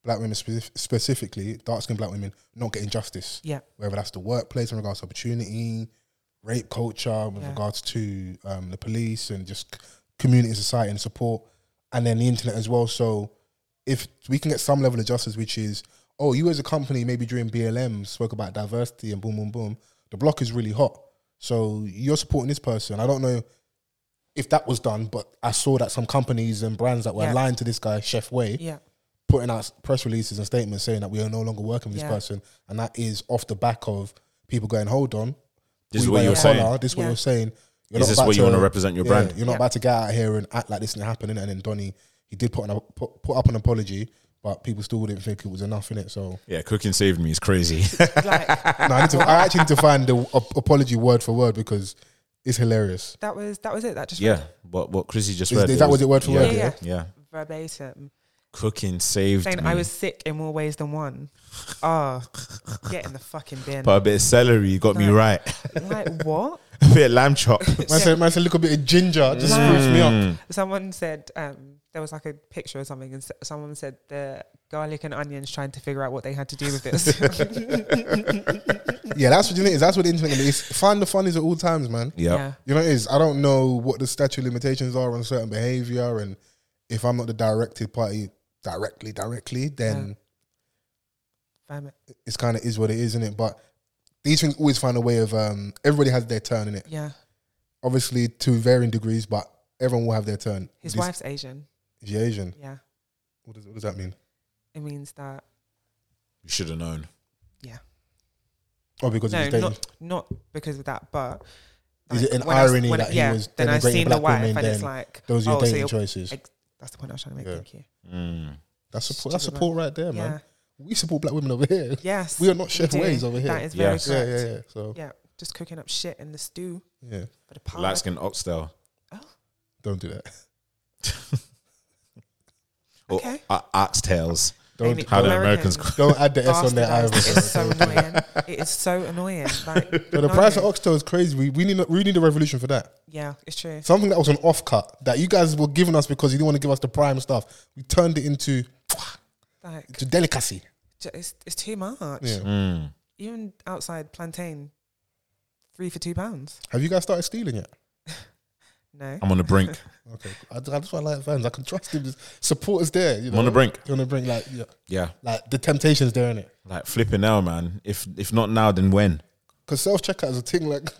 Speaker 5: black women specif- specifically, dark skinned black women, not getting justice.
Speaker 6: Yeah.
Speaker 5: Whether that's the workplace in regards to opportunity, rape culture, with
Speaker 6: Yeah.
Speaker 5: regards to um, the police and just c- community, society, and support, and then the internet as well. So if we can get some level of justice, which is, oh, you as a company, maybe during BLM, spoke about diversity and boom, boom, boom, the block is really hot. So you're supporting this person. I don't know if that was done, but I saw that some companies and brands that were
Speaker 6: Yeah.
Speaker 5: aligned to this guy, Chef Way,
Speaker 6: Yeah.
Speaker 5: putting out press releases and statements saying that we are no longer working with this
Speaker 6: Yeah.
Speaker 5: person. And that is off the back of people going, hold on.
Speaker 4: This is
Speaker 5: we
Speaker 4: what
Speaker 5: wear
Speaker 4: you're
Speaker 5: your collar,
Speaker 4: saying.
Speaker 5: This is what
Speaker 6: Yeah.
Speaker 5: you're saying.
Speaker 4: Is this
Speaker 5: about
Speaker 4: what you wanna represent your
Speaker 5: Yeah,
Speaker 4: brand?
Speaker 5: You're not
Speaker 6: Yeah.
Speaker 5: about to get out here and act like this didn't happen. innit? And then Donnie, he did put, an, put, put up an apology, but people still wouldn't think it was enough in
Speaker 4: *laughs*
Speaker 5: it. So
Speaker 4: Yeah, cooking saved me is crazy.
Speaker 6: like
Speaker 5: no, I, need to, I actually need to find the ap- apology word for word because it's hilarious.
Speaker 6: that was that was it. That
Speaker 4: *laughs*
Speaker 6: just
Speaker 4: yeah, what what Chrissy just
Speaker 5: Is-
Speaker 4: read.
Speaker 5: is that what it word for
Speaker 4: yeah,
Speaker 5: word,
Speaker 6: yeah?
Speaker 4: Yeah,
Speaker 6: verbatim
Speaker 4: cooking saved
Speaker 6: saying
Speaker 4: me.
Speaker 6: I was sick in more ways than one. Ah, get in the fucking bin.
Speaker 4: but a bit of celery got me
Speaker 6: No.
Speaker 4: right.
Speaker 6: *laughs* like what?
Speaker 4: *laughs* a bit of lamb chop.
Speaker 6: *laughs*
Speaker 5: Man said, man said, look a bit of ginger, just
Speaker 4: Hmm.
Speaker 6: Nah.
Speaker 5: spruce me up.
Speaker 6: Someone said um, there was like a picture or something, and s- someone said the garlic and onions trying to figure out what they had to do with this. *laughs*
Speaker 4: *laughs* Mm.
Speaker 5: Yeah, that's what you need. That's what the internet is. Find the funnies at all times, man.
Speaker 4: yeah,
Speaker 5: You know, what it is. I don't know what the statute of limitations are on certain behavior, and if I'm not the directed party directly, directly, then
Speaker 6: Damn it.
Speaker 5: it's kind of is what it is, isn't it? But these things always find a way of. Um, everybody has their turn in it,
Speaker 6: Yeah,
Speaker 5: obviously to varying degrees, but everyone will have their turn.
Speaker 6: his
Speaker 5: This-
Speaker 6: wife's Asian.
Speaker 5: is she Asian.
Speaker 6: Yeah,
Speaker 5: What does, what does that mean?
Speaker 6: it means that.
Speaker 4: you should have known.
Speaker 6: Yeah,
Speaker 5: Oh, because
Speaker 6: no,
Speaker 5: it was
Speaker 6: not not because of that, but.
Speaker 5: Is it an
Speaker 6: when I s-
Speaker 5: irony
Speaker 6: when-
Speaker 5: that he
Speaker 6: yeah,
Speaker 5: was
Speaker 6: Then I
Speaker 5: denigrating
Speaker 6: seen the
Speaker 5: black
Speaker 6: wife,
Speaker 5: women,
Speaker 6: and it's
Speaker 5: then
Speaker 6: like
Speaker 5: those are your
Speaker 6: oh, so
Speaker 5: dating
Speaker 6: you're-
Speaker 5: choices.
Speaker 6: ex- that's the point I was trying to make.
Speaker 5: Yeah.
Speaker 6: Thank you.
Speaker 4: Mm.
Speaker 5: That's support. That's
Speaker 6: Stupid, man.
Speaker 5: support right there,
Speaker 6: Yeah.
Speaker 5: man. We support black women over here.
Speaker 6: Yes.
Speaker 5: We are not chef
Speaker 6: do.
Speaker 5: ways over here.
Speaker 6: That is very
Speaker 4: Yes.
Speaker 5: Yeah,
Speaker 6: correct.
Speaker 5: yeah, yeah. So
Speaker 6: Yeah, just cooking up shit in the stew
Speaker 5: yeah,
Speaker 6: for the pie.
Speaker 4: Light skin oxtail.
Speaker 5: don't do that. *laughs*
Speaker 4: Or
Speaker 6: Okay.
Speaker 4: o- oxtails.
Speaker 5: Don't
Speaker 6: Maybe
Speaker 4: How do
Speaker 6: Americans
Speaker 4: Americans
Speaker 5: don't add the S on there either.
Speaker 6: bastardized. It's so
Speaker 5: bro.
Speaker 6: annoying. It is
Speaker 5: *laughs*
Speaker 6: so annoying. Like,
Speaker 5: But the
Speaker 6: no.
Speaker 5: price of oxtail is crazy. We, we need a- we need a revolution for that.
Speaker 6: Yeah, it's true.
Speaker 5: Something that was an offcut that you guys were giving us because you didn't want to give us the prime stuff. We turned it into
Speaker 6: Like,
Speaker 5: to delicacy.
Speaker 6: ju- it's, it's too much.
Speaker 5: Yeah.
Speaker 4: Mm.
Speaker 6: Even outside plantain, three for two pounds.
Speaker 5: Have you guys started stealing yet?
Speaker 6: No.
Speaker 4: I'm on the brink. *laughs*
Speaker 5: Okay. I, I just want like fans. I can trust him. Support is there. You
Speaker 4: I'm
Speaker 5: know?
Speaker 4: on the brink.
Speaker 5: You're on the brink, like yeah,
Speaker 4: Yeah,
Speaker 5: like the temptation's there in it.
Speaker 4: like flipping now, man. If if not now, then when?
Speaker 5: Because self checkout is a thing. Like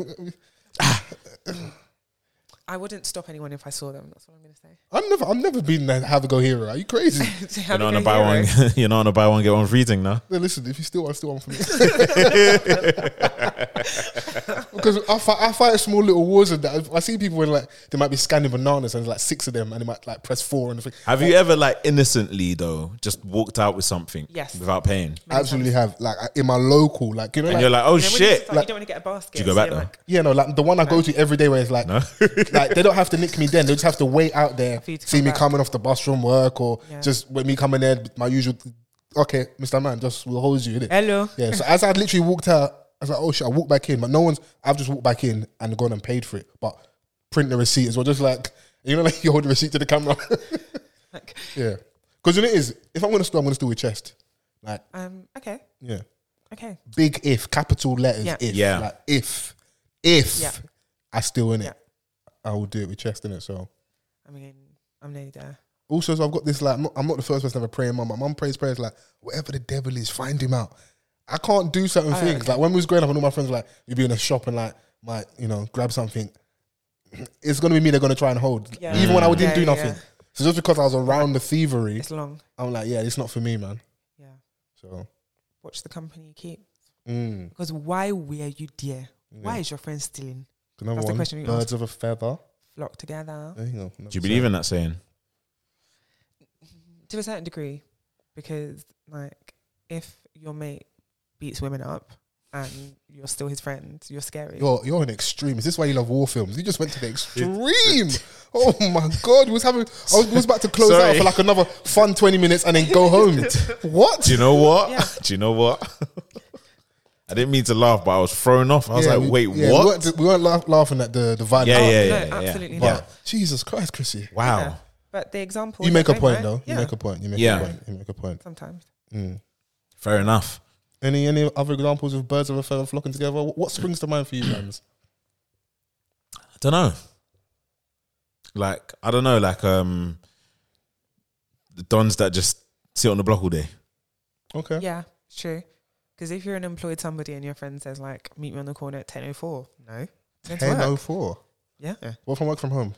Speaker 5: *laughs*
Speaker 6: I wouldn't stop anyone if I saw them. That's what I'm going to say. *laughs*
Speaker 5: I'm never I'm never been that have a go hero. Are you crazy?
Speaker 6: So
Speaker 4: You're
Speaker 6: have
Speaker 4: not
Speaker 6: a
Speaker 4: on a
Speaker 6: go,
Speaker 4: buy one.
Speaker 6: hero.
Speaker 4: *laughs* You're not on a buy one get one free thing now.
Speaker 5: No, listen, if you still want, still want for me. *laughs* because I fight, I fight small little wars and that. I see people when like they might be scanning bananas and there's like six of them and they might like press four and think.
Speaker 4: Have you ever like innocently though just walked out with something?
Speaker 6: Yes.
Speaker 4: Without paying,
Speaker 5: I absolutely have like I- in my local like you know
Speaker 4: and
Speaker 5: like,
Speaker 4: you're like, oh
Speaker 6: You know, when you
Speaker 4: shit.
Speaker 6: start- you don't want to get a basket.
Speaker 4: Do you go
Speaker 6: so
Speaker 4: back
Speaker 6: you're
Speaker 4: though?
Speaker 6: like,
Speaker 5: yeah no like the one I go to every day where it's like *laughs* like they don't have to nick me then they just have to wait out there
Speaker 6: For you to
Speaker 5: see
Speaker 6: come
Speaker 5: me
Speaker 6: back.
Speaker 5: coming off the bus from work or
Speaker 6: Yeah.
Speaker 5: just with me coming there my usual okay Mister Man just will hold you innit?
Speaker 6: Hello.
Speaker 5: Yeah, so as I literally walked out, I was like, oh shit, I walked back in, but no one's, I've just walked back in and gone and paid for it, but print the receipt as well, just like, you know, *laughs* like you hold the receipt to the camera. *laughs*
Speaker 6: Like,
Speaker 5: yeah. Because you know, it is, if I'm going to steal, I'm going to steal with chest. Like,
Speaker 6: um, okay.
Speaker 5: yeah.
Speaker 6: Okay.
Speaker 5: Big if, capital letters,
Speaker 6: Yeah.
Speaker 5: if.
Speaker 4: Yeah.
Speaker 5: Like, if, if
Speaker 6: Yeah.
Speaker 5: I steal in it,
Speaker 6: Yeah.
Speaker 5: I will do it with chest in it, so.
Speaker 6: I mean, I'm nearly there.
Speaker 5: Also, so I've got this like I'm not, I'm not the first person to have a praying mum. My mum prays prayers like whatever the devil is, find him out. I can't do certain
Speaker 6: Oh,
Speaker 5: things.
Speaker 6: okay.
Speaker 5: Like when we was growing up, and all my friends were like you'd be in a shop and like might you know grab something. It's gonna be me. They're gonna try and hold.
Speaker 6: Yeah.
Speaker 5: Even when I didn't
Speaker 6: Yeah,
Speaker 5: do
Speaker 6: yeah,
Speaker 5: nothing.
Speaker 6: yeah.
Speaker 5: So just because I was around the thievery,
Speaker 6: It's long.
Speaker 5: I'm like, yeah, it's not for me, man.
Speaker 6: Yeah.
Speaker 5: So
Speaker 6: Watch the company you keep.
Speaker 5: mm.
Speaker 6: Because why were you there? Why is your friend stealing?
Speaker 5: another
Speaker 6: That's the
Speaker 5: one.
Speaker 6: question we
Speaker 5: Birds
Speaker 6: asked.
Speaker 5: of a feather.
Speaker 6: Flock together
Speaker 5: There you go.
Speaker 4: Do you believe in that saying?
Speaker 6: to a certain degree, because like if your mate beats women up, and you're still his friend. You're scary.
Speaker 5: You're you're an extreme. Is this why you love war films? You just went
Speaker 4: *laughs*
Speaker 5: to the extreme. oh my god, we was having. I was, we was about to close out
Speaker 4: Sorry.
Speaker 5: for like another fun twenty minutes and then
Speaker 4: *laughs*
Speaker 5: go home. what?
Speaker 4: Do you know what? *laughs* Do you know what? I didn't mean to laugh, but I was thrown off. I was
Speaker 5: Yeah,
Speaker 4: like,
Speaker 5: we-
Speaker 4: wait,
Speaker 5: yeah,
Speaker 4: what?
Speaker 5: We weren't, we weren't laugh, laughing at the the violence.
Speaker 4: yeah, yeah, yeah,
Speaker 6: no,
Speaker 4: yeah, yeah.
Speaker 6: absolutely
Speaker 4: But-
Speaker 6: not.
Speaker 5: Jesus Christ, Chrissy.
Speaker 4: Wow.
Speaker 6: But the example
Speaker 5: You
Speaker 6: is
Speaker 5: make a
Speaker 6: okay,
Speaker 5: point
Speaker 6: right?
Speaker 5: though.
Speaker 6: Yeah,
Speaker 5: You make a point. You make
Speaker 4: Yeah.
Speaker 5: a point. You make a point. Mm.
Speaker 6: sometimes.
Speaker 4: Fair enough.
Speaker 5: Any any other examples of birds of a feather flocking together? What what springs to mind for you,
Speaker 6: *clears throat*
Speaker 5: Rams?
Speaker 4: I don't know. Like I don't know. Like um, the dons that just sit on the block all day.
Speaker 5: Okay.
Speaker 6: Yeah, true. Because if you're an employed somebody and your friend says like, "Meet me on the corner at 10.04. no, Go to
Speaker 5: Ten oh
Speaker 6: work.
Speaker 5: four.
Speaker 6: yeah, Y-
Speaker 5: What from work from home?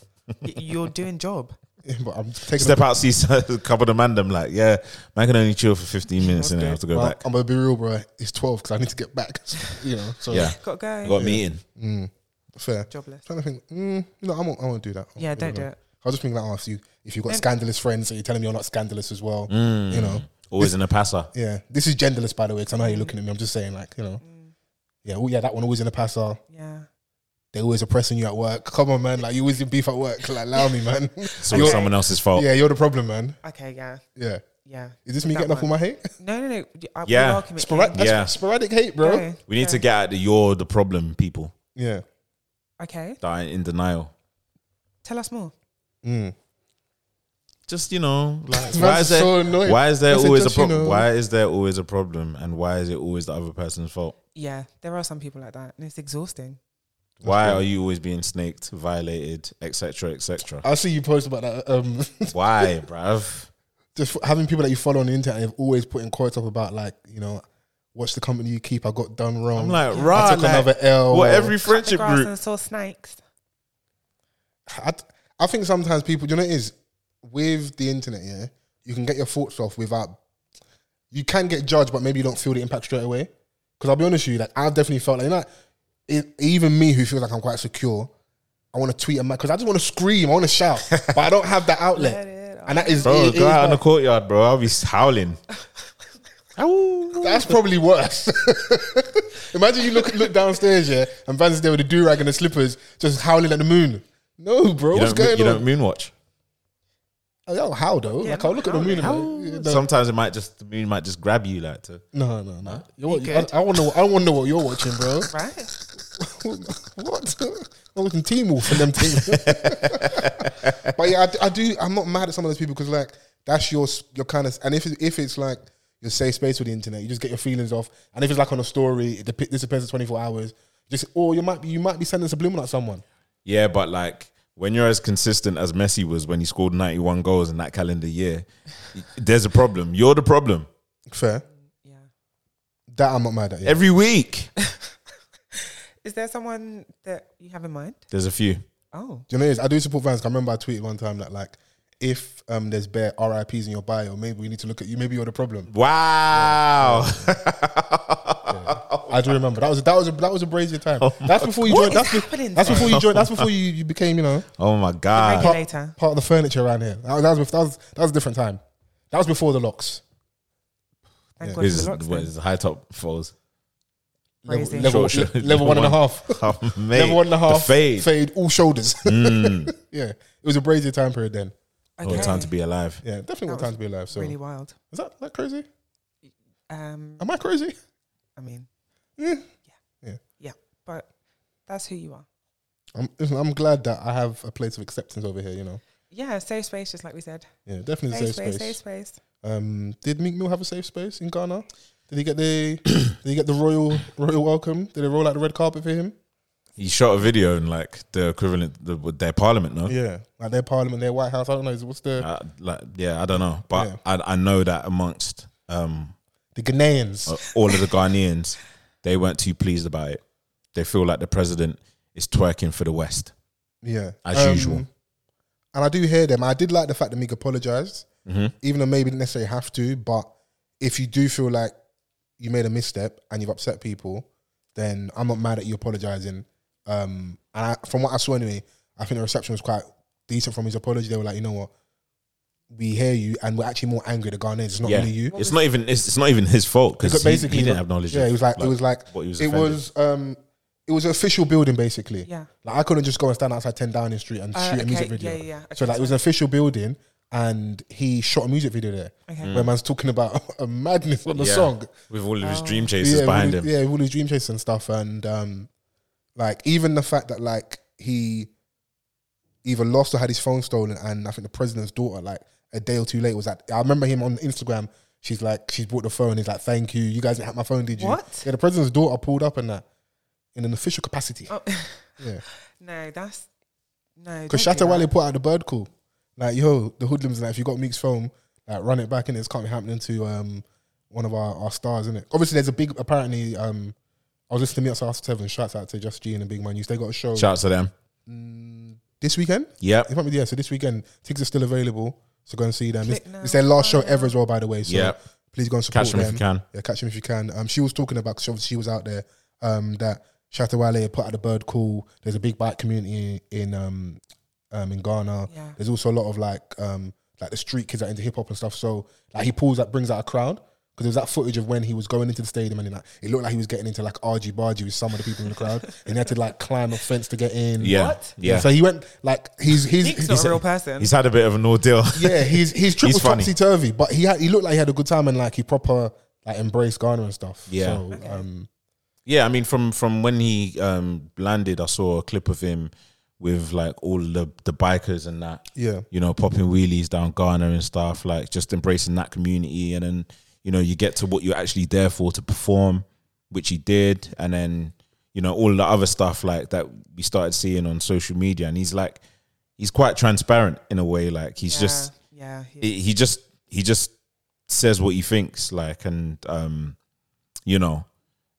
Speaker 5: *laughs*
Speaker 6: you're doing job.
Speaker 5: Yeah, but I'm taking
Speaker 4: Step out, *laughs* see a couple of man. them like, yeah, man can only chill for fifteen minutes and then I have to go
Speaker 5: Well,
Speaker 4: back.
Speaker 5: I'm gonna be real, bro. It's twelve because I need to get back. *laughs* you know. So
Speaker 4: Yeah,
Speaker 6: Got to
Speaker 4: I
Speaker 6: go.
Speaker 4: got a meeting.
Speaker 5: Mm, fair.
Speaker 6: Jobless.
Speaker 5: trying to think. Mm, no, I won't. I won't do that.
Speaker 6: Yeah, don't
Speaker 5: You know.
Speaker 6: do it.
Speaker 5: I was just thinking that oh, if you if you've got
Speaker 6: And-
Speaker 5: scandalous friends, so you're telling me you're not scandalous as well.
Speaker 4: Mm.
Speaker 5: You know.
Speaker 4: Always in a passer.
Speaker 5: Yeah. This is genderless, by the way. Because I know how you're looking at me. I'm just saying, like, you know.
Speaker 6: Mm.
Speaker 5: Yeah. Oh, yeah. That one always in the past. Are
Speaker 6: Yeah.
Speaker 5: they always oppressing you at work? Come on, man. Like you always in beef at work. Like, allow me,
Speaker 4: *laughs*
Speaker 5: man. *laughs*
Speaker 4: It's always
Speaker 5: You're-
Speaker 4: someone else's fault.
Speaker 5: yeah, you're the problem, man.
Speaker 6: Okay. Yeah.
Speaker 5: Yeah.
Speaker 6: Yeah.
Speaker 5: Is this me
Speaker 6: That
Speaker 5: getting up all
Speaker 6: one.
Speaker 5: my hate?
Speaker 6: No, no, no. y- I- we
Speaker 4: Yeah.
Speaker 6: are committing.
Speaker 5: Sporadic, that's
Speaker 4: Yeah.
Speaker 5: sporadic hate, bro.
Speaker 6: No.
Speaker 4: We need to get out the you're the problem people
Speaker 5: Yeah.
Speaker 6: Okay.
Speaker 4: that are in denial.
Speaker 6: Tell us more.
Speaker 5: Mm.
Speaker 4: Just you know, like
Speaker 5: That's
Speaker 4: why is there
Speaker 5: so annoying.
Speaker 4: why is there
Speaker 5: I said,
Speaker 4: always a
Speaker 5: just, you
Speaker 4: problem?
Speaker 5: know.
Speaker 4: Why is there always a problem? And why is it always the other person's fault?
Speaker 6: Yeah, there are some people like that, and it's exhausting.
Speaker 4: Why are you always being snaked, violated, etc., etc.?
Speaker 5: I see you post about that. Um,
Speaker 4: Why, bruv?
Speaker 5: just having people that you follow on the internet and have always putting quotes up about like you know, watch the company you keep. I got done wrong.
Speaker 4: I'm like, right.
Speaker 5: I took
Speaker 4: like,
Speaker 5: another L.
Speaker 4: What
Speaker 5: or-
Speaker 4: every
Speaker 6: Cut the
Speaker 4: friendship
Speaker 6: grass
Speaker 4: group?
Speaker 6: and saw snakes.
Speaker 5: I, I think sometimes people, do you know, what it is with the internet. Yeah, you can get your thoughts off without. You can get judged, but maybe you don't feel the impact straight away. Because I'll be honest with you, like I've definitely felt like you know, it, even me who feels like I'm quite secure. I want to tweet at my because I just want to scream, I want to shout, but I don't have that outlet, and that is
Speaker 4: Bro,
Speaker 5: it- it
Speaker 4: go
Speaker 5: is
Speaker 4: out in the
Speaker 5: bad.
Speaker 4: courtyard, bro. I'll be howling.
Speaker 5: That's probably worse. *laughs* Imagine you look look downstairs, yeah, and Van's there with a do rag and the slippers, just howling at the moon. No, bro,
Speaker 4: You
Speaker 5: what's
Speaker 4: don't,
Speaker 5: going
Speaker 4: you don't
Speaker 5: on?
Speaker 4: moonwatch.
Speaker 5: I don't how though.
Speaker 6: Yeah,
Speaker 5: like I'll look at the moon. and I'm like, yeah,
Speaker 4: Sometimes it might just the moon might just grab you like to.
Speaker 5: No, no, no. no. You're, what-
Speaker 6: You
Speaker 5: I,
Speaker 6: good?
Speaker 5: I want to. I want to know what you're watching, bro.
Speaker 6: Right?
Speaker 5: what? *laughs* I'm watching Team Wolf and them teams. *laughs* but yeah, I d- I, do. I'm not mad at some of those people because like that's your s- your kind of. And if it- if it's like your safe space with the internet, you just get your feelings off. And if it's like on a story, it depi- disappears in 24 hours. Just or you might be you might be sending subliminal at someone.
Speaker 4: Yeah, but like when you're as consistent as Messi was when he scored 91 goals in that calendar year, there's a problem. You're the problem
Speaker 5: Fair.
Speaker 6: Yeah.
Speaker 5: That I'm not mad at. Yeah.
Speaker 4: every week.
Speaker 6: Is there someone that you have in mind?
Speaker 4: There's a few.
Speaker 6: Oh,
Speaker 5: Do you know what it is? I do support Vans. 'cause I remember I tweeted one time that like, if um, there's bare RIPS in your bio, maybe we need to look at you. Maybe you're the problem.
Speaker 4: Wow.
Speaker 5: I do remember that was that was a, that was a brazier time.
Speaker 4: Oh
Speaker 5: that's before you joined.
Speaker 6: What is
Speaker 5: That's, be-
Speaker 6: happening
Speaker 5: that's
Speaker 6: today?
Speaker 5: before you joined. That's before you, you became you know
Speaker 4: *laughs* Oh my god.
Speaker 5: part,
Speaker 6: Regulator.
Speaker 5: part of the furniture around here. That was, that was that was that was a different time. That was before the locks.
Speaker 6: thank God for
Speaker 4: This
Speaker 6: the
Speaker 4: is,
Speaker 6: locks. eh?
Speaker 4: what
Speaker 6: then.
Speaker 4: is high top fours.
Speaker 6: Crazy.
Speaker 5: Level, level,
Speaker 4: Sure, sure.
Speaker 5: level one and
Speaker 4: *laughs*
Speaker 5: a half.
Speaker 4: Mate,
Speaker 5: Level one and a half.
Speaker 4: The fade. Mm.
Speaker 5: Fade. All shoulders. *laughs* yeah, it was a brazier time period then.
Speaker 4: Oh, time to be alive.
Speaker 5: Yeah, definitely
Speaker 6: That
Speaker 5: what time
Speaker 6: was
Speaker 5: to be alive. So
Speaker 6: Really wild.
Speaker 5: is that that crazy?
Speaker 6: Um,
Speaker 5: Am I crazy? *laughs*
Speaker 6: I mean,
Speaker 5: Yeah.
Speaker 6: yeah, but that's who you are.
Speaker 5: I'm, listen, I'm glad that I have a place of acceptance over here. You know,
Speaker 6: Yeah, safe space, just like we said.
Speaker 5: yeah, definitely
Speaker 6: Safe
Speaker 5: safe,
Speaker 6: space,
Speaker 5: space.
Speaker 6: safe space.
Speaker 5: Um, did Meek Mill have a safe space in Ghana? Did he get the Did he get the royal royal welcome? Did they roll out the red carpet for him?
Speaker 4: He shot a video in like the equivalent the, their parliament, no?
Speaker 5: Yeah, like their parliament, their White House. I don't know. What's the
Speaker 4: Uh, like yeah, I don't know, but
Speaker 5: Yeah.
Speaker 4: I I know that amongst um
Speaker 5: the Ghanaians?
Speaker 4: uh, all of the Ghanaians, they weren't too pleased about it. They feel like the president is twerking for the West.
Speaker 5: yeah, Um,
Speaker 4: as usual.
Speaker 5: And I do hear them. I did like the fact that Meek apologized,
Speaker 4: Mm-hmm.
Speaker 5: even though maybe didn't necessarily have to. But if you do feel like you made a misstep and you've upset people, then I'm not mad at you apologizing. Um, and I, from what I saw anyway, I think the reception was quite decent from his apology. They were like, you know what, we hear you and we're actually more angry at the Ghanaians. It's not
Speaker 4: yeah.
Speaker 5: really you.
Speaker 4: It's not even it's, it's not even his fault because
Speaker 5: Because
Speaker 4: he, he didn't
Speaker 5: like-
Speaker 4: have knowledge.
Speaker 5: Yeah,
Speaker 4: of,
Speaker 5: it was like, it was like
Speaker 4: what he was
Speaker 5: it
Speaker 4: offended.
Speaker 5: was um it was an official building basically.
Speaker 6: Yeah.
Speaker 5: like I couldn't just go and stand outside Ten Downing Street and
Speaker 6: Uh,
Speaker 5: shoot a music
Speaker 6: okay,
Speaker 5: video.
Speaker 6: yeah, yeah, yeah.
Speaker 5: so
Speaker 6: Okay,
Speaker 5: like it was an official building, and he shot a music video there
Speaker 6: Okay.
Speaker 5: where man's talking about *laughs* a madness on the
Speaker 4: Mm. Yeah,
Speaker 5: song.
Speaker 4: with all of
Speaker 6: Oh.
Speaker 4: his dream
Speaker 5: Yeah,
Speaker 4: chases
Speaker 5: with
Speaker 4: behind
Speaker 5: all-
Speaker 4: him.
Speaker 5: Yeah, with all his dream chasers and stuff, and um, like even the fact that like he either lost or had his phone stolen, and I think the president's daughter, like a day or two later, was like, I remember him on Instagram. She's like, she's brought the phone. He's like, thank you. You guys didn't have my phone, did you?
Speaker 6: What?
Speaker 5: Yeah, the president's daughter pulled up and that in an official capacity.
Speaker 6: Oh, *laughs*
Speaker 5: Yeah,
Speaker 6: no, that's no.
Speaker 5: because
Speaker 6: don't do
Speaker 5: Shatawale
Speaker 6: that.
Speaker 5: put out the bird call, like, yo, the hoodlums, like, if you got Meek's phone, like, run it back, and this can't be happening to um one of our, our stars, innit? Obviously, there's a big apparently. um I was listening to Meets After Seven. Shouts out to Just G and the Big Man News. They got a show
Speaker 4: Shout out to them.
Speaker 5: this weekend.
Speaker 4: Yep.
Speaker 5: It might be yeah. So this weekend, tickets are still available. So go and see them. It's,
Speaker 6: Click now.
Speaker 5: it's their last show ever as well, by the way. So
Speaker 4: Yeah.
Speaker 5: please go and support
Speaker 4: Catch them if you can.
Speaker 5: Yeah, catch them if you can. Um, she was talking about because she was out there. Um, that Shatawale had put out the bird call. There's a big bike community in um, um, in Ghana.
Speaker 6: Yeah.
Speaker 5: There's also a lot of like um, like the street kids that are into hip hop and stuff. So like he pulls that brings out a crowd. Because there was that footage of when he was going into the stadium and he, like it looked like he was getting into like argy bargy with some of the people in the crowd and he had to like climb a fence to get in.
Speaker 4: Yeah.
Speaker 6: What?
Speaker 4: Yeah.
Speaker 5: So he went like he's he's,
Speaker 6: Meek's
Speaker 5: he's-
Speaker 6: not a real person.
Speaker 4: He's had a bit of an ordeal.
Speaker 5: yeah he's his trip
Speaker 4: He's
Speaker 5: was
Speaker 4: funny.
Speaker 5: topsy turvy, but he had, he looked like he had a good time and like he proper like embraced Ghana and stuff.
Speaker 4: Yeah.
Speaker 5: So, um,
Speaker 4: Yeah, I mean, from from when he um, landed, I saw a clip of him with like all the the bikers and that.
Speaker 5: Yeah.
Speaker 4: you know, popping wheelies down Ghana and stuff, like just embracing that community, and then you know you get to what you're actually there for to perform, which he did, and then you know all the other stuff like that we started seeing on social media, and he's like, he's quite transparent in a way, like he's
Speaker 6: Yeah,
Speaker 4: just
Speaker 6: yeah. he-
Speaker 4: he he just he just says what he thinks like and um you know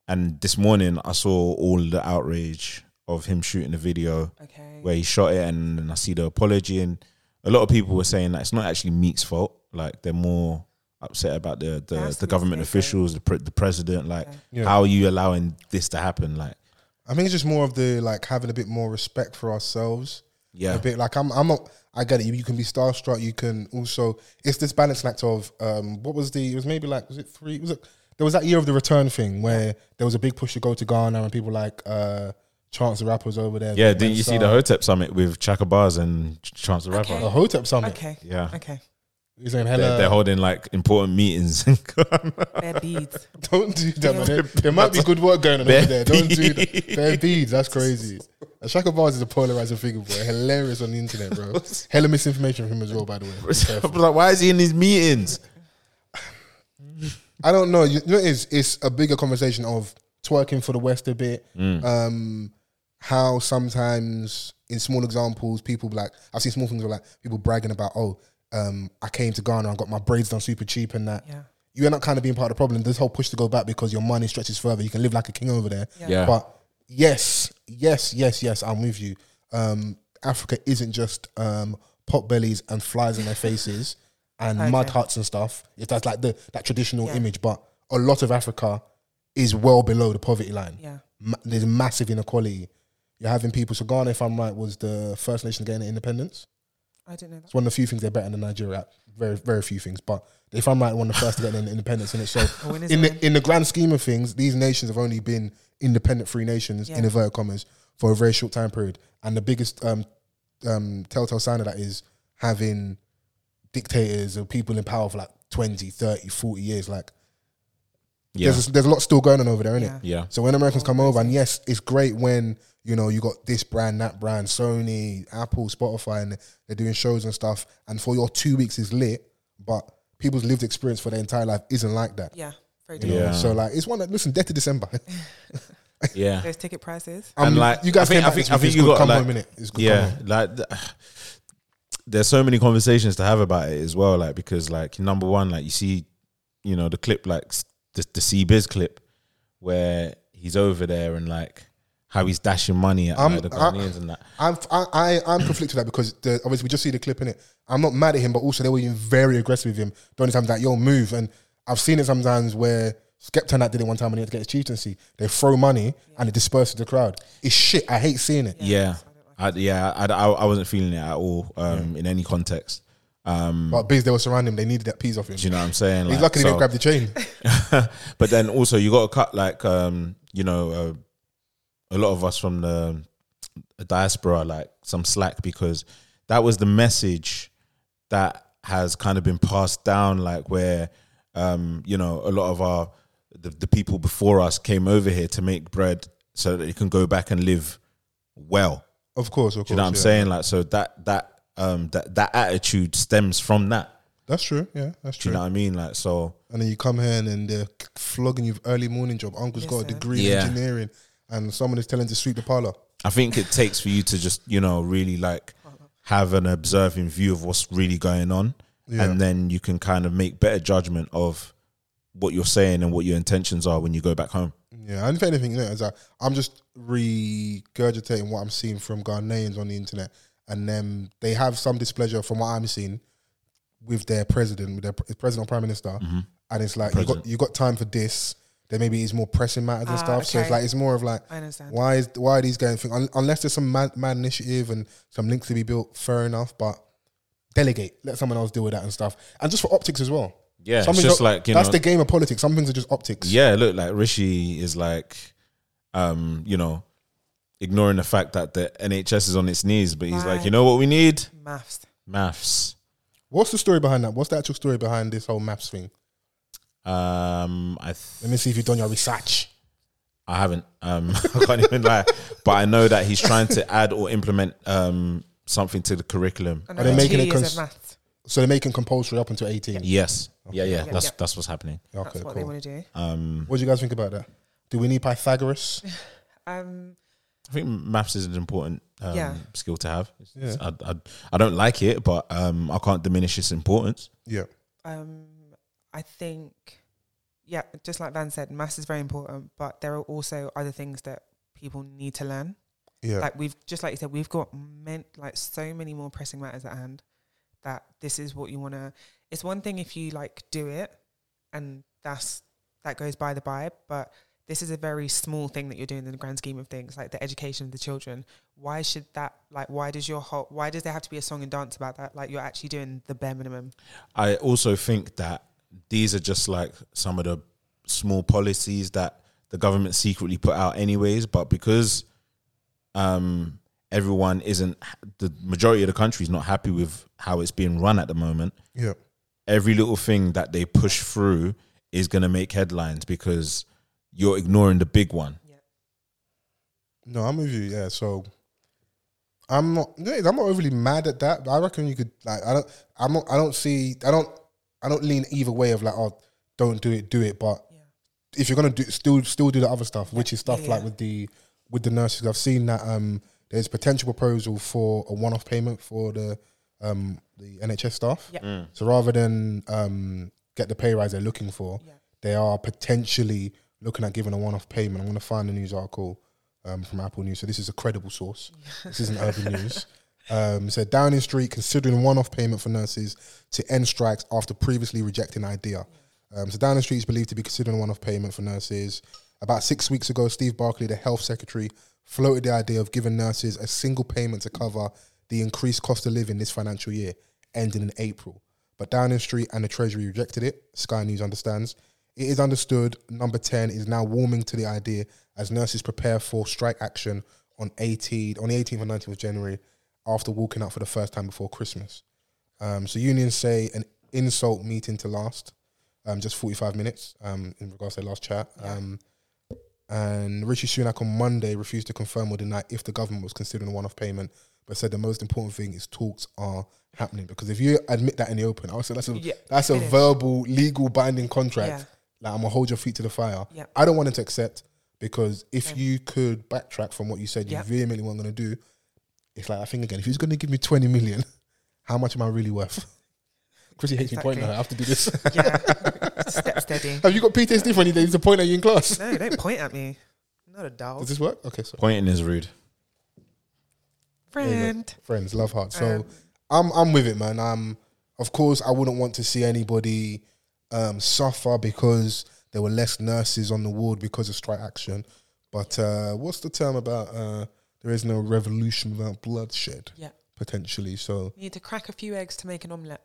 Speaker 4: and this morning i saw all the outrage of him shooting the video
Speaker 6: okay.
Speaker 4: where he shot it and, and i see the apology and a lot of people were saying that it's not actually meek's fault like they're more upset about the the,
Speaker 6: That's
Speaker 4: the government
Speaker 6: insane.
Speaker 4: officials the, pre- the president like
Speaker 5: Yeah.
Speaker 4: how are you allowing this to happen like
Speaker 5: I think it's just more of the like having a bit more respect for ourselves.
Speaker 4: yeah
Speaker 5: A bit like I'm I'm not. I get it. You, you can be starstruck. You can also. It's this balancing act of um. What was the? It was maybe like was it three? Was it? There was that year of the return thing where there was a big push to go to Ghana and people like uh Chance the Rapper was over there.
Speaker 4: yeah didn't you see the
Speaker 5: Mensa,
Speaker 4: hotep summit with chaka bars and chance the rapper
Speaker 5: the Hotep Summit?
Speaker 6: Okay.
Speaker 4: yeah
Speaker 6: Okay.
Speaker 5: He's saying
Speaker 4: they're,
Speaker 5: hello.
Speaker 4: they're holding like important meetings *laughs* in Ghana.
Speaker 6: Bad beads.
Speaker 5: *laughs* Don't do that, man. There, there might be good work going on
Speaker 4: Bare
Speaker 5: over there. Don't do that.
Speaker 4: beads.
Speaker 5: Bare beads. That's crazy. A Shaka Bars is a polarizing figure, boy. Hilarious on the internet, bro. Hella misinformation from him as well, by the way.
Speaker 4: *laughs*
Speaker 5: Be
Speaker 4: I
Speaker 5: careful. *laughs*
Speaker 4: was like, why is he in these meetings?
Speaker 5: I don't know. You know, it's it's a bigger conversation of twerking for the West a bit. Um, how sometimes in small examples, people like I've seen small things where like people bragging about, oh, um, I came to Ghana and got my braids done super cheap and that.
Speaker 6: Yeah.
Speaker 5: You end up kind of being part of the problem. This whole push to go back because your money stretches further. You can live like a king over there.
Speaker 4: Yeah.
Speaker 5: But yes, yes, yes, yes, I'm with you. Um, Africa isn't just um, pot bellies and flies in their
Speaker 6: *laughs*
Speaker 5: faces and mud huts and stuff. If that's like the that traditional
Speaker 6: Yeah.
Speaker 5: image, but a lot of Africa is well below the poverty line.
Speaker 6: Yeah.
Speaker 5: Ma- there's massive inequality. You're having people. So Ghana, if I'm right, was the first nation to gain independence.
Speaker 6: I didn't know that.
Speaker 5: It's one of the few things they're better than Nigeria. at. Very, very few things. But if I'm right, one of the first to get an independence in it.
Speaker 6: *laughs*
Speaker 5: So
Speaker 6: win Oh, is a
Speaker 5: in
Speaker 6: win.
Speaker 5: the in the grand scheme of things, these nations have only been independent free nations
Speaker 6: Yeah.
Speaker 5: in inverted commas for a very short time period. And the biggest um, um, telltale sign of that is having dictators or people in power for like 20, 30, 40 years. Like
Speaker 4: Yeah.
Speaker 5: there's a, there's a lot still going on over there, isn't it? *laughs*
Speaker 4: Yeah.
Speaker 5: So when Americans come over, and yes, it's great when you know you got this brand, that brand, Sony, Apple, Spotify, and they're doing shows and stuff. And for your two weeks is lit, but people's lived experience for their entire life isn't like that.
Speaker 6: Yeah. Very
Speaker 5: You know?
Speaker 6: different.
Speaker 4: Yeah.
Speaker 5: So like, it's one that listen, death to December. *laughs*
Speaker 4: Yeah.
Speaker 6: Those ticket prices.
Speaker 5: I mean,
Speaker 4: like,
Speaker 5: you guys
Speaker 4: I think-
Speaker 5: came back
Speaker 4: I think-
Speaker 5: this
Speaker 4: I
Speaker 5: week,
Speaker 4: think
Speaker 5: it's
Speaker 4: you
Speaker 5: good,
Speaker 4: got,
Speaker 5: come
Speaker 4: like-
Speaker 5: home, innit? It's good, come
Speaker 4: yeah.
Speaker 5: home.
Speaker 4: Like, th- *sighs* there's so many conversations to have about it as well. Like, because, like, number one, like, you see, you know, the clip, like, s- the, the C Biz clip where he's over there and, like, how he's dashing money at
Speaker 5: I'm-
Speaker 4: like, the
Speaker 5: I-
Speaker 4: Ghanaians and that.
Speaker 5: I'm I, I I'm conflicted with that because the, obviously we just see the clip in it. I'm not mad at him, but also they were even very aggressive with him. The only time that yo move, and I've seen it sometimes where Skepta that did it one time when he had to get his chieftaincy. They throw money and it disperses the crowd. It's shit. I hate seeing it.
Speaker 4: Yeah, I, yeah, I, I, I wasn't feeling it at all um, in any context. Um,
Speaker 5: But biz, they were surrounding him. They needed that piece off him.
Speaker 4: do you know what I'm saying?
Speaker 5: He's
Speaker 4: Like,
Speaker 5: lucky they
Speaker 4: so-
Speaker 5: didn't grab the chain.
Speaker 4: but then also you got to cut like um you know uh, a lot of us from the diaspora like some slack because that was the message that has kind of been passed down like where um you know a lot of our the, the people before us came over here to make bread so that they can go back and live well
Speaker 5: Of course, of course.
Speaker 4: do you know what i'm
Speaker 5: yeah.
Speaker 4: saying like so that that um that that attitude stems from that
Speaker 5: That's true. Yeah, that's
Speaker 4: do
Speaker 5: true.
Speaker 4: you know what i mean like so
Speaker 5: and then you come here and then they're flogging you with early morning job. Uncle's got a
Speaker 6: Listen.
Speaker 5: degree
Speaker 4: Yeah.
Speaker 5: in engineering, and someone is telling to sweep the parlor.
Speaker 4: I think it takes for you to just, you know, really like have an observing view of what's really going on. And then you can kind of make better judgment of what you're saying and what your intentions are when you go back home.
Speaker 5: Yeah, and if anything, you know, it's like I'm just regurgitating what I'm seeing from Ghanaians on the internet, and then they have some displeasure from what I'm seeing with their president, with their pr- president or prime minister,
Speaker 4: Mm-hmm.
Speaker 5: and it's like you got you got time for this. There maybe is more pressing matters and
Speaker 6: Ah,
Speaker 5: stuff. So it's
Speaker 6: okay.
Speaker 5: like it's more of like
Speaker 6: I understand.
Speaker 5: why is why are these going thing un- unless there's some mad, mad initiative and some links to be built. Fair enough, but delegate, let someone else deal with that and stuff, and just for optics as well.
Speaker 4: Yeah,
Speaker 5: Some
Speaker 4: it's
Speaker 5: things
Speaker 4: just
Speaker 5: are-
Speaker 4: like, you
Speaker 5: that's
Speaker 4: know-
Speaker 5: the game of politics. Some things are just optics.
Speaker 4: Yeah, look, like Rishi is like, um, you know, ignoring the fact that the NHS is on its knees, but he's like,
Speaker 6: Right.
Speaker 4: you know what we need?
Speaker 6: Maths.
Speaker 4: Maths.
Speaker 5: What's the story behind that? What's the actual story behind this whole maps thing?
Speaker 4: Um, I th-
Speaker 5: Let me see if you've done your research.
Speaker 4: I haven't. Um, *laughs* I can't even lie. But I know that he's trying to add or implement um, something to the curriculum.
Speaker 6: And
Speaker 5: Are they making it
Speaker 6: T is
Speaker 5: cons-
Speaker 6: a maths.
Speaker 5: So they're making compulsory up until 18.
Speaker 4: Yes. Yeah, yeah. That's
Speaker 6: Yeah.
Speaker 4: that's what's happening.
Speaker 5: Okay,
Speaker 6: That's what they
Speaker 5: cool.
Speaker 6: want to do.
Speaker 4: Um,
Speaker 5: What do you guys think about that? Do we need Pythagoras?
Speaker 6: Um,
Speaker 4: I think maths is an important um,
Speaker 6: Yeah.
Speaker 4: skill to have. It's- I, I, I don't like it, but um, I can't diminish its importance.
Speaker 5: yeah.
Speaker 6: um, I think, yeah, just like Van said, maths is very important, but there are also other things that people need to learn.
Speaker 5: Yeah.
Speaker 6: Like we've just like you said, we've got meant like so many more pressing matters at hand that this is what you want to. It's one thing if you like do it, and that's that goes by the by, but this is a very small thing that you're doing in the grand scheme of things, like the education of the children. Why should that like? Why does your whole? Why does there have to be a song and dance about that? Like you're actually doing the bare minimum.
Speaker 4: I also think that these are just like some of the small policies that the government secretly put out, anyways. But because um, everyone isn't, the majority of the country is not happy with how it's being run at the moment.
Speaker 5: yeah.
Speaker 4: every little thing that they push through is going to make headlines because you're ignoring the big one.
Speaker 5: No, I'm with you. Yeah. So I'm not. yeah, I'm not overly mad at that. But I reckon you could. Like, I don't. I'm not. I don't see. I don't. I don't lean either way of like, oh, don't do it, do it. But if you're gonna do, still, still do the other stuff, which is stuff like with the with the nurses. I've seen that um, there's potential proposal for a one-off payment for the um the NHS staff.
Speaker 6: Yeah.
Speaker 5: So rather than um get the pay rise they're looking for, they are potentially looking at giving a one-off payment. I'm gonna find the news article um, from Apple News. So this is a credible source. This isn't urban *laughs* news. Um, so Downing Street considering one-off payment for nurses to end strikes after previously rejecting idea. Um, so Downing Street is believed to be considering one-off payment for nurses. About six weeks ago, Steve Barclay, the health secretary, floated the idea of giving nurses a single payment to cover the increased cost of living this financial year, ending in April. But Downing Street and the Treasury rejected it. Sky News understands. It is understood number 10 is now warming to the idea as nurses prepare for strike action on 18, on the 18th and 19th of January after walking out for the first time before Christmas. Um, so unions say an insult meeting to last, um, just 45 minutes um, in regards to their last chat. Um, and Rishi Sunak on Monday refused to confirm or deny if the government was considering a one-off payment, but said the most important thing is talks are happening. Because if you admit that in the open, I would say that's a
Speaker 6: Yeah,
Speaker 5: that's a
Speaker 6: it is.
Speaker 5: verbal, legal, binding contract. Like I'm gonna hold your feet to the fire.
Speaker 6: Yeah.
Speaker 5: I don't want it to accept because if you could backtrack from what you said,
Speaker 6: Yeah.
Speaker 5: you vehemently weren't gonna do. It's like I think again. If he's gonna give me 20 million, how much am I really worth? *laughs* Chrissy hates me pointing at her. I have to do this.
Speaker 6: *laughs* Yeah, step steady.
Speaker 5: *laughs* have you got PTSD for any days to point at you in class?
Speaker 6: No, don't point at me. I'm not a dog.
Speaker 5: Does this work? Okay, so
Speaker 4: Pointing is rude.
Speaker 5: There you go.
Speaker 6: Friend. Um,
Speaker 5: Friends, love heart. So I'm I'm with it, man. Um, of course, I wouldn't want to see anybody um, suffer because there were less nurses on the ward because of strike action. But uh, what's the term about? Uh, there is no revolution without bloodshed.
Speaker 6: Yeah.
Speaker 5: Potentially, so
Speaker 6: You need to crack a few eggs to make an omelette.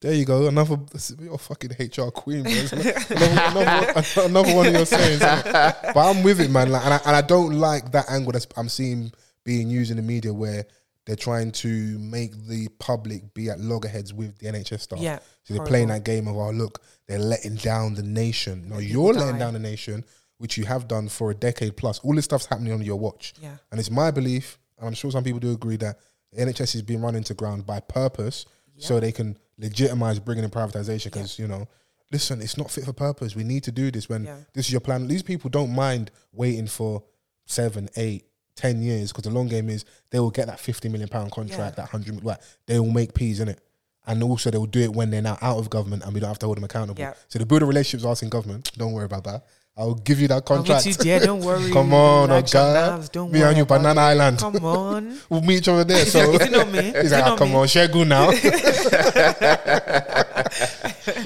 Speaker 5: There you go. Another you're a fucking HR queen, bro. another, another, another one of your sayings. But I'm with it, man. Like, and I, and I don't like that angle that's I'm seeing being used in the media where they're trying to make the public be at loggerheads with the NHS staff.
Speaker 6: Yeah,
Speaker 5: So they're playing
Speaker 6: horrible.
Speaker 5: that game of, oh look, they're letting down the nation. No,
Speaker 6: people
Speaker 5: you're letting
Speaker 6: die.
Speaker 5: down the nation, which you have done for a decade plus. All this stuff's happening on your watch.
Speaker 6: Yeah.
Speaker 5: And it's my belief, and I'm sure some people do agree that the NHS is being run into ground by purpose, so they can legitimize bringing in privatization. Because you know, listen, it's not fit for purpose. We need to do this when
Speaker 6: Yeah.
Speaker 5: this is your plan. These people don't mind waiting for seven, eight, ten years because the long game is they will get that fifty million pound contract, that hundred, like they will make peas in it. And also, they will do it when they're now out of government, and we don't have to hold them accountable.
Speaker 6: Yeah.
Speaker 5: So the build of relationships asking government, don't worry about that. I will give you that
Speaker 6: I'll get
Speaker 5: contract.
Speaker 6: you- yeah, don't worry.
Speaker 5: *laughs* Come on,
Speaker 6: Like
Speaker 5: okay.
Speaker 6: Shabnam's, don't
Speaker 5: Me
Speaker 6: worry
Speaker 5: and you,
Speaker 6: about
Speaker 5: Banana
Speaker 6: it.
Speaker 5: Island.
Speaker 6: *laughs* Come on.
Speaker 5: *laughs* We'll meet each other
Speaker 6: *laughs*
Speaker 5: there.
Speaker 6: He's like,
Speaker 5: So
Speaker 6: "Is
Speaker 5: *laughs*
Speaker 6: it not me? Is
Speaker 5: he's
Speaker 6: it
Speaker 5: like, ah,
Speaker 6: not
Speaker 5: come
Speaker 6: me?"
Speaker 5: on, Shegu
Speaker 6: *laughs*
Speaker 5: now. *laughs*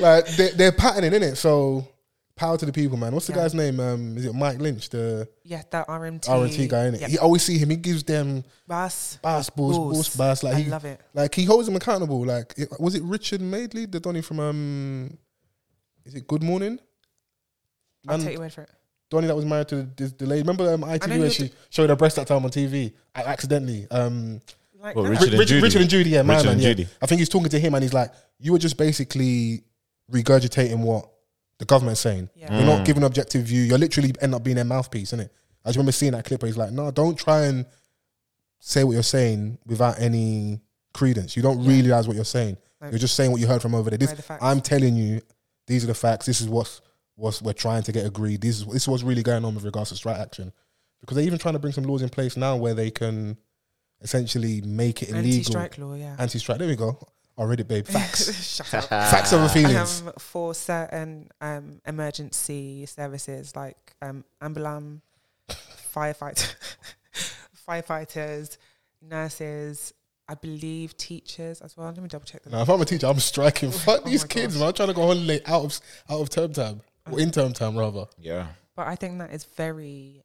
Speaker 5: like they, they're patterning in it. So power to the people, man. What's the
Speaker 6: Yeah.
Speaker 5: guy's name? Um, is it Mike Lynch, the
Speaker 6: Yeah, that RMT.
Speaker 5: RT guy? In it,
Speaker 6: Yeah.
Speaker 5: he always see him. He gives them
Speaker 6: Bass.
Speaker 5: bass balls,
Speaker 6: Balls.
Speaker 5: balls, bass. Like
Speaker 6: I
Speaker 5: he,
Speaker 6: love it.
Speaker 5: Like he holds them accountable. Like it, was it Richard Madeley, the Donny from um, is it Good Morning?
Speaker 6: I'll
Speaker 5: Man-
Speaker 6: take your word for it.
Speaker 5: Donny that was married to the, this- the lady. Remember um, ITV
Speaker 6: you're
Speaker 5: where she showed her breast that time on TV I, accidentally. Um,
Speaker 6: Like,
Speaker 4: What,
Speaker 6: no.
Speaker 4: Richard and
Speaker 5: Richard,
Speaker 4: Judy.
Speaker 5: Richard and Judy, yeah, my
Speaker 4: Richard
Speaker 5: man,
Speaker 4: and
Speaker 5: yeah.
Speaker 4: Judy.
Speaker 5: I think he's talking to him and he's like, "You were just basically regurgitating what the government's saying.
Speaker 6: Yeah.
Speaker 5: You're
Speaker 4: Mm.
Speaker 5: not giving an objective view. You're literally end up being their mouthpiece, isn't it?" I just remember seeing that clip where he's like, "No, don't try and say what you're saying without any credence. You don't really realize what you're saying.
Speaker 6: No.
Speaker 5: You're just saying what you heard from over there. This,
Speaker 6: Right, the facts.
Speaker 5: I'm telling you, these are the facts. This is what's what's we're trying to get agreed. This is this is what's really going on with regards to strike action." Because they're even trying to bring some laws in place now where they can essentially make it illegal.
Speaker 6: Anti-strike law, yeah. *laughs*
Speaker 5: Anti-strike. There we go. I read it, babe. Facts.
Speaker 6: Shut up.
Speaker 5: Facts over feelings.
Speaker 6: um, for certain um, emergency services like um, ambulance, firefighter, *laughs* firefighters, nurses. I believe teachers as well. Let me double check the
Speaker 5: now, if I'm a teacher, I'm striking. Fuck
Speaker 6: Oh
Speaker 5: these
Speaker 6: my
Speaker 5: kids,
Speaker 6: gosh.
Speaker 5: man. I'm trying to go on holiday out of out of term time or in term time rather.
Speaker 4: Yeah.
Speaker 6: But I think that is very.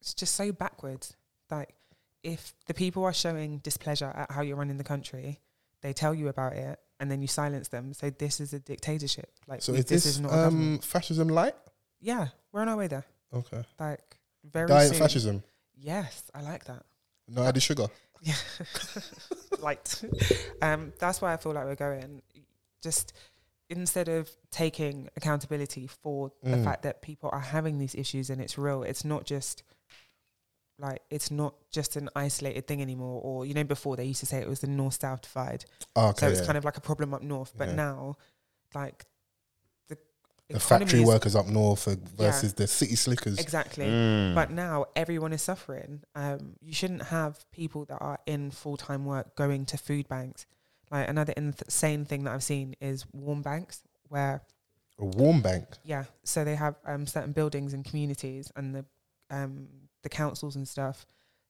Speaker 6: It's just so backwards. Like, if the people are showing displeasure at how you're running the country, they tell you about it, and then you silence them. So this is a dictatorship. Like,
Speaker 5: So
Speaker 6: we-
Speaker 5: is this,
Speaker 6: is not. a
Speaker 5: um,
Speaker 6: government.
Speaker 5: fascism light?
Speaker 6: yeah, we're on our way there.
Speaker 5: Okay.
Speaker 6: Like very
Speaker 5: Diet
Speaker 6: soon.
Speaker 5: fascism.
Speaker 6: Yes, I like that. *laughs*
Speaker 5: No added sugar.
Speaker 6: Yeah, light. *laughs* Um, that's why I feel like we're going. Just instead of taking accountability for the
Speaker 5: Mm.
Speaker 6: fact that people are having these issues and it's real, it's not just like it's not just an isolated thing anymore. Or you know, before they used to say it was the north south divide,
Speaker 5: Oh, okay.
Speaker 6: so it's
Speaker 5: yeah.
Speaker 6: kind of like a problem up north. But
Speaker 5: Yeah.
Speaker 6: now, like the
Speaker 5: the factory workers
Speaker 6: workers.
Speaker 5: Mm. up north uh, versus the city slickers.
Speaker 6: Exactly.
Speaker 4: Mm.
Speaker 6: But now everyone is suffering. Um, you shouldn't have people that are in full time work going to food banks. Like another insane thing that I've seen is warm banks, where
Speaker 5: A warm bank.
Speaker 6: yeah, so they have um, certain buildings and communities and the um, the councils and stuff.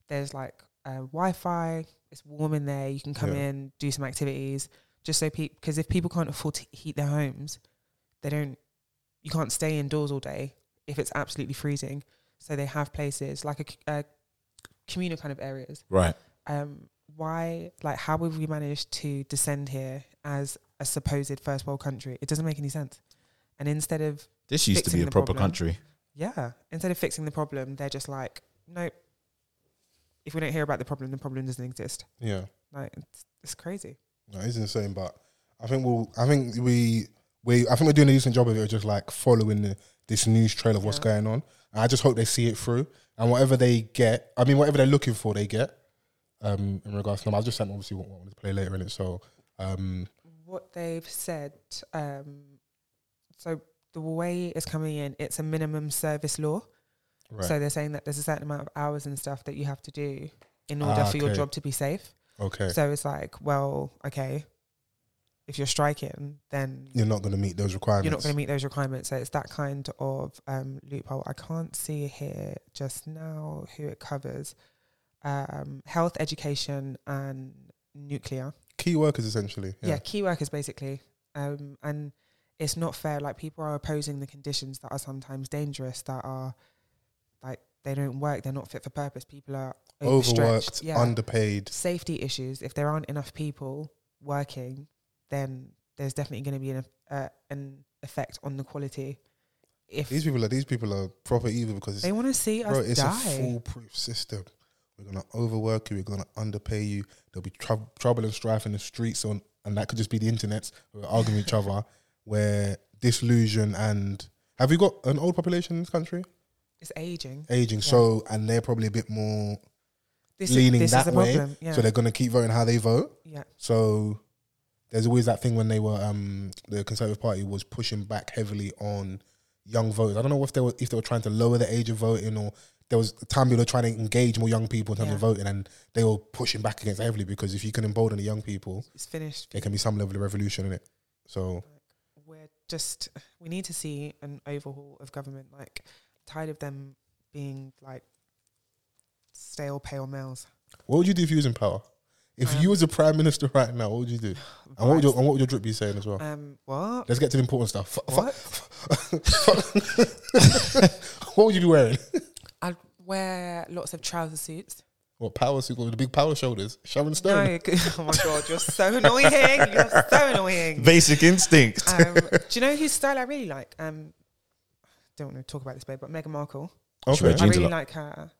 Speaker 6: There's like uh, Wi-Fi. It's warm in there. You can come
Speaker 5: Yeah.
Speaker 6: in, do some activities, just so people. Because if people can't afford to heat their homes, they don't. You can't stay indoors all day if it's absolutely freezing. So they have places like a, c- a communal kind of areas
Speaker 4: Right.
Speaker 6: um, why, like, how have we managed to descend here as a supposed first world country? It doesn't make any sense. And instead of,
Speaker 4: This used to
Speaker 6: Fixing
Speaker 4: be a
Speaker 6: the
Speaker 4: proper
Speaker 6: problem.
Speaker 4: country.
Speaker 6: yeah, instead of fixing the problem, they're just like, nope. If we don't hear about the problem, the problem doesn't exist.
Speaker 5: Yeah.
Speaker 6: Like, it's, it's crazy.
Speaker 5: No, it's insane, but I think we'll. I think we we. I think we're doing a decent job of it, of just like following the, this news trail of what's
Speaker 6: Yeah.
Speaker 5: going on. And I just hope they see it through, and whatever they get, I mean, whatever they're looking for, they get. Um, in regards to them, I just sent obviously what I wanted to play later in it. So, um,
Speaker 6: What they've said, um, so the way it's coming in, it's a minimum service law.
Speaker 5: right,
Speaker 6: So they're saying that there's a certain amount of hours and stuff that you have to do in order
Speaker 5: Ah,
Speaker 6: for your
Speaker 5: okay.
Speaker 6: job to be safe.
Speaker 5: okay,
Speaker 6: So it's like, well, okay, if you're striking, then
Speaker 5: you're not going to meet those requirements.
Speaker 6: you're not going to meet those requirements. So it's that kind of um, loophole. I can't see here just now who it covers. Um, health, education, and nuclear.
Speaker 5: key workers essentially.
Speaker 6: Yeah, key workers basically. Um, and it's not fair. Like people are opposing the conditions that are sometimes dangerous. That are like they don't work. They're not fit for purpose. People are overstretched.
Speaker 5: overworked,
Speaker 6: yeah
Speaker 5: underpaid.
Speaker 6: safety issues if there aren't enough people working then there's definitely going to be an uh, an effect on the quality. If
Speaker 5: These people are these people are proper evil because
Speaker 6: They
Speaker 5: it's,
Speaker 6: wanna see
Speaker 5: bro,
Speaker 6: us
Speaker 5: it's
Speaker 6: die.
Speaker 5: a foolproof system. We're gonna overwork you. We're gonna underpay you. There'll be trou- trouble and strife in the streets, on, and that could just be the internet who are arguing with each
Speaker 6: *laughs*
Speaker 5: other. Where disillusion and have we got an old population in this country?
Speaker 6: it's aging,
Speaker 5: Aging,
Speaker 6: Yeah.
Speaker 5: so and they're probably a bit more
Speaker 6: This is-
Speaker 5: leaning
Speaker 6: this is
Speaker 5: that
Speaker 6: the
Speaker 5: way.
Speaker 6: problem, yeah.
Speaker 5: So they're gonna keep voting how they vote.
Speaker 6: Yeah.
Speaker 5: So there's always that thing when they were um the Conservative Party was pushing back heavily on young voters. I don't know if they were if they were trying to lower the age of voting or there was a time they were trying to engage more young people in terms of
Speaker 6: Yeah.
Speaker 5: voting and they were pushing back against it heavily because if you can embolden the young people,
Speaker 6: it's finished.
Speaker 5: there can be some level of revolution in it. So
Speaker 6: we're just we need to see an overhaul of government. Like tired of them being like stale pale males.
Speaker 5: what would you do if you was in power?
Speaker 6: Um,
Speaker 5: If you was a prime minister *laughs* right now, what would you do? And what would your and what would your drip be saying as well?
Speaker 6: Um, what?
Speaker 5: Let's get to the important stuff. F-
Speaker 6: What?
Speaker 5: f- *laughs* what *laughs* would you be wearing?
Speaker 6: I'd wear lots of trouser suits.
Speaker 5: What power suit with the big power shoulders? Sharon Stone.
Speaker 6: No, *laughs* oh my god, you're so annoying. You're so annoying.
Speaker 4: Basic instinct.
Speaker 6: Um, do you know whose style I really like? Um, don't want to talk about this, babe, but Meghan Markle.
Speaker 4: She wear
Speaker 5: Okay.
Speaker 6: I
Speaker 4: Jeans a
Speaker 6: really
Speaker 4: lot.
Speaker 6: like her.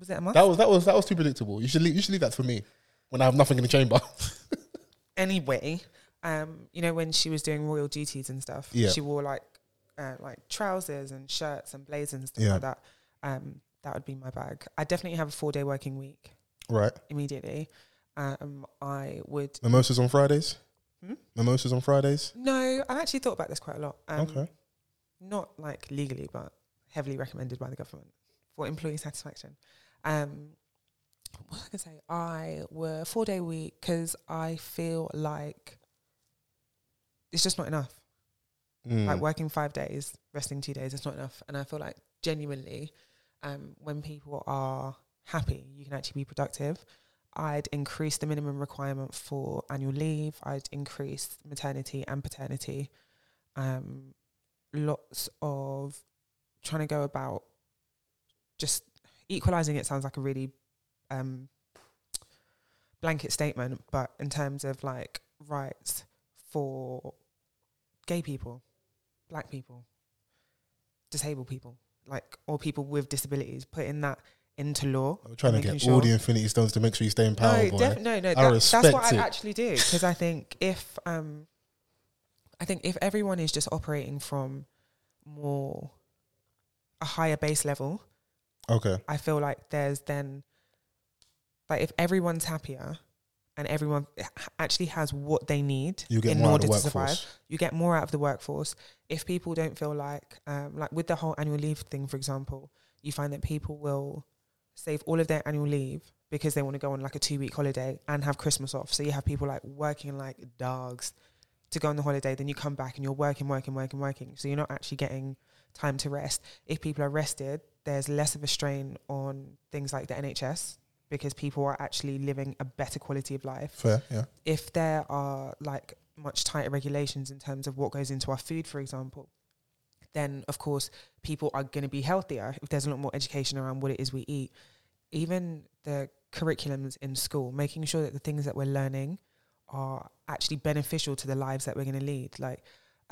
Speaker 6: Was it a month?
Speaker 5: That was that was that was too predictable. You should leave, you should leave that for me when I have nothing in the chamber. *laughs*
Speaker 6: anyway, um, you know when she was doing royal duties and stuff,
Speaker 5: Yeah.
Speaker 6: she wore like uh, like trousers and shirts and blazers and stuff
Speaker 5: Yeah.
Speaker 6: like that. Um, that would be my bag. I definitely have a four day working week
Speaker 5: right.
Speaker 6: immediately. Um, I would hmm?
Speaker 5: Mimosas on Fridays. Mimosas on Fridays.
Speaker 6: no. I've actually thought about this quite a lot. Um,
Speaker 5: Okay.
Speaker 6: Not like legally, but heavily recommended by the government for employee satisfaction. Um, what was I gonna say? I were four day week because I feel like it's just not enough.
Speaker 5: Mm.
Speaker 6: like working five days, resting two days, it's not enough. And I feel like genuinely, um, when people are happy, you can actually be productive. I'd increase the minimum requirement for annual leave. I'd increase maternity and paternity. Um, lots of trying to go about just equalizing. It sounds like a really um, blanket statement, but in terms of like rights for gay people, black people, disabled people, like or people with disabilities, putting that into law.
Speaker 5: I'm trying to
Speaker 6: making
Speaker 5: get
Speaker 6: sure-
Speaker 5: all the Infinity Stones to make sure you stay in power,
Speaker 6: no,
Speaker 5: boy.
Speaker 6: def- no, no,
Speaker 5: I
Speaker 6: that-
Speaker 5: respect
Speaker 6: that's what
Speaker 5: it.
Speaker 6: I actually do because I think if um, I think if everyone is just operating from more a higher base level,
Speaker 5: okay.
Speaker 6: I feel like there's then like if everyone's happier and everyone h- actually has what they need
Speaker 5: You get
Speaker 6: in
Speaker 5: more out of the
Speaker 6: order to survive,
Speaker 5: workforce.
Speaker 6: you get more out of the workforce. If people don't feel like um, like with the whole annual leave thing, for example, you find that people will save all of their annual leave because they want to go on like a two week holiday and have Christmas off. So you have people like working like dogs to go on the holiday, then you come back and you're working, working, working, working. So you're not actually getting time to rest. If people are rested, there's less of a strain on things like the NHS because people are actually living a better quality of life
Speaker 5: Fair. Yeah.
Speaker 6: if there are like much tighter regulations in terms of what goes into our food, for example, then of course people are going to be healthier if there's a lot more education around what it is we eat. Even the curriculums in school, making sure that the things that we're learning are actually beneficial to the lives that we're going to lead. Like,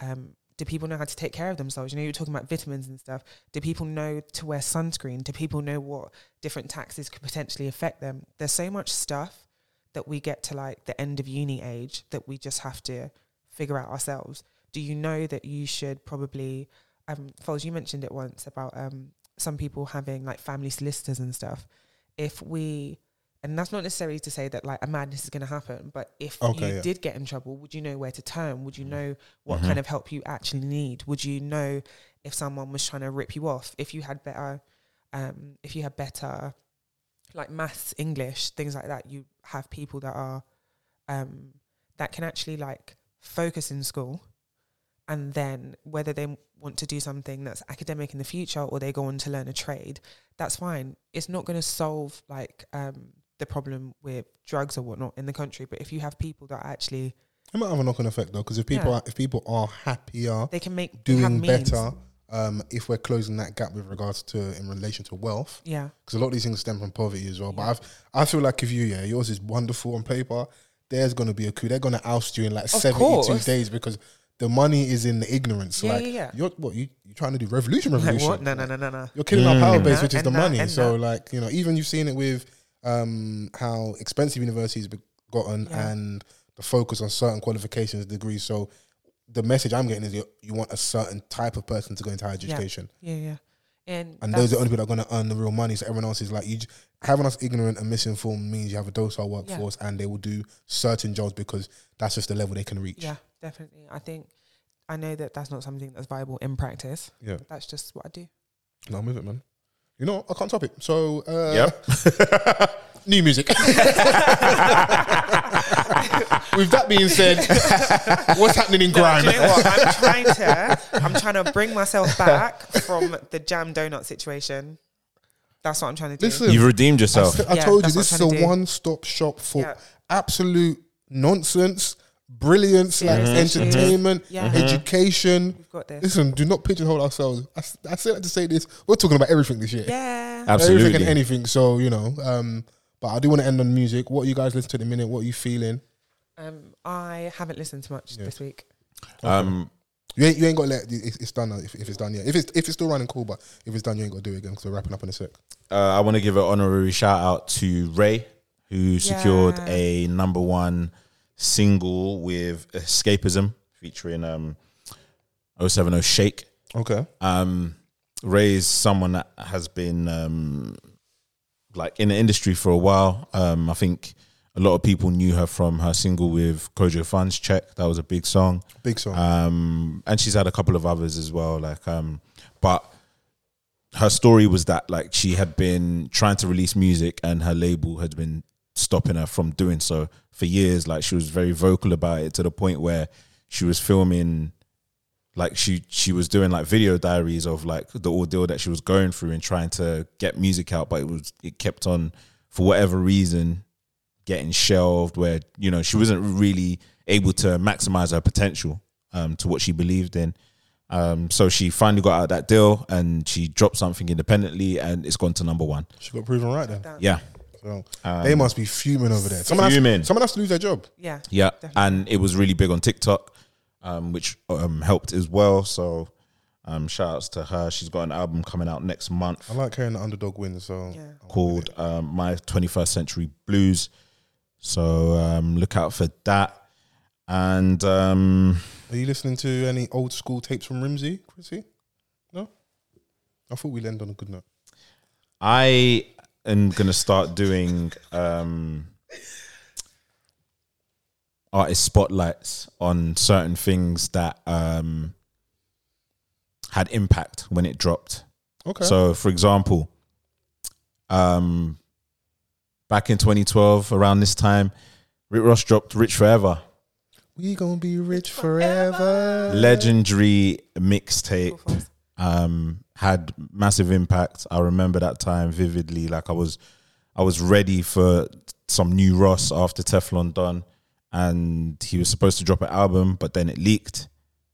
Speaker 6: um, do people know how to take care of themselves? You know, you're talking about vitamins and stuff. Do people know to wear sunscreen? Do people know what different taxes could potentially affect them? There's so much stuff that we get to like the end of uni age that we just have to figure out ourselves. Do you know that you should probably, um, Foles, you mentioned it once about um, some people having like family solicitors and stuff. If we, and that's not necessarily to say that like a madness is going to happen, but if
Speaker 5: Okay,
Speaker 6: you
Speaker 5: yeah. Mm-hmm.
Speaker 6: did get in trouble, would you know where to turn? Would you know what kind of help you actually need? Would you know if someone was trying to rip you off? If you had better, um, if you had better like maths, English, things like that, you have people that are um, that can actually like focus in school, and then whether they want to do something that's academic in the future or they go on to learn a trade, that's fine. It's not going to solve like um, the problem with drugs or whatnot in the country, but if you have people that actually
Speaker 5: It might have a knock on effect though, because if people
Speaker 6: Yeah.
Speaker 5: are, if people are happier,
Speaker 6: they can make have
Speaker 5: doing
Speaker 6: means.
Speaker 5: better. Um, if we're closing that gap with regards to in relation to wealth,
Speaker 6: yeah,
Speaker 5: because a lot of these things stem from poverty as well. But I've, I feel like if you, yeah, yours is wonderful on paper. there's going to be a coup. They're going to oust you in like
Speaker 6: Of
Speaker 5: 72
Speaker 6: course.
Speaker 5: days because the money is in the ignorance.
Speaker 6: Yeah,
Speaker 5: like,
Speaker 6: yeah, yeah.
Speaker 5: You're, what, you, you're trying to do revolution,
Speaker 6: *laughs* Like,
Speaker 5: revolution.
Speaker 6: what? No, no, no, no, no.
Speaker 5: You're killing our power
Speaker 6: Mm.
Speaker 5: base, which is
Speaker 6: And
Speaker 5: the
Speaker 6: that,
Speaker 5: money.
Speaker 6: and
Speaker 5: so,
Speaker 6: that.
Speaker 5: like, you know, even you've seen it with um, how expensive universities have gotten
Speaker 6: Yeah.
Speaker 5: and the focus on certain qualifications, degrees. So, the message I'm getting is you, you want a certain type of person to go into higher
Speaker 6: Yeah.
Speaker 5: education.
Speaker 6: Yeah, yeah. And,
Speaker 5: And those are the
Speaker 6: that's-
Speaker 5: only people that are going to earn the real money. So everyone else is like, you j- having us ignorant and misinformed means you have a docile workforce, and they will do certain jobs because that's just the level they can reach.
Speaker 6: Yeah, definitely. I think I know that that's not something that's viable in practice.
Speaker 5: Yeah.
Speaker 6: but that's just what I do.
Speaker 5: No, move it, man. You know, I can't top it. So, uh,
Speaker 4: Yep.
Speaker 5: *laughs* new music. With that being said, what's happening in
Speaker 6: No, do you know
Speaker 5: grime? *laughs*
Speaker 6: what? I'm trying to I'm trying to bring myself back from the jam donut situation. That's what I'm trying to do.
Speaker 4: *laughs*
Speaker 5: Listen,
Speaker 4: You've redeemed
Speaker 5: I,
Speaker 4: yourself.
Speaker 5: st- I
Speaker 6: Yeah,
Speaker 5: told you
Speaker 6: that's what
Speaker 5: this is
Speaker 6: I'm
Speaker 5: a
Speaker 6: trying to do.
Speaker 5: one-stop shop for
Speaker 6: Yeah.
Speaker 5: absolute nonsense, brilliance, like
Speaker 6: Serious issues.
Speaker 5: entertainment,
Speaker 6: Yeah. Mhm.
Speaker 5: education.
Speaker 6: We've got this.
Speaker 5: Listen, do not pigeonhole ourselves. I, s- I say that to say this. We're talking about everything this year.
Speaker 6: Yeah.
Speaker 4: Absolutely.
Speaker 5: Everything and anything. So, you know, um, but I do want to end on music. What are you guys listening to at the minute? What are you feeling?
Speaker 6: Um, I haven't listened to much this week.
Speaker 4: Um,
Speaker 5: You ain't, you ain't got to let it's, it's done now, if, if it's done yet. If it's if it's still running, cool. But if it's done, you ain't got to do it again because we're wrapping up in a sec.
Speaker 4: uh, I want to give an honorary shout out to Ray, who secured
Speaker 6: Yeah.
Speaker 4: a number one single with Escapism featuring um, 070 Shake.
Speaker 5: Okay.
Speaker 4: um, Ray is someone that has been um, like in the industry for a while. Um, I think a lot of people knew her from her single with Kojo Funds Check. That was a big song.
Speaker 5: Big song.
Speaker 4: Um, and she's had a couple of others as well. Like, um, but her story was that like she had been trying to release music and her label had been stopping her from doing so for years. Like she was very vocal about it to the point where she was filming like she she was doing like video diaries of like the ordeal that she was going through and trying to get music out, but it was it kept on for whatever reason getting shelved where you know she wasn't really able to maximize her potential um, to what she believed in um, so she finally got out that deal and she dropped something independently and it's gone to number one
Speaker 5: she got proven right then.
Speaker 4: yeah
Speaker 5: So they must be Um, fuming over there. Someone
Speaker 4: fuming.
Speaker 5: Has, someone has to lose their job.
Speaker 6: Yeah.
Speaker 4: yeah and it was really big on tiktok um, which um, helped as well so um, shout outs to her she's got an album coming out next month
Speaker 5: I like hearing the underdog win. So
Speaker 6: Yeah.
Speaker 4: called um, My 21st Century Blues. So um, look out for that. And um,
Speaker 5: are you listening to any old school tapes from Rimsey, Chrissy? No. I thought we'd end on a good note.
Speaker 4: I am going to start doing um, artist spotlights on certain things that um, had impact when it dropped.
Speaker 5: Okay.
Speaker 4: So, for example, um, back in 2012, around this time, Rick Ross dropped Rich Forever.
Speaker 5: we gonna be rich forever.
Speaker 4: legendary mixtape
Speaker 6: Cool folks.
Speaker 4: um had massive impact i remember that time vividly like i was i was ready for some new ross after teflon done and he was supposed to drop an album but then it leaked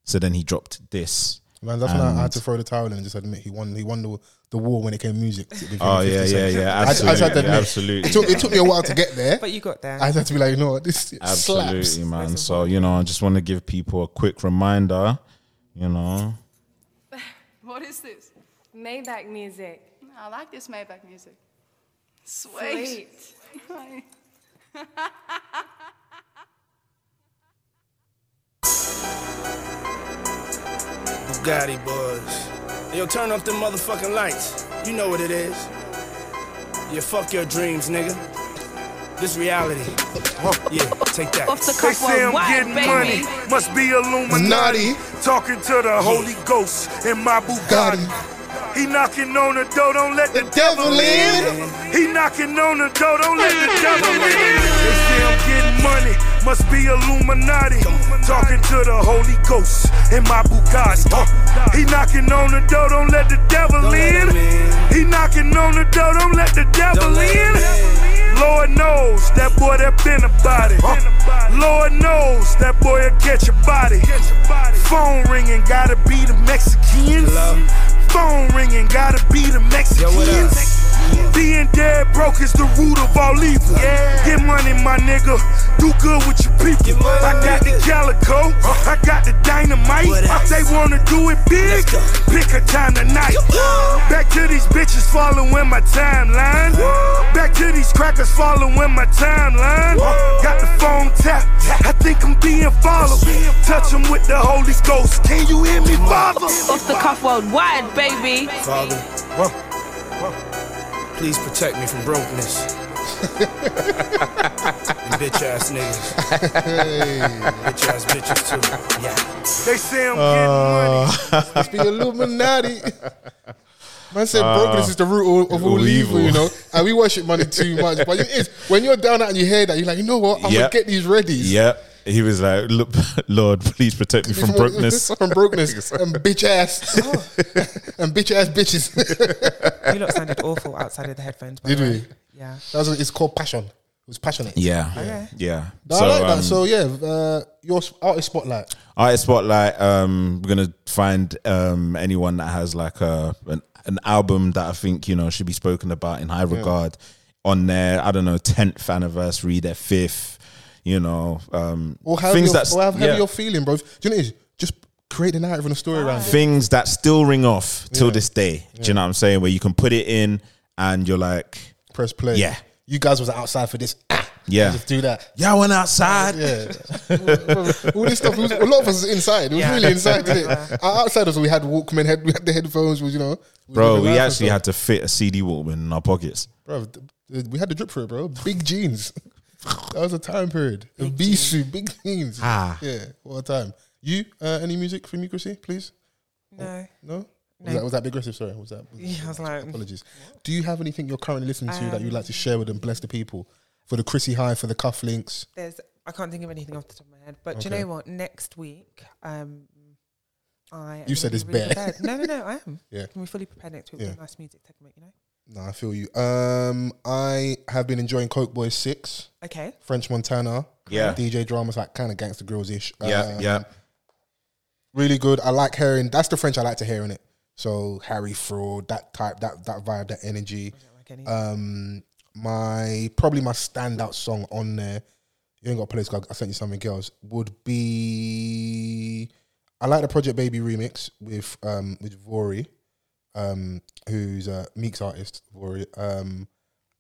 Speaker 4: so then he dropped this
Speaker 5: Man, that's when I- I had
Speaker 4: And-
Speaker 5: to throw the towel in and just admit he won. He won the, the war when it came music. It became
Speaker 4: oh
Speaker 5: 50
Speaker 4: yeah yeah
Speaker 5: cent.
Speaker 4: yeah
Speaker 5: I just-
Speaker 4: absolutely
Speaker 5: I just had to admit.
Speaker 4: absolutely
Speaker 5: It took, it took me a while to get there.
Speaker 6: But you got there.
Speaker 5: I just had to be like, you know what, this
Speaker 4: absolutely
Speaker 5: slaps.
Speaker 4: man so you know i just want to give people a quick reminder you know
Speaker 11: What is this? Maybach music. I like this Maybach music. Sweet.
Speaker 3: Bugatti boys. Yo, turn up the motherfucking lights. You know what it is. Yeah, fuck your dreams, nigga. This *laughs* reality. Yeah, take that.
Speaker 2: Off the cuff worldwide, baby.
Speaker 3: money. Must be Illuminati.
Speaker 5: Naughty.
Speaker 3: Talking to the Holy Ghost in my Bugatti. He knocking on the door, don't let the,
Speaker 5: devil in.
Speaker 3: He knocking on the door, don't let the devil *laughs* in. They say I'm getting money, must be Illuminati. Talking to the Holy Ghost in my Bugatti. Uh, He knocking on the door, don't let the devil in. He knocking on the door, don't let the devil in. Lord knows that boy that been about it. Lord knows that boy will get your body. Phone ringing, gotta be the Mexicans. Phone ringing, gotta be the Mexicans. Being dead broke is the root of all evil. Get money, my nigga. Do good with your people. I got the calico. I got the dynamite. They wanna do it big. Pick a time tonight. Back to these bitches following my timeline. Back to these crackers following my timeline. Got the phone tapped. I think I'm being followed. Touch 'em with the Holy Ghost. Can you hear me, Father?
Speaker 7: Off the cuff worldwide, baby.
Speaker 9: Father, please protect me from brokenness. and bitch ass niggas. bitch ass bitches too. Yeah.
Speaker 3: They say I'm
Speaker 4: Uh,
Speaker 5: Must be Illuminati. Man said
Speaker 4: Ah.
Speaker 5: brokenness is the root of, of all
Speaker 4: All
Speaker 5: evil,
Speaker 4: evil.
Speaker 5: you know. And we worship money too much. But it is when you're down and you hear that, you're like, you know what? *laughs* I'm
Speaker 4: Yep.
Speaker 5: gonna get these ready.
Speaker 4: Yeah. He was like, "Look, *laughs* Lord, please protect me from brokenness.
Speaker 5: *laughs* from
Speaker 4: *laughs*
Speaker 5: brokenness and bitch ass and bitch ass bitches.
Speaker 6: You lot sounded awful outside of the headphones. By
Speaker 5: Did
Speaker 6: the
Speaker 5: we?
Speaker 6: way. Yeah.
Speaker 5: That was, it's called passion. It was passionate.
Speaker 4: Yeah.
Speaker 5: Yeah.
Speaker 4: Yeah.
Speaker 5: No, I like
Speaker 4: um,
Speaker 5: that. So yeah, uh, your s- artist spotlight.
Speaker 4: Artist spotlight. Um, we're gonna find um anyone that has like a an, an album that I think you know should be spoken about in high
Speaker 5: Yeah.
Speaker 4: regard on their I don't know tenth anniversary, their fifth. You know, um,
Speaker 5: Or however,
Speaker 4: things
Speaker 5: you're,
Speaker 4: that's
Speaker 5: or however
Speaker 4: yeah.
Speaker 5: you're feeling, bro. Do you know what it is? Just create a narrative and a story around it.
Speaker 4: things that still ring off till
Speaker 5: Yeah.
Speaker 4: this day. Do
Speaker 5: Yeah.
Speaker 4: you know what I'm saying? Where you can put it in and you're like,
Speaker 5: Press play.
Speaker 4: Yeah.
Speaker 5: You guys was outside for this. Ah,
Speaker 4: Yeah.
Speaker 5: Just do that.
Speaker 4: Yeah, I went outside.
Speaker 5: Yeah. *laughs* All this stuff. it was- a lot of us was inside. It was
Speaker 4: Yeah.
Speaker 5: really inside, didn't it? Our outsiders, we had Walkman head. We had the headphones. We, you know.
Speaker 4: bro,
Speaker 5: did the
Speaker 4: we
Speaker 5: live and
Speaker 4: actually
Speaker 5: stuff.
Speaker 4: had to fit a CD Walkman in our pockets.
Speaker 5: Bro, th- th- we had the drip for it, bro. Big jeans. *laughs* That was a time period. A B suit, big jeans.
Speaker 4: Ah.
Speaker 5: Yeah, what a time. You, uh, any music from you, Chrissy, please?
Speaker 6: No.
Speaker 5: No?
Speaker 6: No.
Speaker 5: Oh. Was, that, was that big aggressive? Sorry, was that? was-
Speaker 6: Yeah, I was like-
Speaker 5: Apologies. Do you have anything you're currently listening to that you'd
Speaker 6: Um,
Speaker 5: like to share with them? Bless the people. For the Chrissy High, for the cufflinks.
Speaker 6: There's I can't think of anything off the top of my head. But do
Speaker 5: Okay.
Speaker 6: you know what? Next week, um, I
Speaker 5: You
Speaker 6: am
Speaker 5: said
Speaker 6: gonna
Speaker 5: it's
Speaker 6: be really
Speaker 5: bare.
Speaker 6: prepared. No, no, no, I am.
Speaker 5: *laughs* Yeah.
Speaker 6: Can we fully prepare next week
Speaker 5: Yeah.
Speaker 6: with nice music segment? You know.
Speaker 5: No, I feel you. Um, I have been enjoying Coke Boys 6.
Speaker 6: Okay.
Speaker 5: French Montana.
Speaker 4: Yeah.
Speaker 5: DJ dramas, like kind of gangster Um, girls ish.
Speaker 4: Yeah, yeah.
Speaker 5: really good. I like hearing that's the French I like to hear in it. So Harry Fraud, that type, that that vibe, that energy. um, my probably my standout song on there. You ain't got a place. I sent you something else. Would be I like the Project Baby remix with um with Vori, um who's uh, Meek's artist Vori, um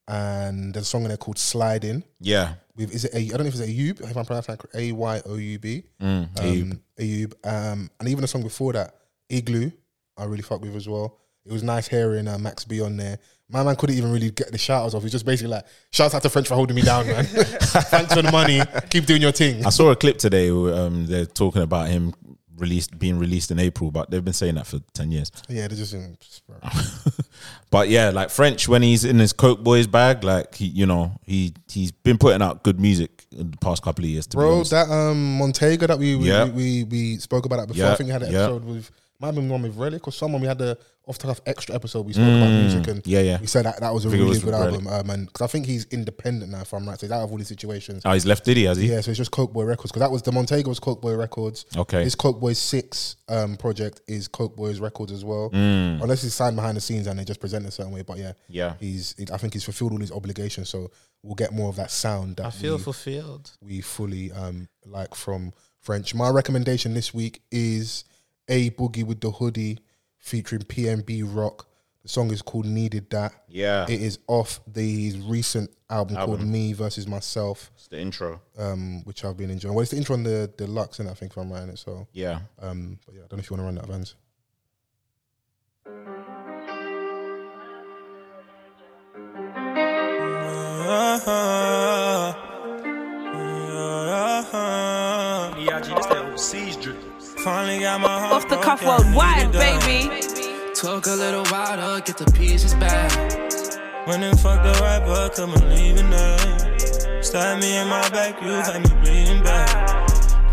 Speaker 5: and there's a song in there called Slide In.
Speaker 4: Yeah.
Speaker 5: With is it a I don't know if it's Ayub if I'm pronouncing that A Y O U B.
Speaker 4: Mm,
Speaker 5: Um, Ayub. Um, and even the song before that, Igloo, I really fuck with as well. It was nice hearing uh, Max B on there. My man couldn't even really get the shout outs off. He's just basically like, shouts out to French for holding me
Speaker 4: *laughs*
Speaker 5: down, man. Thanks for the money. Keep doing your thing.
Speaker 4: I saw a clip today. Where, um, they're talking about him released being released in April, but they've been saying that for ten years.
Speaker 5: Yeah, they're just in.
Speaker 4: But yeah, like French when he's in his Coke Boys bag, like he, you know, he he's been putting out good music in the past couple of years. To be
Speaker 5: Bro,
Speaker 4: honest.
Speaker 5: that um Montego that we we,
Speaker 4: Yeah.
Speaker 5: we, we we spoke about that before. I
Speaker 4: Yeah,
Speaker 5: think we had an
Speaker 4: yeah.
Speaker 5: episode with might have been one with Relic or someone. We had the off the cuff extra episode. We spoke about
Speaker 4: Mm,
Speaker 5: music and
Speaker 4: yeah, yeah.
Speaker 5: We said that that was a
Speaker 4: I think it
Speaker 5: really
Speaker 4: was
Speaker 5: good
Speaker 4: with
Speaker 5: album. Um, and because I think he's independent now, if I'm right, so he's out of all these situations.
Speaker 4: Oh, he's left Diddy, has he?
Speaker 5: Yeah, so it's just Coke Boy Records because that was the Montego was Coke Boy Records.
Speaker 4: Okay.
Speaker 5: his Coke Boy Six um project is Coke Boys Records as well.
Speaker 4: Mm.
Speaker 5: Unless he's signed behind the scenes and they just present a certain way, but yeah,
Speaker 4: Yeah.
Speaker 5: he's. I think he's fulfilled all his obligations, so we'll get more of that sound. That
Speaker 9: I feel
Speaker 5: we-
Speaker 9: fulfilled.
Speaker 5: we fully um like from French. My recommendation this week is A Boogie with the Hoodie featuring PMB Rock. The song is called Needed That.
Speaker 4: Yeah.
Speaker 5: It is off the recent album, called
Speaker 4: Album.
Speaker 5: Me versus Myself. It's
Speaker 4: the intro.
Speaker 5: Um, which I've been enjoying. Well, it's the intro on the deluxe, and I think if I'm right in it. So
Speaker 4: Yeah.
Speaker 5: Um, but yeah, I don't know if you want to run that Vans.
Speaker 7: E
Speaker 3: Finally got my heart
Speaker 7: Off the cuff
Speaker 3: broken,
Speaker 7: worldwide,
Speaker 3: needed a-
Speaker 7: baby.
Speaker 9: Took a little while to get the pieces back.
Speaker 3: When it fucked the right but come and leave it now. Stab me in my back, you got me bleeding back.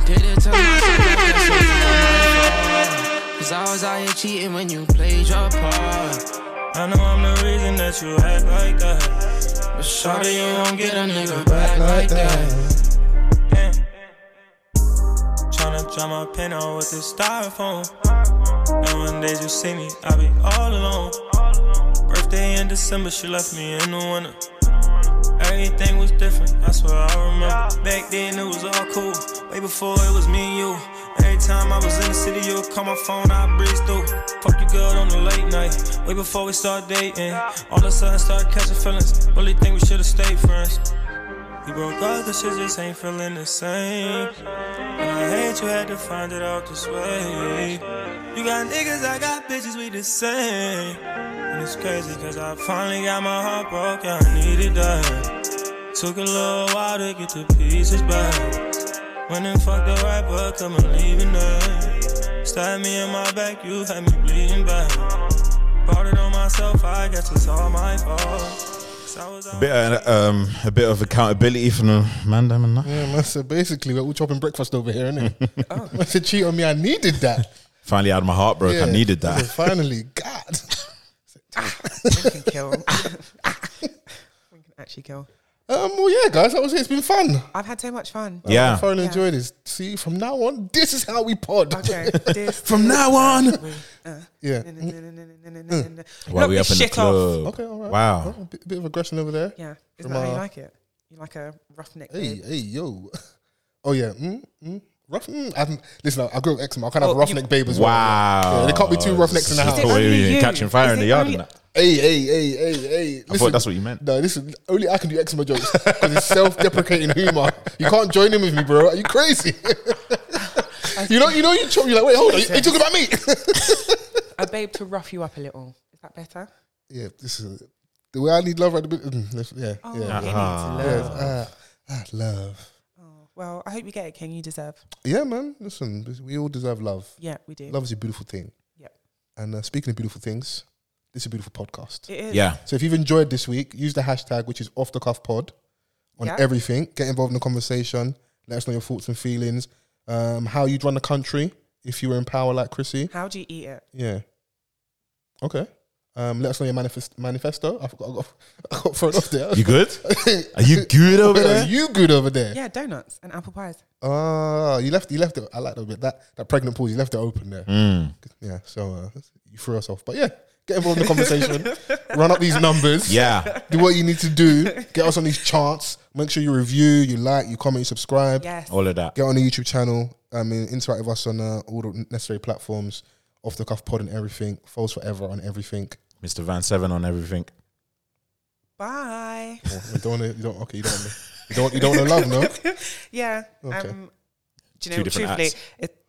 Speaker 9: Did it to myself, that's so funny. Cause I was out here cheating when you played your part.
Speaker 3: I know I'm the reason that you act like that. But shawty, you won't get a nigga back like that. Tryna draw my pen out with this styrofoam. Nowadays you see me, I be all alone. Birthday birthday in December, she left me in the winter. Everything was different, that's what I remember. Back then it was all cool, way before it was me and you. Every time I was in the city, you would call my phone, I breeze through. Fuck you good on the late night, way before we start dating. All of a sudden, started catching feelings. Really think we should've stayed friends. We broke up, this shit just ain't feeling the same. And I hate you had to find it out this way. You got niggas, I got bitches, we the same. And it's crazy, cause I finally got my heart broke, yeah, I needed that. Took a little while to get the pieces back. Went and fucked the right, but come and leaving that. Stabbed me in my back, you had me bleeding back. Brought it on myself, I guess it's all my fault. 'Cause I was
Speaker 4: A bit, of, um, a bit of accountability from the man, damn, and that.
Speaker 5: Yeah, man. So basically, we're all chopping breakfast over here, isn't it? *laughs* oh. I said, cheat on me. I needed that.
Speaker 4: Finally, out of my heart broke. I
Speaker 5: Yeah.
Speaker 4: needed
Speaker 5: I said,
Speaker 4: that.
Speaker 5: *laughs* finally, God.
Speaker 6: we can kill. *laughs* we can actually kill.
Speaker 5: Um, well, yeah, guys, that was it. It's been fun. Um,
Speaker 6: I've had so much fun.
Speaker 5: I thoroughly enjoyed this. See, from now on, this is how we pod.
Speaker 6: Okay. *laughs* This
Speaker 5: *laughs* from
Speaker 6: is
Speaker 5: now
Speaker 6: how
Speaker 5: on.
Speaker 6: *laughs* we- uh,
Speaker 5: Yeah.
Speaker 4: Why
Speaker 6: Knock
Speaker 4: we
Speaker 6: this
Speaker 4: up in the
Speaker 6: shit off.
Speaker 4: club?
Speaker 5: Okay, all right.
Speaker 4: Wow.
Speaker 5: All right, a bit, bit of aggression over there.
Speaker 6: Yeah. Is
Speaker 5: From,
Speaker 6: that how you
Speaker 5: uh,
Speaker 6: like it? You like a roughneck?
Speaker 5: Hey,
Speaker 6: beard?
Speaker 5: hey, yo. *laughs* Oh, yeah. Mm, mm. Rough, mm, I'm, listen, I grew up eczema. I can't have a
Speaker 6: Oh,
Speaker 5: roughneck
Speaker 6: you-
Speaker 5: babe as well.
Speaker 4: Wow.
Speaker 5: Yeah, there can't be two
Speaker 4: It's
Speaker 5: roughnecks in the
Speaker 4: just
Speaker 5: house.
Speaker 4: the way Is it you only catching you? fire in Is the it yard only- and that.
Speaker 5: Hey, hey, hey, hey, hey.
Speaker 4: I
Speaker 5: Listen,
Speaker 4: thought that's what you meant.
Speaker 5: No, listen, only I can do eczema jokes because it's self deprecating humor. You can't join in with me, bro. Are you crazy? you know, you know, you chop, you're like, wait, hold on, you, you talking about me? *laughs*
Speaker 6: a babe to rough you up a little. Is that better?
Speaker 5: yeah, this is the way I need love right at the bit. Yeah,
Speaker 6: Oh,
Speaker 5: yeah.
Speaker 6: you need to Uh-huh. love.
Speaker 5: Yes, ah, ah, love.
Speaker 6: Oh, Well, I hope you get it, King. You deserve.
Speaker 5: Yeah, man. Listen, we all deserve love.
Speaker 6: Yeah, we do.
Speaker 5: Love is a beautiful thing.
Speaker 6: Yep.
Speaker 5: And uh, speaking of beautiful things, this is a beautiful podcast.
Speaker 6: It is.
Speaker 4: Yeah.
Speaker 5: So if you've enjoyed this week, use the hashtag which is off the cuff pod on
Speaker 6: Yeah.
Speaker 5: everything. Get involved in the conversation. Let us know your thoughts and feelings. Um, how you'd run the country if you were in power like Chrissy.
Speaker 6: How do you eat it?
Speaker 5: Yeah. Okay. Um, let us know your manifest- manifesto. I've got, *laughs* I got, I got thrown off there.
Speaker 4: You
Speaker 5: *laughs*
Speaker 4: good? Are you good over
Speaker 5: Are
Speaker 4: there?
Speaker 5: you good over there?
Speaker 6: Yeah, donuts and apple pies.
Speaker 5: Oh, you left. You left it. I like that bit. That that pregnant pause. You left it open there.
Speaker 4: *laughs* Mm.
Speaker 5: Yeah. So uh, you threw us off. But yeah, get involved in the conversation. *laughs* run up these numbers.
Speaker 4: Yeah.
Speaker 5: Do what you need to do. Get us on these charts. Make sure you review, you like, you comment, you subscribe.
Speaker 6: Yes.
Speaker 4: All of that.
Speaker 5: Get on the YouTube channel. I mean, interact with us on uh, all the necessary platforms. Off the cuff pod and everything. Falls forever on everything.
Speaker 4: Mr. Van Seven on everything.
Speaker 6: Bye.
Speaker 5: Oh, we don't. Wanna, you don't. Okay. You don't. Wanna, you don't. You don't wanna
Speaker 6: *laughs*
Speaker 5: love no.
Speaker 6: Yeah.
Speaker 5: Okay.
Speaker 6: Um,
Speaker 4: Two
Speaker 6: do you know,
Speaker 4: different
Speaker 6: truthfully,
Speaker 4: acts.
Speaker 6: it,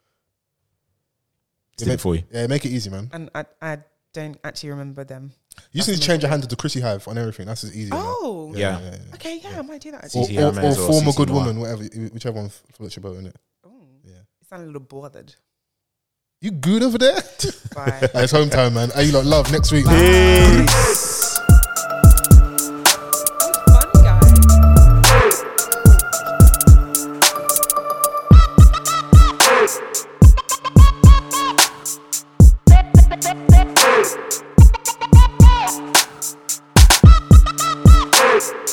Speaker 4: Did it for you.
Speaker 5: Yeah. Make it easy, man.
Speaker 6: and I, I don't actually remember them.
Speaker 5: You just need to change your hand to the Chrissy Hive on everything. That's as easy. man.
Speaker 6: Oh.
Speaker 4: Yeah.
Speaker 6: Okay, yeah, I might do that.
Speaker 5: Or,
Speaker 6: Actually.
Speaker 4: CCR
Speaker 5: or,
Speaker 4: man
Speaker 5: or
Speaker 4: as well,
Speaker 5: former
Speaker 4: CC
Speaker 5: good
Speaker 4: Noir.
Speaker 5: woman, whatever, whichever one floats your boat, innit?
Speaker 6: You sound a little bothered.
Speaker 5: You good over there? *laughs*
Speaker 6: Bye.
Speaker 5: it's home time, man. Are you lot love next week?
Speaker 9: Hey!